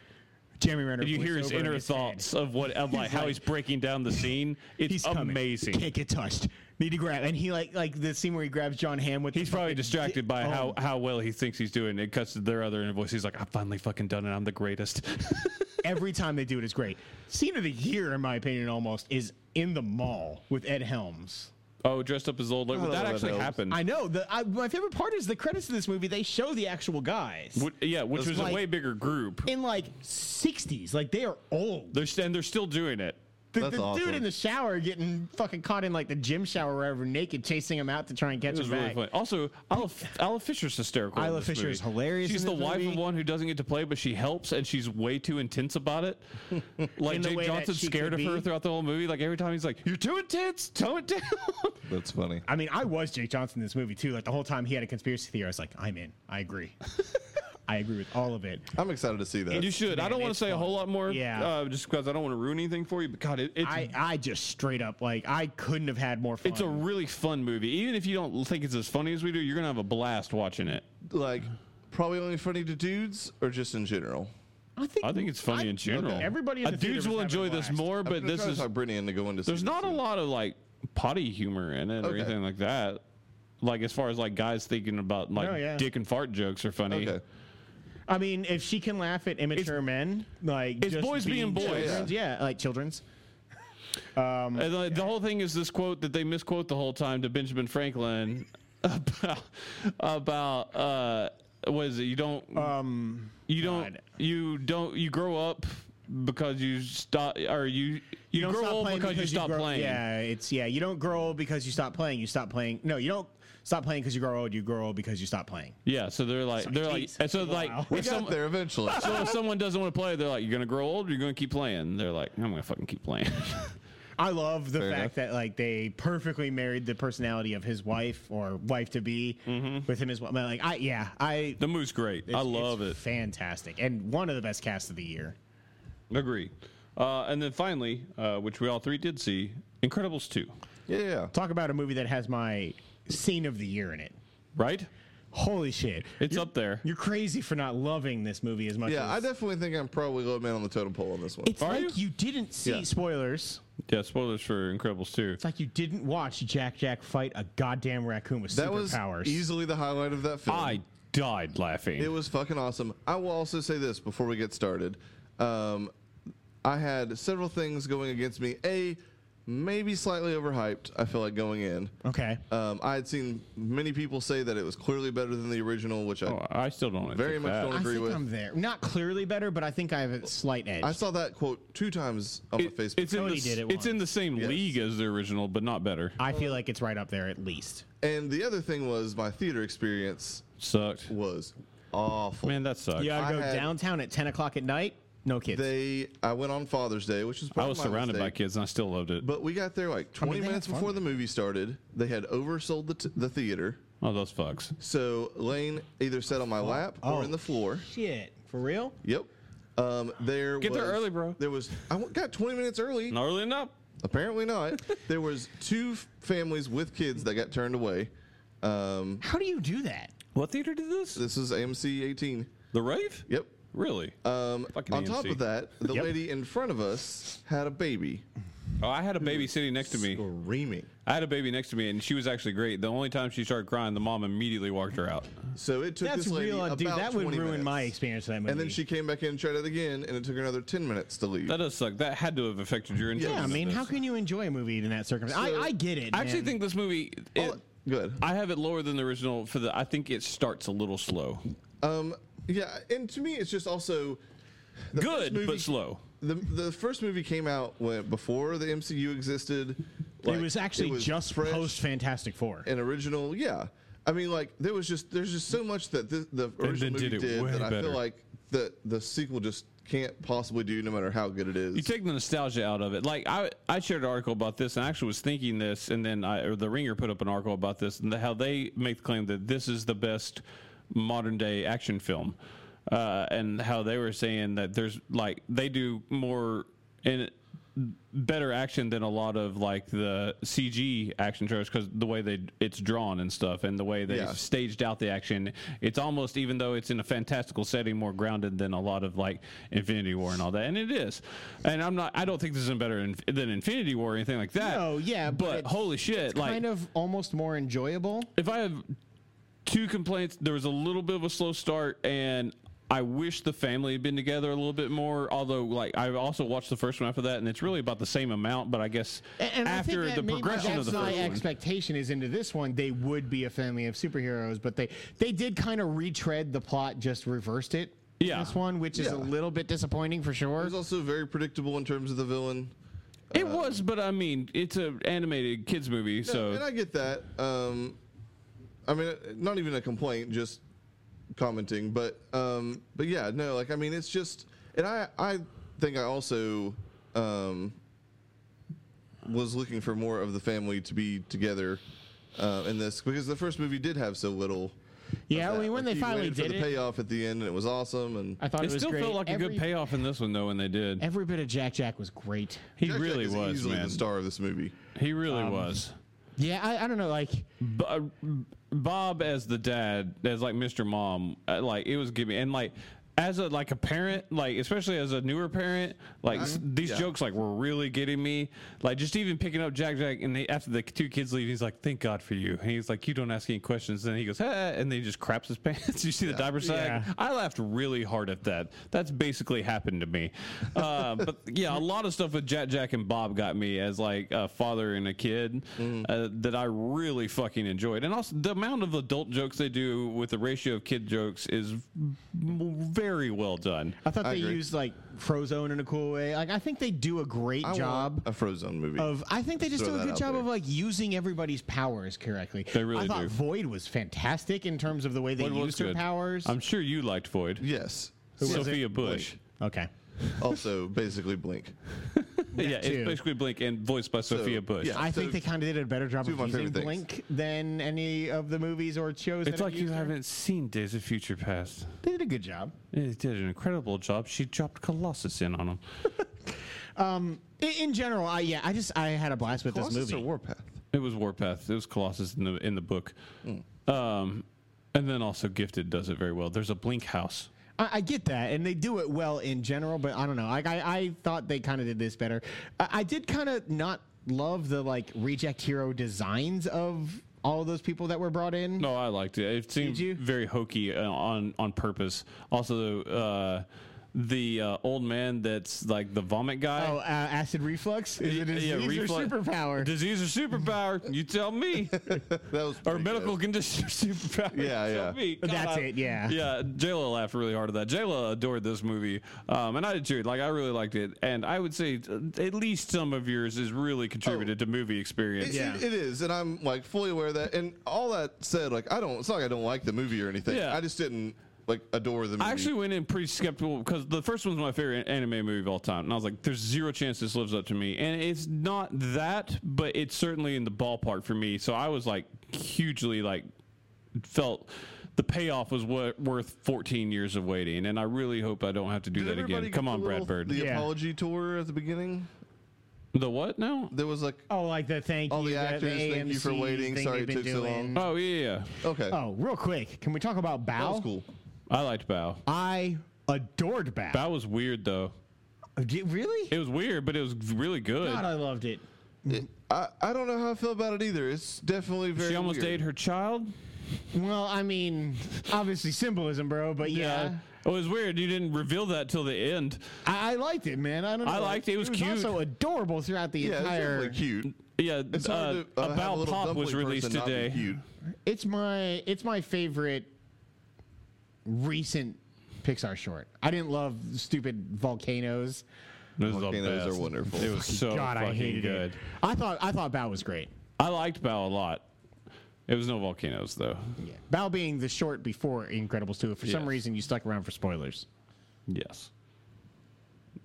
[SPEAKER 2] Jeremy Renner.
[SPEAKER 1] Did you hear his
[SPEAKER 2] voiceover in
[SPEAKER 1] inner
[SPEAKER 2] head.
[SPEAKER 1] thoughts of what of like how
[SPEAKER 2] like-
[SPEAKER 1] he's breaking down the scene? It's
[SPEAKER 2] He's coming.
[SPEAKER 1] amazing.
[SPEAKER 2] Can't get touched. Need to grab, and he like like the scene where he grabs John Hamm with.
[SPEAKER 1] He's
[SPEAKER 2] the
[SPEAKER 1] probably
[SPEAKER 2] fucking
[SPEAKER 1] distracted
[SPEAKER 2] di-
[SPEAKER 1] by
[SPEAKER 2] Oh
[SPEAKER 1] how, how well he thinks he's doing. It cuts to their other inner voice. He's like, "I finally fucking done it. I'm the greatest."
[SPEAKER 2] every time they do it is great. Scene of the year, in my opinion, almost is in the mall with Ed Helms.
[SPEAKER 1] oh, dressed up as old. Like,
[SPEAKER 3] I don't
[SPEAKER 1] that
[SPEAKER 3] know if that
[SPEAKER 1] actually
[SPEAKER 3] helps.
[SPEAKER 1] happened.
[SPEAKER 2] I know. The, I, my favorite part is the credits of this movie. They show the actual guys
[SPEAKER 1] Wh- yeah, which was
[SPEAKER 2] like-
[SPEAKER 1] a way bigger group.
[SPEAKER 2] in like sixties. Like they are old.
[SPEAKER 1] They're st- and they're still doing it.
[SPEAKER 2] The,
[SPEAKER 3] That's
[SPEAKER 2] the
[SPEAKER 3] awesome.
[SPEAKER 2] dude in the shower getting fucking caught in like the gym shower, or whatever, naked, chasing him out to try and catch
[SPEAKER 1] It was
[SPEAKER 2] him
[SPEAKER 1] really
[SPEAKER 2] back.
[SPEAKER 1] funny. Also, Isla, F- Isla Fisher's hysterical. in
[SPEAKER 2] Isla
[SPEAKER 1] this
[SPEAKER 2] Fisher
[SPEAKER 1] movie.
[SPEAKER 2] is hilarious
[SPEAKER 1] She's
[SPEAKER 2] in
[SPEAKER 1] the
[SPEAKER 2] this
[SPEAKER 1] wife of
[SPEAKER 2] movie.
[SPEAKER 1] one who doesn't get to play, but she helps, and she's way too intense about it. like
[SPEAKER 2] In the
[SPEAKER 1] Jake
[SPEAKER 2] way that
[SPEAKER 1] Johnson's
[SPEAKER 2] she
[SPEAKER 1] scared of
[SPEAKER 2] could
[SPEAKER 1] her
[SPEAKER 2] be.
[SPEAKER 1] throughout the whole movie. Like every time he's like, "You're too intense. Tone it down."
[SPEAKER 3] That's funny.
[SPEAKER 2] I mean, I was Jake Johnson in this movie too. Like the whole time he had a conspiracy theory, I was like, I'm in. I agree. I agree with all of it.
[SPEAKER 3] I'm excited to see that.
[SPEAKER 1] You should. I
[SPEAKER 2] Man,
[SPEAKER 1] don't want to
[SPEAKER 2] it's
[SPEAKER 1] say a whole
[SPEAKER 2] fun.
[SPEAKER 1] lot more.
[SPEAKER 2] Yeah.
[SPEAKER 1] Uh, just because I don't want to ruin anything for you. But God, it, it's
[SPEAKER 2] I, I just straight up like I couldn't have had more fun.
[SPEAKER 1] it's a really fun movie. Even if you don't think it's as funny as we do, you're gonna have a blast watching it.
[SPEAKER 3] Like, probably only funny to dudes, or just in general.
[SPEAKER 1] I think it's funny in general.
[SPEAKER 2] everybody in
[SPEAKER 1] Uh,
[SPEAKER 2] the theater
[SPEAKER 1] dudes
[SPEAKER 2] was
[SPEAKER 1] will
[SPEAKER 2] having a
[SPEAKER 1] enjoy this
[SPEAKER 2] blast.
[SPEAKER 1] more,
[SPEAKER 3] I'm
[SPEAKER 1] but
[SPEAKER 3] gonna
[SPEAKER 1] this
[SPEAKER 3] try to
[SPEAKER 1] is
[SPEAKER 3] talk Brittany into going to.
[SPEAKER 1] there's not a lot of like potty humor in it or
[SPEAKER 3] Okay.
[SPEAKER 1] anything like that. Like as far as like guys thinking about like
[SPEAKER 2] No, yeah.
[SPEAKER 1] dick and fart jokes are funny.
[SPEAKER 3] Okay.
[SPEAKER 2] I mean, if she can laugh at immature men, like
[SPEAKER 1] it's
[SPEAKER 2] just
[SPEAKER 1] boys being boys.
[SPEAKER 2] children's- yeah. like children's.
[SPEAKER 1] And like, the whole thing is this quote that they misquote the whole time to Benjamin Franklin about about uh, what is it? You don't
[SPEAKER 2] Um,
[SPEAKER 1] you don't
[SPEAKER 2] God.
[SPEAKER 1] you don't you grow up because you stop or you you,
[SPEAKER 2] don't
[SPEAKER 1] grow
[SPEAKER 2] stop
[SPEAKER 1] old
[SPEAKER 2] playing
[SPEAKER 1] because, you stop
[SPEAKER 2] grow-
[SPEAKER 1] playing.
[SPEAKER 2] Yeah, it's yeah. You don't grow old because you stop playing. You stop playing. No, you don't stop playing because you grow old. You grow old because you stop playing.
[SPEAKER 1] Yeah, so they're like they're like
[SPEAKER 2] geez,
[SPEAKER 1] and so like
[SPEAKER 3] We
[SPEAKER 1] if
[SPEAKER 3] got
[SPEAKER 1] some-
[SPEAKER 3] there eventually.
[SPEAKER 1] so if someone doesn't want to play, they're like, "You're gonna grow old. You're gonna keep playing." They're like, "I'm gonna fucking keep playing."
[SPEAKER 2] I love the
[SPEAKER 3] Fair
[SPEAKER 2] fact that like they perfectly married the personality of his wife or wife to be with him as well. But, like I yeah I
[SPEAKER 1] Mm-hmm. the move's great. I
[SPEAKER 2] it's-
[SPEAKER 1] love it.
[SPEAKER 2] it's Fantastic and one of the best casts of the year.
[SPEAKER 1] Agree. Uh, and then finally, uh, which we all three did see, Incredibles two,
[SPEAKER 3] yeah, yeah.
[SPEAKER 2] Talk about a movie that has my scene of the year in it.
[SPEAKER 1] right?
[SPEAKER 2] Holy shit!
[SPEAKER 1] It's up there.
[SPEAKER 2] You're crazy for not loving this movie as much.
[SPEAKER 3] Yeah, I
[SPEAKER 2] as,
[SPEAKER 3] definitely think I'm probably low man on the totem pole on this one.
[SPEAKER 2] It's
[SPEAKER 1] Are
[SPEAKER 2] like
[SPEAKER 1] you?
[SPEAKER 2] you? didn't see
[SPEAKER 3] Yeah.
[SPEAKER 2] spoilers.
[SPEAKER 1] Yeah, spoilers for Incredibles two.
[SPEAKER 2] It's like you didn't watch Jack Jack fight a goddamn raccoon with
[SPEAKER 3] That was
[SPEAKER 2] superpowers.
[SPEAKER 3] easily the highlight of that film.
[SPEAKER 1] I died laughing.
[SPEAKER 3] It was fucking awesome. I will also say this before we get started. Um, I had several things going against me. A, maybe slightly overhyped, I feel like going in.
[SPEAKER 2] okay.
[SPEAKER 3] Um, I had seen many people say that it was clearly better than the original, which I,
[SPEAKER 1] oh, I still don't.
[SPEAKER 3] Very
[SPEAKER 1] think
[SPEAKER 3] much
[SPEAKER 1] that.
[SPEAKER 3] don't
[SPEAKER 2] I
[SPEAKER 3] agree
[SPEAKER 2] think
[SPEAKER 3] with.
[SPEAKER 2] I'm there. Not clearly better, but I think I have a slight edge.
[SPEAKER 3] I saw that quote two times on
[SPEAKER 1] It-
[SPEAKER 3] my Facebook.
[SPEAKER 1] it's in the,
[SPEAKER 2] Cody
[SPEAKER 1] s-
[SPEAKER 2] did it
[SPEAKER 1] it's in
[SPEAKER 2] once.
[SPEAKER 1] the same
[SPEAKER 3] Yes.
[SPEAKER 1] league as the original, but not better.
[SPEAKER 2] I feel like it's right up there at least.
[SPEAKER 3] and the other thing was my theater experience
[SPEAKER 1] Sucked.
[SPEAKER 3] was awful.
[SPEAKER 1] Man, that sucked.
[SPEAKER 2] You gotta
[SPEAKER 3] I
[SPEAKER 2] go
[SPEAKER 3] had-
[SPEAKER 2] downtown at 10 o'clock at night. No kids.
[SPEAKER 3] They, I went on Father's Day, which is
[SPEAKER 1] I was surrounded by kids, and I still loved it.
[SPEAKER 3] But we got there like 20
[SPEAKER 2] they
[SPEAKER 3] minutes
[SPEAKER 2] had fun
[SPEAKER 3] before
[SPEAKER 2] with
[SPEAKER 3] the movie started. They had oversold the, t- the theater.
[SPEAKER 1] oh, those fucks.
[SPEAKER 3] So Lane either sat on my lap or in
[SPEAKER 2] Oh.
[SPEAKER 3] the floor.
[SPEAKER 2] Shit. For real?
[SPEAKER 3] Yep. Um, there
[SPEAKER 1] Get
[SPEAKER 3] was,
[SPEAKER 1] there early, bro.
[SPEAKER 3] There was I w- got 20 minutes early.
[SPEAKER 1] Not early enough.
[SPEAKER 3] Apparently not. there was two f- families with kids that got turned away. Um,
[SPEAKER 2] How do you do that?
[SPEAKER 1] What theater did this?
[SPEAKER 3] this is AMC 18.
[SPEAKER 1] The rave?
[SPEAKER 3] Yep.
[SPEAKER 1] Really?
[SPEAKER 3] Um,
[SPEAKER 1] Fucking E
[SPEAKER 3] on top
[SPEAKER 1] AMC.
[SPEAKER 3] of that, the lady in front of us had a baby
[SPEAKER 1] oh, I had a baby sitting next to me.
[SPEAKER 3] screaming.
[SPEAKER 1] I had a baby next to me, and she was actually great. The only time she started crying, the mom immediately walked her out.
[SPEAKER 3] So it took
[SPEAKER 2] That's
[SPEAKER 3] this lady
[SPEAKER 2] real.
[SPEAKER 3] about
[SPEAKER 2] Dude, that would
[SPEAKER 3] 20
[SPEAKER 2] ruin
[SPEAKER 3] minutes.
[SPEAKER 2] my experience of that movie.
[SPEAKER 3] And then she came back in and tried it again, and it took her another 10 minutes to leave.
[SPEAKER 1] That does suck. That had to have affected your enjoyment.
[SPEAKER 2] Yeah, I
[SPEAKER 1] of
[SPEAKER 2] mean,
[SPEAKER 1] this.
[SPEAKER 2] how can you enjoy a movie in that circumstance?
[SPEAKER 3] So-
[SPEAKER 2] I, I get it.
[SPEAKER 1] I actually
[SPEAKER 2] man.
[SPEAKER 1] think this movie. It,
[SPEAKER 3] All- good.
[SPEAKER 1] I have it lower than the original for the. I think it starts a little slow.
[SPEAKER 3] Um, yeah, and to me, it's just also the first
[SPEAKER 1] Good,
[SPEAKER 3] movie-
[SPEAKER 1] but slow.
[SPEAKER 3] The, the first movie came out when, before the MCU existed.
[SPEAKER 2] it
[SPEAKER 3] like,
[SPEAKER 2] was actually
[SPEAKER 3] it was
[SPEAKER 2] just
[SPEAKER 3] fresh
[SPEAKER 2] post Fantastic Four.
[SPEAKER 3] and original. Yeah, I mean, like there was just there's just so much that the, the original
[SPEAKER 1] did
[SPEAKER 3] movie
[SPEAKER 1] it
[SPEAKER 3] did,
[SPEAKER 1] way
[SPEAKER 3] that I
[SPEAKER 1] better.
[SPEAKER 3] feel like the the sequel just can't possibly do, no matter how good it is.
[SPEAKER 1] You take the nostalgia out of it. Like I, I shared an article about this, and I actually was thinking this, and then I, or the Ringer put up an article about this, and the, how they make the claim that this is the best modern day action film, uh, and how they were saying that there's like they do more and better action than a lot of like the CG action trailers because the way they it's drawn and stuff, and the way they
[SPEAKER 3] Yeah.
[SPEAKER 1] staged out the action. It's almost, even though it's in a fantastical setting, more grounded than a lot of like Infinity War and all that. And it is. And I'm not. I don't think this is better in, than Infinity War or anything like that.
[SPEAKER 2] No, yeah, but
[SPEAKER 1] But,
[SPEAKER 2] it's-
[SPEAKER 1] holy shit! Like,
[SPEAKER 2] kind of almost more enjoyable.
[SPEAKER 1] if I have two complaints, there was a little bit of a slow start and. I wish the family had been together a little bit more. Although, like, I also watched the first one after that, and it's really about the same amount. But I guess
[SPEAKER 2] And- and I
[SPEAKER 1] after
[SPEAKER 2] think that
[SPEAKER 1] the
[SPEAKER 2] maybe
[SPEAKER 1] progression of
[SPEAKER 2] that's
[SPEAKER 1] the
[SPEAKER 2] my
[SPEAKER 1] first one,
[SPEAKER 2] expectation is into this one they would be a family of superheroes but they they did kind of retread the plot just reversed it in
[SPEAKER 1] Yeah.
[SPEAKER 2] this one which is
[SPEAKER 3] Yeah.
[SPEAKER 2] a little bit disappointing for
[SPEAKER 3] it
[SPEAKER 2] sure
[SPEAKER 3] was also very predictable in terms of the villain.
[SPEAKER 1] It was, but I mean, it's an animated kids movie, so
[SPEAKER 3] and I get that. Um, I mean, not even a complaint, just commenting. But um, but yeah, no, like I mean, it's just, and I I think I also um, was looking for more of the family to be together uh, in this because the first movie did have so little. of
[SPEAKER 2] Yeah, I
[SPEAKER 3] that.
[SPEAKER 2] mean, Oh, when they
[SPEAKER 3] you
[SPEAKER 2] finally
[SPEAKER 3] waited for
[SPEAKER 2] did
[SPEAKER 3] the
[SPEAKER 2] it-
[SPEAKER 3] payoff at the end, and it was awesome. And
[SPEAKER 2] i thought
[SPEAKER 1] it
[SPEAKER 2] it, was
[SPEAKER 1] still
[SPEAKER 2] great
[SPEAKER 1] felt like a
[SPEAKER 2] every,
[SPEAKER 1] good payoff in this one though when they did.
[SPEAKER 2] every bit of jack jack was great
[SPEAKER 1] He
[SPEAKER 3] Jack Jack
[SPEAKER 1] really
[SPEAKER 3] is
[SPEAKER 1] was,
[SPEAKER 3] easily
[SPEAKER 1] man.
[SPEAKER 3] the star of this movie.
[SPEAKER 1] He really was.
[SPEAKER 2] yeah i, I don't know like
[SPEAKER 1] B- uh, Bob as the dad, as like Mr. Mom, uh, like it was giving and like as a like a parent, like especially as a newer parent, like s- these
[SPEAKER 3] yeah.
[SPEAKER 1] jokes like were really getting me. Like just even picking up Jack Jack and they, after the two kids leave, he's like, "Thank God for you." And he's like, "You don't ask any questions." And then he goes, "Ah," and then he just craps his pants. you see the diaper sack?
[SPEAKER 2] Yeah.
[SPEAKER 1] I laughed really hard at that. That's basically happened to me. Uh, but yeah, a lot of stuff with Jack Jack and Bob got me as like a father and a kid uh,
[SPEAKER 2] Mm.
[SPEAKER 1] that I really fucking enjoyed. And also the amount of adult jokes they do with the ratio of kid jokes is v- very well done.
[SPEAKER 2] I thought
[SPEAKER 3] I
[SPEAKER 2] they
[SPEAKER 3] agree.
[SPEAKER 2] used like Frozone in a cool way. Like I think they do a great
[SPEAKER 3] I
[SPEAKER 2] job.
[SPEAKER 3] want a Frozone movie.
[SPEAKER 2] of I think they just
[SPEAKER 3] Throw
[SPEAKER 2] do a
[SPEAKER 3] that
[SPEAKER 2] good
[SPEAKER 3] out
[SPEAKER 2] job
[SPEAKER 3] there.
[SPEAKER 2] of like using everybody's powers correctly.
[SPEAKER 1] They really
[SPEAKER 2] I thought
[SPEAKER 1] do.
[SPEAKER 2] Void was fantastic in terms of the way they
[SPEAKER 1] Void was
[SPEAKER 2] used her
[SPEAKER 1] good.
[SPEAKER 2] powers.
[SPEAKER 1] I'm sure you liked Void.
[SPEAKER 3] yes.
[SPEAKER 1] Sophia Bush.
[SPEAKER 2] okay.
[SPEAKER 3] Also, basically Blink.
[SPEAKER 1] yeah,
[SPEAKER 2] too.
[SPEAKER 1] it's basically Blink and voiced by Sophia Bush.
[SPEAKER 3] yeah.
[SPEAKER 2] I
[SPEAKER 3] So,
[SPEAKER 2] think they kind of did a better job
[SPEAKER 3] two
[SPEAKER 2] of
[SPEAKER 3] of my
[SPEAKER 2] using
[SPEAKER 3] favorite things.
[SPEAKER 2] Blink than any of the movies or shows.
[SPEAKER 1] It's
[SPEAKER 2] that
[SPEAKER 1] like
[SPEAKER 2] have
[SPEAKER 1] you
[SPEAKER 2] used her.
[SPEAKER 1] haven't seen Days of Future Past.
[SPEAKER 2] They did a good job.
[SPEAKER 1] They did an incredible job. She dropped Colossus in on him.
[SPEAKER 2] In, in general, I yeah, I just I had a blast with
[SPEAKER 3] Colossus
[SPEAKER 2] this
[SPEAKER 3] or
[SPEAKER 2] movie.
[SPEAKER 3] Warpath?
[SPEAKER 1] It was Warpath. It was Colossus in the in the book.
[SPEAKER 2] Hmm.
[SPEAKER 1] Um, and then also Gifted does it very well. There's a Blink house.
[SPEAKER 2] I, I get that, and they do it well in general, but I don't know. Like I, I thought they kind of did this better. I, I did kind of not love the like reject hero designs of all of those people that were brought in.
[SPEAKER 1] No, I liked it. It seemed
[SPEAKER 2] Did you?
[SPEAKER 1] very hokey uh, on on purpose. Also, uh, the uh, old man that's like the vomit guy.
[SPEAKER 2] Oh, uh, acid reflux? Is it a disease
[SPEAKER 1] reflux-
[SPEAKER 2] or superpower?
[SPEAKER 1] Disease or superpower? You tell me.
[SPEAKER 3] That was
[SPEAKER 1] or
[SPEAKER 3] pretty
[SPEAKER 1] medical
[SPEAKER 3] good.
[SPEAKER 1] condition or superpower? You
[SPEAKER 3] Yeah,
[SPEAKER 1] tell
[SPEAKER 3] yeah.
[SPEAKER 1] me.
[SPEAKER 2] That's
[SPEAKER 1] I-
[SPEAKER 2] it, yeah.
[SPEAKER 1] Yeah. Jayla laughed really hard at that. Jayla adored this movie, um, and I did too. Like I really liked it, and I would say uh, at least some of yours is really contributed to movie experience.
[SPEAKER 3] Oh. It- it- it is, and I'm like fully aware of that. And all that said, like I don't. It's not like I don't like the movie or anything.
[SPEAKER 1] Yeah.
[SPEAKER 3] I just didn't like adore the movie.
[SPEAKER 1] I actually went in pretty skeptical because the first one's my favorite anime movie of all time, and I was like, "There's zero chance this lives up to me." And it's not that, but it's certainly in the ballpark for me. So I was like, hugely like, felt the payoff was what, worth 14 years of waiting, and I really hope I don't have to do
[SPEAKER 3] Did
[SPEAKER 1] that
[SPEAKER 3] everybody
[SPEAKER 1] again.
[SPEAKER 3] get
[SPEAKER 1] Come
[SPEAKER 3] the
[SPEAKER 1] on, Brad
[SPEAKER 3] little-
[SPEAKER 1] Bird.
[SPEAKER 3] The
[SPEAKER 1] The,
[SPEAKER 8] Yeah.
[SPEAKER 3] apology tour at the beginning.
[SPEAKER 1] what now?
[SPEAKER 3] There was like
[SPEAKER 8] Oh, like the thank
[SPEAKER 3] all
[SPEAKER 8] you.
[SPEAKER 3] the actors. thank you for
[SPEAKER 8] AMC
[SPEAKER 3] waiting.
[SPEAKER 8] thing
[SPEAKER 3] Sorry
[SPEAKER 8] they've
[SPEAKER 3] it
[SPEAKER 8] been
[SPEAKER 3] took so
[SPEAKER 8] doing.
[SPEAKER 3] long.
[SPEAKER 1] Oh yeah, yeah.
[SPEAKER 3] Okay,
[SPEAKER 2] oh, real quick. Can we talk about Bow?
[SPEAKER 3] that was cool.
[SPEAKER 1] I liked Bow.
[SPEAKER 2] I adored Bow.
[SPEAKER 1] Bow was weird though.
[SPEAKER 2] Did- really?
[SPEAKER 1] It was weird, but it was really good.
[SPEAKER 8] God, I loved it.
[SPEAKER 3] Mm-hmm. I, I don't know how I feel about it either. It's definitely very.
[SPEAKER 1] she almost
[SPEAKER 3] weird.
[SPEAKER 1] dated her child.
[SPEAKER 2] well, I mean, obviously symbolism, bro, but yeah.
[SPEAKER 1] It was weird. You didn't reveal that till the end.
[SPEAKER 2] I, I liked it, man. I don't know.
[SPEAKER 1] I liked it. It was cute.
[SPEAKER 2] also adorable throughout the
[SPEAKER 3] Yeah, it's
[SPEAKER 2] entire.
[SPEAKER 3] definitely cute.
[SPEAKER 1] Yeah,
[SPEAKER 3] It's hard
[SPEAKER 1] uh,
[SPEAKER 3] to, uh, have a
[SPEAKER 1] About
[SPEAKER 3] little
[SPEAKER 1] Pop was
[SPEAKER 3] dumpling
[SPEAKER 1] released
[SPEAKER 3] person not be
[SPEAKER 1] today.
[SPEAKER 3] Cute.
[SPEAKER 2] It's my it's my favorite recent Pixar short. I didn't love stupid volcanoes.
[SPEAKER 1] This is the
[SPEAKER 3] Volcanoes
[SPEAKER 1] best.
[SPEAKER 3] are wonderful.
[SPEAKER 1] It was so
[SPEAKER 2] God,
[SPEAKER 1] fucking
[SPEAKER 2] I hated
[SPEAKER 1] good.
[SPEAKER 2] it. I thought I thought Bow was great.
[SPEAKER 1] I liked Bow a lot. It was no volcanoes though.
[SPEAKER 2] Yeah. Bow being the short before Incredibles 2. If for some
[SPEAKER 1] Yes.
[SPEAKER 2] reason you stuck around for spoilers.
[SPEAKER 1] Yes.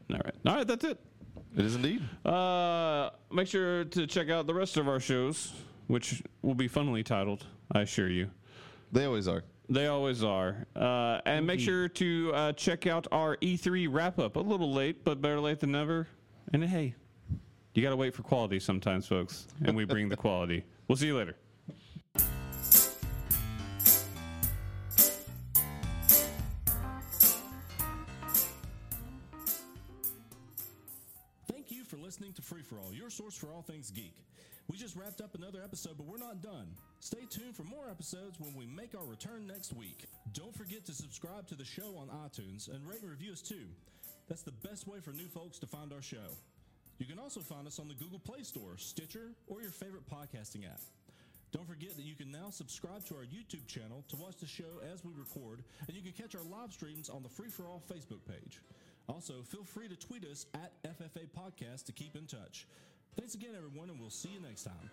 [SPEAKER 1] All right. All right. That's it.
[SPEAKER 3] It is indeed.
[SPEAKER 1] Uh, make sure to check out the rest of our shows, which will be funnily titled. I assure you.
[SPEAKER 3] They always are.
[SPEAKER 1] They always are. Uh, and make sure to uh, check out our E3 wrap up. A little late, but better late than never. And hey, you got to wait for quality sometimes, folks. And we bring the quality. We'll see you later.
[SPEAKER 9] Thank you for listening to Free For All, your source for all things geek. We just wrapped up another episode, but we're not done. Stay tuned for more episodes when we make our return next week. Don't forget to subscribe to the show on iTunes and rate and review us too. That's the best way for new folks to find our show. You can also find us on the Google Play Store, Stitcher, or your favorite podcasting app. Don't forget that you can now subscribe to our YouTube channel to watch the show as we record, and you can catch our live streams on the Free For All Facebook page. Also, feel free to tweet us at FFA Podcast to keep in touch. Thanks again, everyone, and we'll see you next time.